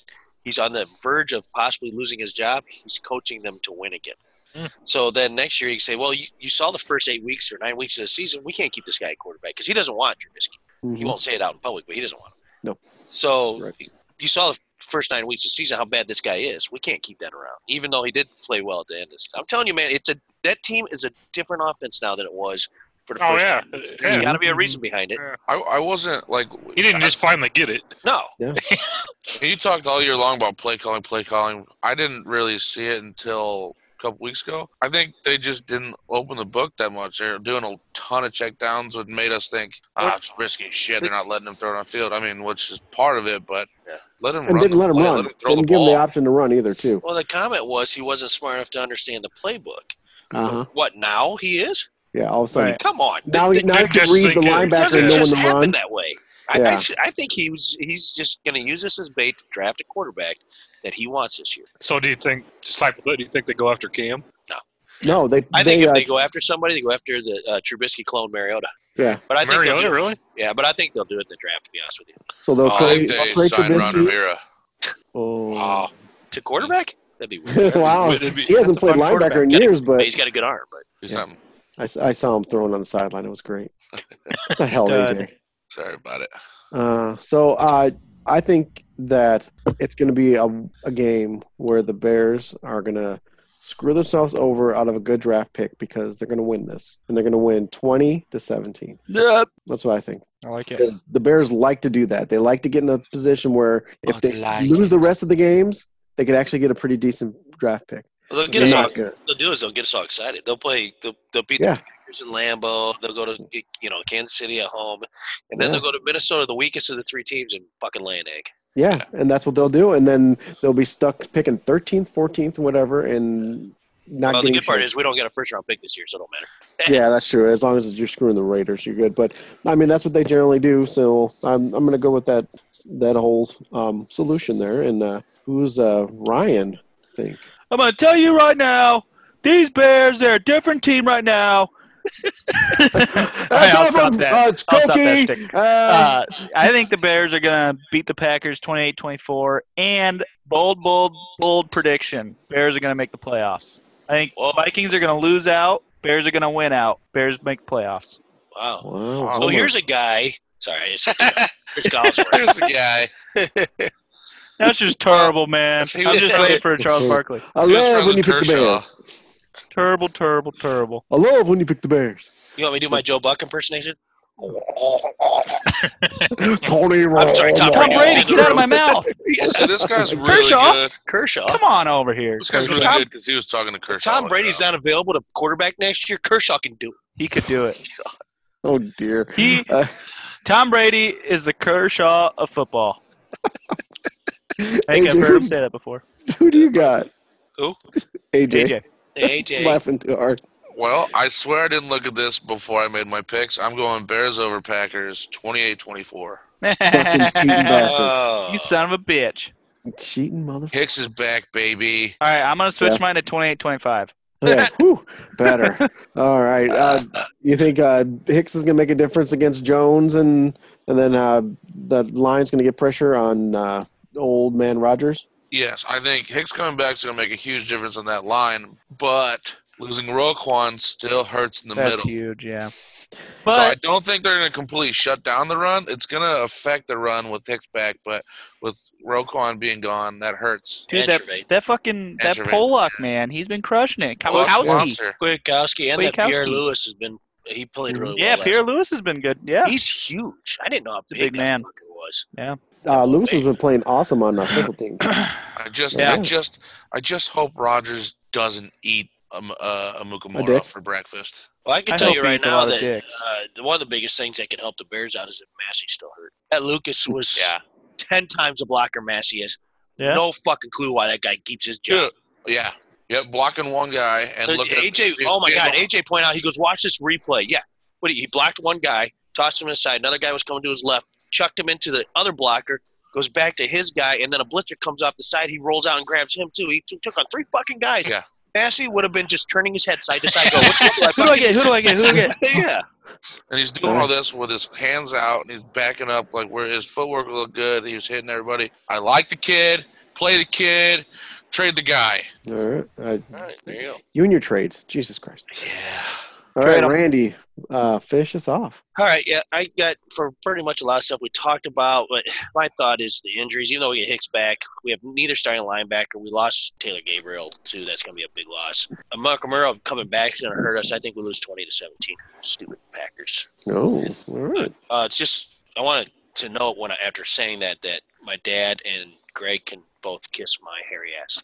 [SPEAKER 4] he's on the verge of possibly losing his job, he's coaching them to win again. So then next year you can say, well, you, you saw the first eight weeks or nine weeks of the season. We can't keep this guy at quarterback because he doesn't want Trubisky. He
[SPEAKER 3] Mhm.
[SPEAKER 4] won't say it out in public, but he doesn't want him.
[SPEAKER 3] No.
[SPEAKER 4] So
[SPEAKER 3] Right.
[SPEAKER 4] you saw the first nine weeks of the season how bad this guy is. We can't keep that around, even though he did play well at the end. I'm telling you, man, it's a that team is a different offense now than it was for the
[SPEAKER 6] Oh
[SPEAKER 4] first
[SPEAKER 6] yeah,
[SPEAKER 4] time. There's
[SPEAKER 6] yeah. Mm-hmm.
[SPEAKER 4] got to be a reason behind it.
[SPEAKER 7] I, I wasn't like
[SPEAKER 6] He didn't just finally get it.
[SPEAKER 4] No,
[SPEAKER 7] You talked all year long about play calling, play calling. I didn't really see it until a couple weeks ago. I think they just didn't open the book that much. They're doing a ton of check downs, which made us think, ah, it's risky as shit. They're not letting him throw it on field. I mean, which is part of it, but
[SPEAKER 4] Yeah.
[SPEAKER 7] let him
[SPEAKER 3] and
[SPEAKER 7] run
[SPEAKER 3] didn't
[SPEAKER 7] the
[SPEAKER 3] let him
[SPEAKER 7] play.
[SPEAKER 3] run.
[SPEAKER 7] throw
[SPEAKER 3] Didn't
[SPEAKER 7] the
[SPEAKER 3] give him
[SPEAKER 7] ball.
[SPEAKER 3] the option to run either, too.
[SPEAKER 4] well, the comment was he wasn't smart enough to understand the playbook.
[SPEAKER 3] Uh huh.
[SPEAKER 4] What now? He is?
[SPEAKER 3] Yeah, all of a sudden.
[SPEAKER 5] Right.
[SPEAKER 4] Come on!
[SPEAKER 3] Now, he, now he
[SPEAKER 6] It
[SPEAKER 3] can
[SPEAKER 6] just
[SPEAKER 3] read the
[SPEAKER 6] sink in.
[SPEAKER 4] It doesn't
[SPEAKER 3] linebacker and know when
[SPEAKER 4] just
[SPEAKER 3] to
[SPEAKER 4] happen
[SPEAKER 3] run.
[SPEAKER 4] that way. I, I,
[SPEAKER 3] Yeah.
[SPEAKER 4] I think he was, he's just going to use this as bait to draft a quarterback that he wants this year.
[SPEAKER 6] So do you think, just hypothetically, do you think they go after Cam?
[SPEAKER 3] No, they.
[SPEAKER 4] I think
[SPEAKER 3] they,
[SPEAKER 4] if
[SPEAKER 3] uh,
[SPEAKER 4] they go after somebody, they go after the uh, Trubisky clone Mariota.
[SPEAKER 3] Yeah.
[SPEAKER 4] but I think they'll
[SPEAKER 6] Mariota,
[SPEAKER 4] do it.
[SPEAKER 6] really?
[SPEAKER 4] Yeah, but I think they'll do it in the draft. To be honest with you,
[SPEAKER 3] So they'll
[SPEAKER 7] Oh, I
[SPEAKER 3] trade,
[SPEAKER 7] think
[SPEAKER 3] they'll
[SPEAKER 7] they
[SPEAKER 3] trade
[SPEAKER 7] signed Ron
[SPEAKER 3] Trubisky.
[SPEAKER 7] Rivera.
[SPEAKER 3] Oh.
[SPEAKER 6] Wow.
[SPEAKER 4] to quarterback, that'd be weird.
[SPEAKER 3] wow.
[SPEAKER 6] It'd be-
[SPEAKER 3] He hasn't
[SPEAKER 6] that's a
[SPEAKER 3] played
[SPEAKER 6] fun quarterback.
[SPEAKER 3] linebacker in
[SPEAKER 4] Gotta-
[SPEAKER 3] years,
[SPEAKER 4] But
[SPEAKER 3] but
[SPEAKER 4] he's got a good arm. But
[SPEAKER 7] Do
[SPEAKER 3] Yeah.
[SPEAKER 7] something.
[SPEAKER 3] I, s- I saw him throwing on the sideline. It was great. the hell, AJ.
[SPEAKER 7] Sorry about it.
[SPEAKER 3] Uh, so uh, I think that it's going to be a, a game where the Bears are going to screw themselves over out of a good draft pick because they're going to win this, and they're going to win twenty to seventeen. That's what I think.
[SPEAKER 5] I like it.
[SPEAKER 3] because the Bears like to do that. They like to get in a position where if
[SPEAKER 8] Oh,
[SPEAKER 3] they
[SPEAKER 8] they like
[SPEAKER 3] lose
[SPEAKER 8] it.
[SPEAKER 3] the rest of the games, they could actually get a pretty decent draft pick.
[SPEAKER 4] they'll get
[SPEAKER 3] They're
[SPEAKER 4] us
[SPEAKER 3] not
[SPEAKER 4] all.
[SPEAKER 3] good.
[SPEAKER 4] They'll do is they'll get us all excited. They'll play. They'll, they'll beat
[SPEAKER 3] Yeah.
[SPEAKER 4] the Packers in Lambeau. They'll go to you know Kansas City at home, and then
[SPEAKER 3] Yeah.
[SPEAKER 4] they'll go to Minnesota, the weakest of the three teams, and fucking lay an egg.
[SPEAKER 3] Yeah, and that's what they'll do, and then they'll be stuck picking 13th, 14th, whatever, and not
[SPEAKER 4] Well, the
[SPEAKER 3] getting.
[SPEAKER 4] good part
[SPEAKER 3] shit.
[SPEAKER 4] is we don't get a first round pick this year, so it don't matter.
[SPEAKER 3] yeah, that's true. As long as you're screwing the Raiders, you're good. But I mean, that's what they generally do. So I'm I'm gonna go with that that whole um, solution there. And uh, who's uh, Ryan? I think
[SPEAKER 5] I'm gonna tell you right now, these Bears, they're a different team right now. I'll stop that.
[SPEAKER 3] Uh, it's
[SPEAKER 5] I'll stop that
[SPEAKER 3] Cokie.
[SPEAKER 5] stick.
[SPEAKER 3] Uh,
[SPEAKER 5] Uh, I think the Bears are gonna beat the Packers 28-24. And bold, bold, bold prediction: Bears are gonna make the playoffs. I think
[SPEAKER 4] Whoa.
[SPEAKER 5] Vikings are gonna lose out. Bears are gonna win out. Bears make the playoffs.
[SPEAKER 4] Wow.
[SPEAKER 3] wow.
[SPEAKER 7] Oh,
[SPEAKER 4] Well,
[SPEAKER 7] Homer.
[SPEAKER 4] here's a guy. Sorry, it's Chris Collinsworth.
[SPEAKER 7] There's a guy.
[SPEAKER 5] That's just terrible, man.
[SPEAKER 7] If he
[SPEAKER 5] I'm
[SPEAKER 7] was
[SPEAKER 5] just
[SPEAKER 7] from
[SPEAKER 5] waiting
[SPEAKER 7] the-
[SPEAKER 5] for Charles Barkley.
[SPEAKER 3] I
[SPEAKER 7] He was
[SPEAKER 3] love
[SPEAKER 7] from
[SPEAKER 3] when
[SPEAKER 7] the
[SPEAKER 3] you pick the
[SPEAKER 7] Kershaw.
[SPEAKER 3] Bears.
[SPEAKER 5] Terrible, terrible, terrible.
[SPEAKER 3] I love when you pick the Bears.
[SPEAKER 4] You want me to do my Joe Buck impersonation?
[SPEAKER 3] Tony Oh,
[SPEAKER 4] I'm sorry, Tom
[SPEAKER 5] Tom
[SPEAKER 4] Brady.
[SPEAKER 5] Brady, get out of my mouth.
[SPEAKER 7] So this guy's really
[SPEAKER 5] Kershaw.
[SPEAKER 7] good.
[SPEAKER 4] Kershaw.
[SPEAKER 5] Come on over here.
[SPEAKER 7] This guy's really
[SPEAKER 4] Tom-
[SPEAKER 7] good because he was talking to Kershaw.
[SPEAKER 4] Tom
[SPEAKER 7] right
[SPEAKER 4] Brady's
[SPEAKER 7] now.
[SPEAKER 4] not available to quarterback next year. Kershaw can do it.
[SPEAKER 5] He could do it.
[SPEAKER 3] Oh dear.
[SPEAKER 5] He,
[SPEAKER 3] Uh,
[SPEAKER 5] Tom Brady is the Kershaw of football. I think
[SPEAKER 3] AJ,
[SPEAKER 5] I've heard him
[SPEAKER 3] who-
[SPEAKER 5] say that before.
[SPEAKER 3] Who do you got?
[SPEAKER 4] Who?
[SPEAKER 3] AJ.
[SPEAKER 5] AJ.
[SPEAKER 4] Hey,
[SPEAKER 3] He's
[SPEAKER 4] AJ.
[SPEAKER 3] laughing too hard.
[SPEAKER 7] Well, I swear I didn't look at this before I made my picks. I'm going Bears over Packers 28 24.
[SPEAKER 3] Fucking cheating bastard.
[SPEAKER 4] Oh.
[SPEAKER 5] you son of a bitch.
[SPEAKER 3] Cheating motherfucker.
[SPEAKER 7] Hicks is back, baby.
[SPEAKER 5] All right, I'm going to switch
[SPEAKER 3] Yeah.
[SPEAKER 5] mine to 28-25.
[SPEAKER 3] Yeah, whew, better. All right. Uh, you think uh, Hicks is going to make a difference against Jones, and and then uh, the line's going to get pressure on uh, old man Rogers?
[SPEAKER 7] Yes, I think Hicks coming back is going to make a huge difference on that line, but losing Roquan still hurts in the
[SPEAKER 5] That's
[SPEAKER 7] middle.
[SPEAKER 5] huge, yeah.
[SPEAKER 7] so I
[SPEAKER 5] But
[SPEAKER 7] don't think they're going to completely shut down the run. It's going to affect the run with Hicks back, but with Roquan being gone, that hurts.
[SPEAKER 5] dude, that,
[SPEAKER 4] Antrovate.
[SPEAKER 5] that fucking that
[SPEAKER 7] Antrovate.
[SPEAKER 5] Pollock man, he's been crushing it.
[SPEAKER 7] Well, that's
[SPEAKER 5] Kowalski.
[SPEAKER 7] monster.
[SPEAKER 4] Kwiatkowski and that
[SPEAKER 5] Kwiatkowski.
[SPEAKER 4] Pierre Lewis has been. He played really
[SPEAKER 5] Yeah,
[SPEAKER 4] well.
[SPEAKER 5] Pierre Lewis has been good. Yeah,
[SPEAKER 4] Lewis. He's huge. I didn't know how big,
[SPEAKER 5] big
[SPEAKER 4] that
[SPEAKER 5] man.
[SPEAKER 4] fucker was.
[SPEAKER 3] Uh, Lewis has been playing awesome on our special team.
[SPEAKER 7] I just, I
[SPEAKER 3] Yeah.
[SPEAKER 7] just, I just hope Rogers doesn't eat a, m- uh, a
[SPEAKER 3] dick.
[SPEAKER 7] Mukamura for breakfast.
[SPEAKER 4] Well, I can
[SPEAKER 5] I
[SPEAKER 4] tell
[SPEAKER 5] hope
[SPEAKER 4] you
[SPEAKER 5] he
[SPEAKER 4] right
[SPEAKER 5] eats a
[SPEAKER 4] now
[SPEAKER 5] lot of
[SPEAKER 4] that
[SPEAKER 5] dicks.
[SPEAKER 4] uh, one of the biggest things that can help the Bears out is that Massey's still hurt. That Lucas was
[SPEAKER 7] Yeah.
[SPEAKER 4] ten times a blocker Massey is.
[SPEAKER 5] Yeah.
[SPEAKER 4] No fucking clue why that guy keeps his job.
[SPEAKER 7] Yeah. Yeah. Yep. Blocking one guy and
[SPEAKER 4] Uh,
[SPEAKER 7] looking at
[SPEAKER 4] AJ,
[SPEAKER 7] the-
[SPEAKER 4] oh my
[SPEAKER 7] yeah,
[SPEAKER 4] God, AJ pointed out. He goes, watch this replay. Yeah, what he he blocked one guy, tossed him aside. Another guy was coming to his left, chucked him into the other blocker, goes back to his guy, and then a blitzer comes off the side. He rolls out and grabs him too. He t- took on three fucking guys.
[SPEAKER 7] Yeah.
[SPEAKER 4] Massey would have been just turning his head side to side. Go, which one do I
[SPEAKER 5] Who do I
[SPEAKER 4] fucking-"
[SPEAKER 5] get? Who do I get? Who do I get?
[SPEAKER 4] yeah,
[SPEAKER 7] And he's doing all this with his hands out and he's backing up like where his footwork looked good. He was hitting everybody. I like the kid. Play the kid. Trade the guy.
[SPEAKER 3] All right. Uh,
[SPEAKER 4] All right, there you go.
[SPEAKER 3] you and your trades. Jesus Christ.
[SPEAKER 7] Yeah.
[SPEAKER 3] All right,
[SPEAKER 5] Right on.
[SPEAKER 3] Randy, uh, finish us off.
[SPEAKER 4] All right, yeah, I got for pretty much a lot of stuff we talked about. But my thought is the injuries. Even though we get Hicks back, we have neither starting linebacker. We lost Taylor Gabriel too. That's going to be a big loss. Uh, Murrow coming back is going to hurt us. I think we lose twenty to seventeen. Stupid Packers.
[SPEAKER 3] Oh, all right.
[SPEAKER 4] Uh, it's just I wanted to note when I, after saying that that my dad and Greg can both kiss my hairy ass.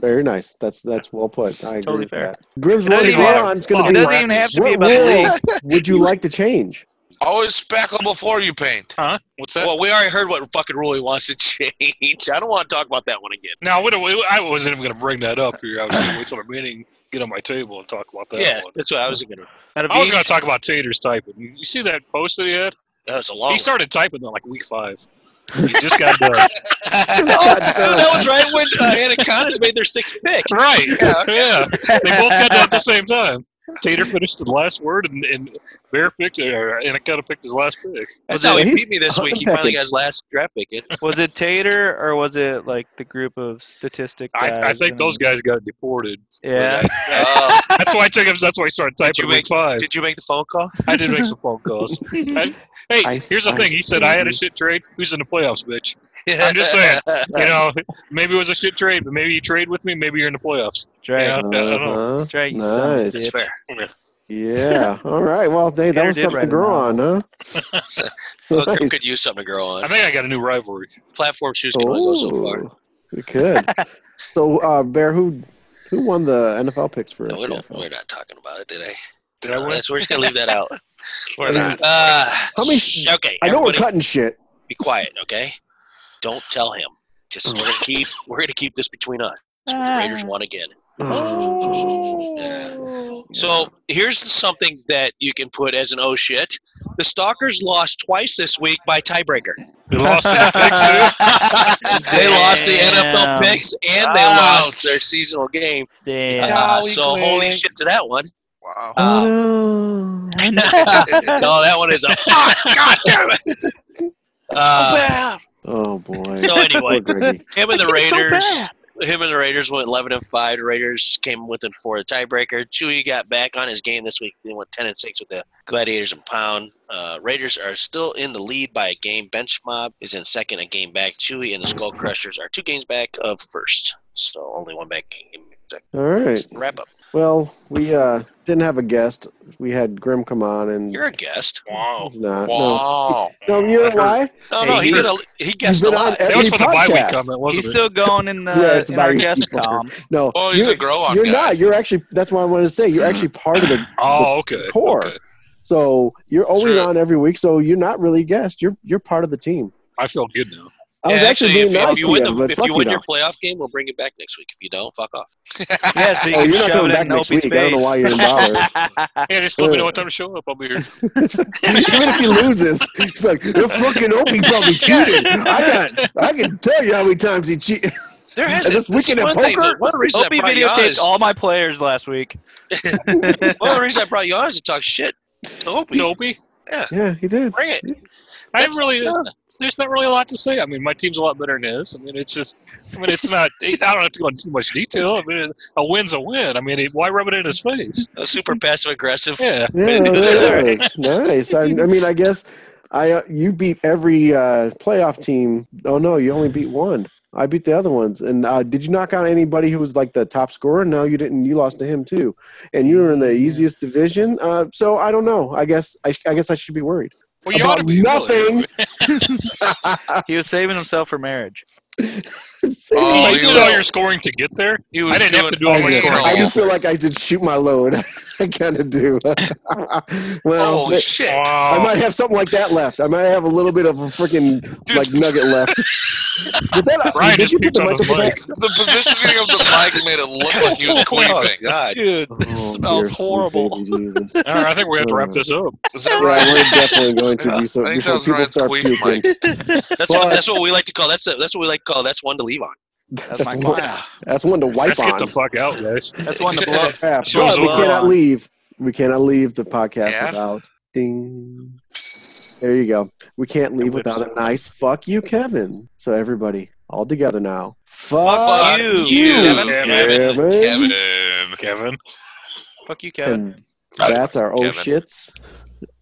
[SPEAKER 3] Very nice. That's that's well put. I agree
[SPEAKER 5] Totally
[SPEAKER 3] with
[SPEAKER 5] fair.
[SPEAKER 3] that. Grim's
[SPEAKER 5] It doesn't
[SPEAKER 3] Rose
[SPEAKER 5] even have-
[SPEAKER 3] on is going
[SPEAKER 5] It
[SPEAKER 3] to be.
[SPEAKER 5] doesn't even have to be
[SPEAKER 3] What
[SPEAKER 5] about the league.
[SPEAKER 3] rule would you like to change?
[SPEAKER 7] Always spackle before you paint.
[SPEAKER 6] Huh? What's that?
[SPEAKER 4] Well, we already heard what fucking rule he wants to change. I don't want to talk about that one again.
[SPEAKER 6] no, we don't, we- I wasn't even going to bring that up here. I was going to wait till the meeting, get on my table, and talk about that.
[SPEAKER 4] yeah,
[SPEAKER 6] one.
[SPEAKER 4] that's what I was going to.
[SPEAKER 5] Out of
[SPEAKER 6] I was
[SPEAKER 5] each-
[SPEAKER 6] going to talk about Tater's typing. You you see that post that he had?
[SPEAKER 4] That was a long.
[SPEAKER 6] he
[SPEAKER 4] one.
[SPEAKER 6] started typing in like week five. He just got done.
[SPEAKER 4] Oh, that was right when uh, Anacondas made their sixth pick.
[SPEAKER 6] right. Yeah, They both got done at the same time. Tater finished the last word, and, and Bear picked, or Anaconda picked his last pick.
[SPEAKER 4] That's how he
[SPEAKER 3] He's
[SPEAKER 4] beat me this week. He finally got his last draft pick. in.
[SPEAKER 5] Was it Tater or was it like the group of statistic
[SPEAKER 6] I,
[SPEAKER 5] guys?
[SPEAKER 6] I think those
[SPEAKER 5] and-
[SPEAKER 6] guys got deported.
[SPEAKER 5] Yeah.
[SPEAKER 3] Oh.
[SPEAKER 4] Uh,
[SPEAKER 6] That's why I took him. That's why he started
[SPEAKER 4] you
[SPEAKER 6] typing in week
[SPEAKER 4] make-
[SPEAKER 6] five.
[SPEAKER 4] did you make the phone call?
[SPEAKER 6] I did make some phone calls. I- hey,
[SPEAKER 3] I-
[SPEAKER 6] here's the
[SPEAKER 3] I
[SPEAKER 6] thing. He said I had a
[SPEAKER 3] see.
[SPEAKER 6] shit trade. Who's in the playoffs, bitch? I'm just saying. You know, maybe it was a shit trade, but maybe you trade with me. Maybe you're in the playoffs.
[SPEAKER 5] Drake.
[SPEAKER 6] Yeah. I don't know.
[SPEAKER 3] Uh-huh.
[SPEAKER 5] Drake. you son of a
[SPEAKER 3] Nice.
[SPEAKER 5] bitch.
[SPEAKER 4] fair.
[SPEAKER 3] Yeah. All right. Well, they, that
[SPEAKER 5] Tanner
[SPEAKER 3] was
[SPEAKER 5] did
[SPEAKER 3] something to
[SPEAKER 5] write it
[SPEAKER 3] grow on,
[SPEAKER 5] down.
[SPEAKER 3] huh?
[SPEAKER 4] Look, Kirk
[SPEAKER 3] Nice.
[SPEAKER 4] could use something to grow
[SPEAKER 6] I
[SPEAKER 4] on.
[SPEAKER 6] think I got a new rivalry.
[SPEAKER 4] Platform shoes can only go so far.
[SPEAKER 3] Ooh, We could. so, uh, Bear, who who won the NFL picks for
[SPEAKER 4] No, we don't,
[SPEAKER 3] FPFL?
[SPEAKER 4] we're not talking about it today.
[SPEAKER 6] Did I win?
[SPEAKER 4] That's, we're just going to leave that out.
[SPEAKER 7] We're not.
[SPEAKER 4] Uh,
[SPEAKER 3] How many-
[SPEAKER 4] sh- okay,
[SPEAKER 3] I know we're
[SPEAKER 4] everybody
[SPEAKER 3] cutting shit.
[SPEAKER 4] be quiet, okay? Don't tell him. Just we're gonna keep we're gonna keep this between us. That's what the Raiders won again.
[SPEAKER 5] Oh.
[SPEAKER 4] So here's something that you can put as an oh shit. The Stalkers lost twice this week by tiebreaker.
[SPEAKER 6] They lost that pick, too?
[SPEAKER 4] They lost the
[SPEAKER 5] Damn.
[SPEAKER 4] NFL picks and they
[SPEAKER 7] Ouch.
[SPEAKER 4] lost their seasonal game.
[SPEAKER 5] Damn.
[SPEAKER 4] Uh,
[SPEAKER 7] Golly
[SPEAKER 4] so holy
[SPEAKER 7] Greg.
[SPEAKER 4] shit to that one.
[SPEAKER 7] Wow.
[SPEAKER 4] Uh,
[SPEAKER 3] Oh, no.
[SPEAKER 4] no, that one is a fuck. God damn it. Uh,
[SPEAKER 3] Oh, boy.
[SPEAKER 4] so anyway,
[SPEAKER 3] Poor Greggy.
[SPEAKER 4] him and the
[SPEAKER 5] It's so
[SPEAKER 4] Raiders.
[SPEAKER 5] bad.
[SPEAKER 4] him and the Raiders went 11 and 5. The Raiders came within four of the tiebreaker. Chewy got back on his game this week. They went 10 and 6 with the Gladiators and Pound. Uh, Raiders are still in the lead by a game. Bench Mob is in second, a game back. Chewy and the Skull Crushers are two games back of first. So only one back game. back.
[SPEAKER 3] All right.
[SPEAKER 4] Wrap up.
[SPEAKER 3] Well, we uh, didn't have a guest. We had Grim come on, and
[SPEAKER 4] You're a guest.
[SPEAKER 6] Wow.
[SPEAKER 3] he's not. No.
[SPEAKER 7] Wow.
[SPEAKER 3] no, you know why?
[SPEAKER 4] No, no, he did a he
[SPEAKER 3] He's
[SPEAKER 4] guessed a
[SPEAKER 3] been on
[SPEAKER 4] lot.
[SPEAKER 6] That was
[SPEAKER 3] every
[SPEAKER 6] for the bye week
[SPEAKER 3] podcast.
[SPEAKER 6] comment,
[SPEAKER 5] He's
[SPEAKER 6] wasn't it?
[SPEAKER 5] still going in the,
[SPEAKER 3] Yeah, it's
[SPEAKER 5] in our
[SPEAKER 3] about
[SPEAKER 5] guest
[SPEAKER 3] you, fucker.
[SPEAKER 5] column.
[SPEAKER 3] No,
[SPEAKER 7] Oh, he's
[SPEAKER 3] you're,
[SPEAKER 7] a grow on
[SPEAKER 3] you're
[SPEAKER 7] guy.
[SPEAKER 3] not. You're actually. That's what I wanted to say. You're actually part of the
[SPEAKER 6] Oh, okay.
[SPEAKER 3] core.
[SPEAKER 6] okay.
[SPEAKER 3] So you're always
[SPEAKER 7] True.
[SPEAKER 3] on every week. So you're not really a guest. You're you're part of the team.
[SPEAKER 6] I feel good now.
[SPEAKER 3] I was
[SPEAKER 4] Yeah,
[SPEAKER 3] actually,
[SPEAKER 4] if-
[SPEAKER 3] being
[SPEAKER 4] if,
[SPEAKER 3] nice
[SPEAKER 4] you
[SPEAKER 3] to
[SPEAKER 4] win,
[SPEAKER 3] you,
[SPEAKER 4] the-
[SPEAKER 3] but
[SPEAKER 4] if
[SPEAKER 3] fuck
[SPEAKER 4] you win your
[SPEAKER 3] now.
[SPEAKER 4] playoff game, we'll bring it back next week. If you don't, fuck off.
[SPEAKER 5] Yeah, so you
[SPEAKER 3] Oh,
[SPEAKER 5] can
[SPEAKER 3] you're not
[SPEAKER 5] shove it
[SPEAKER 3] coming
[SPEAKER 5] in
[SPEAKER 3] back
[SPEAKER 5] an
[SPEAKER 3] next
[SPEAKER 5] open
[SPEAKER 3] week. I don't know
[SPEAKER 5] space.
[SPEAKER 3] why you're involved.
[SPEAKER 6] Yeah, just let me know what time to show up. I'll be here.
[SPEAKER 3] Even if he loses, he's like, "You're fucking open. He probably cheated. I got. I can tell you how many times he cheated.
[SPEAKER 4] There has
[SPEAKER 3] This weekend at
[SPEAKER 4] one thing-
[SPEAKER 3] poker?
[SPEAKER 4] One reason I
[SPEAKER 5] Opie
[SPEAKER 4] brought you on
[SPEAKER 5] videotaped
[SPEAKER 4] is-
[SPEAKER 5] all my players last week.
[SPEAKER 4] Well, the reason I brought you on is to talk shit. Nope.
[SPEAKER 6] Dopey.
[SPEAKER 3] Yeah, he did.
[SPEAKER 4] Bring it.
[SPEAKER 6] I
[SPEAKER 4] That's-
[SPEAKER 6] really, there's not really a lot to say. I mean, my team's a lot better than his. I mean, it's just, I mean, it's not. I don't have to go into too much detail. I mean, a win's a win. I mean, why rub it in his face?
[SPEAKER 4] Uh, Super passive aggressive.
[SPEAKER 6] Yeah,
[SPEAKER 3] Yeah, there it is. nice. I, I mean, I guess I uh, you beat every uh, playoff team. Oh no, you only beat one. I beat the other ones. And uh, did you knock out anybody who was like the top scorer? No, you didn't. You lost to him too. And you were in the easiest division. Uh, so I don't know. I guess I, sh- I guess I should be worried.
[SPEAKER 6] well, you
[SPEAKER 3] About
[SPEAKER 6] ought to be really.
[SPEAKER 3] nothing.
[SPEAKER 5] He was saving himself for marriage.
[SPEAKER 7] Oh,
[SPEAKER 6] I
[SPEAKER 7] you
[SPEAKER 6] did all your scoring to get there.
[SPEAKER 7] He
[SPEAKER 6] I
[SPEAKER 7] was
[SPEAKER 6] didn't
[SPEAKER 7] doing
[SPEAKER 6] have to do all my
[SPEAKER 7] you
[SPEAKER 6] scoring.
[SPEAKER 7] know,
[SPEAKER 3] I just feel like I did shoot my load. I kind of do. well,
[SPEAKER 4] Holy shit.
[SPEAKER 6] Wow.
[SPEAKER 3] I might have something like that left. I might have a little bit of a freaking like nugget left. Did that, uh,
[SPEAKER 6] Ryan
[SPEAKER 3] did
[SPEAKER 6] just
[SPEAKER 3] you put
[SPEAKER 6] puked
[SPEAKER 3] the
[SPEAKER 6] on
[SPEAKER 3] mic
[SPEAKER 6] his
[SPEAKER 3] up
[SPEAKER 6] mic.
[SPEAKER 3] to
[SPEAKER 7] the positioning of the mic made it look like he was
[SPEAKER 4] Oh,
[SPEAKER 7] queefing.
[SPEAKER 4] God.
[SPEAKER 5] Dude,
[SPEAKER 3] that?
[SPEAKER 5] this
[SPEAKER 3] Oh,
[SPEAKER 5] smells
[SPEAKER 3] dear sweet
[SPEAKER 5] horrible.
[SPEAKER 3] baby Jesus.
[SPEAKER 6] All right, I think we have to wrap this up.
[SPEAKER 7] Is
[SPEAKER 3] Yeah,
[SPEAKER 7] that right?
[SPEAKER 3] we're definitely going to be
[SPEAKER 7] I
[SPEAKER 3] so
[SPEAKER 7] think that
[SPEAKER 3] before
[SPEAKER 7] was
[SPEAKER 3] people
[SPEAKER 7] Ryan's
[SPEAKER 3] start
[SPEAKER 7] queef
[SPEAKER 3] puking.
[SPEAKER 7] mic.
[SPEAKER 4] That's what, that's what we like to call. That's a, that's what we like to call. That's one to leave on.
[SPEAKER 3] That's,
[SPEAKER 5] my
[SPEAKER 3] one,
[SPEAKER 5] plan.
[SPEAKER 3] that's one to wipe
[SPEAKER 6] Let's get the
[SPEAKER 3] on.
[SPEAKER 6] fuck out, guys.
[SPEAKER 5] That's one to blow.
[SPEAKER 3] Yeah,
[SPEAKER 6] Show's
[SPEAKER 3] but we
[SPEAKER 6] over.
[SPEAKER 3] cannot leave. We cannot leave the podcast
[SPEAKER 7] Yeah?
[SPEAKER 3] without ding. There you go. We can't leave without a nice fuck you, Kevin. So everybody, all together now. Fuck,
[SPEAKER 5] Fuck you,
[SPEAKER 3] you,
[SPEAKER 6] Kevin.
[SPEAKER 3] Kevin.
[SPEAKER 7] Kevin.
[SPEAKER 6] Kevin.
[SPEAKER 5] Fuck you, Kevin.
[SPEAKER 3] And That's our oh
[SPEAKER 7] Kevin.
[SPEAKER 3] shits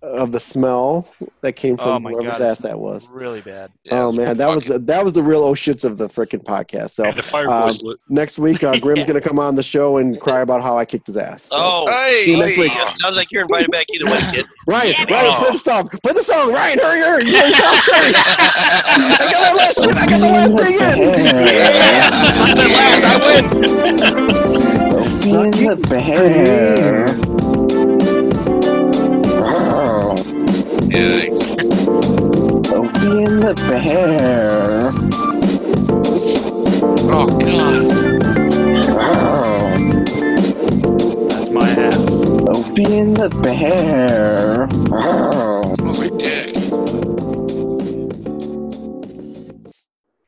[SPEAKER 3] of the smell that came
[SPEAKER 5] Oh
[SPEAKER 3] from
[SPEAKER 5] my
[SPEAKER 3] whoever's
[SPEAKER 5] God.
[SPEAKER 3] ass that was.
[SPEAKER 5] Really bad.
[SPEAKER 7] Yeah,
[SPEAKER 3] oh man, that was
[SPEAKER 7] fucking-
[SPEAKER 3] the, that was the real oh shits of the freaking podcast. So
[SPEAKER 6] And the fire
[SPEAKER 3] um,
[SPEAKER 6] was lit.
[SPEAKER 3] next week, uh, Grim's gonna come on the show and cry about how I kicked his ass. So-
[SPEAKER 4] Oh,
[SPEAKER 7] Hey,
[SPEAKER 3] next
[SPEAKER 7] hey,
[SPEAKER 3] week.
[SPEAKER 7] uh,
[SPEAKER 4] sounds like you're invited back either way, kid.
[SPEAKER 3] Ryan, Ryan, play the song. Play the song, Ryan. Hurry, hurry. You ain't top three. I got my last shit. I got the last thing in.
[SPEAKER 4] Last, I win.
[SPEAKER 3] Suck it.
[SPEAKER 7] yikes. Oh god.
[SPEAKER 5] That's my ass.
[SPEAKER 9] Open the bear.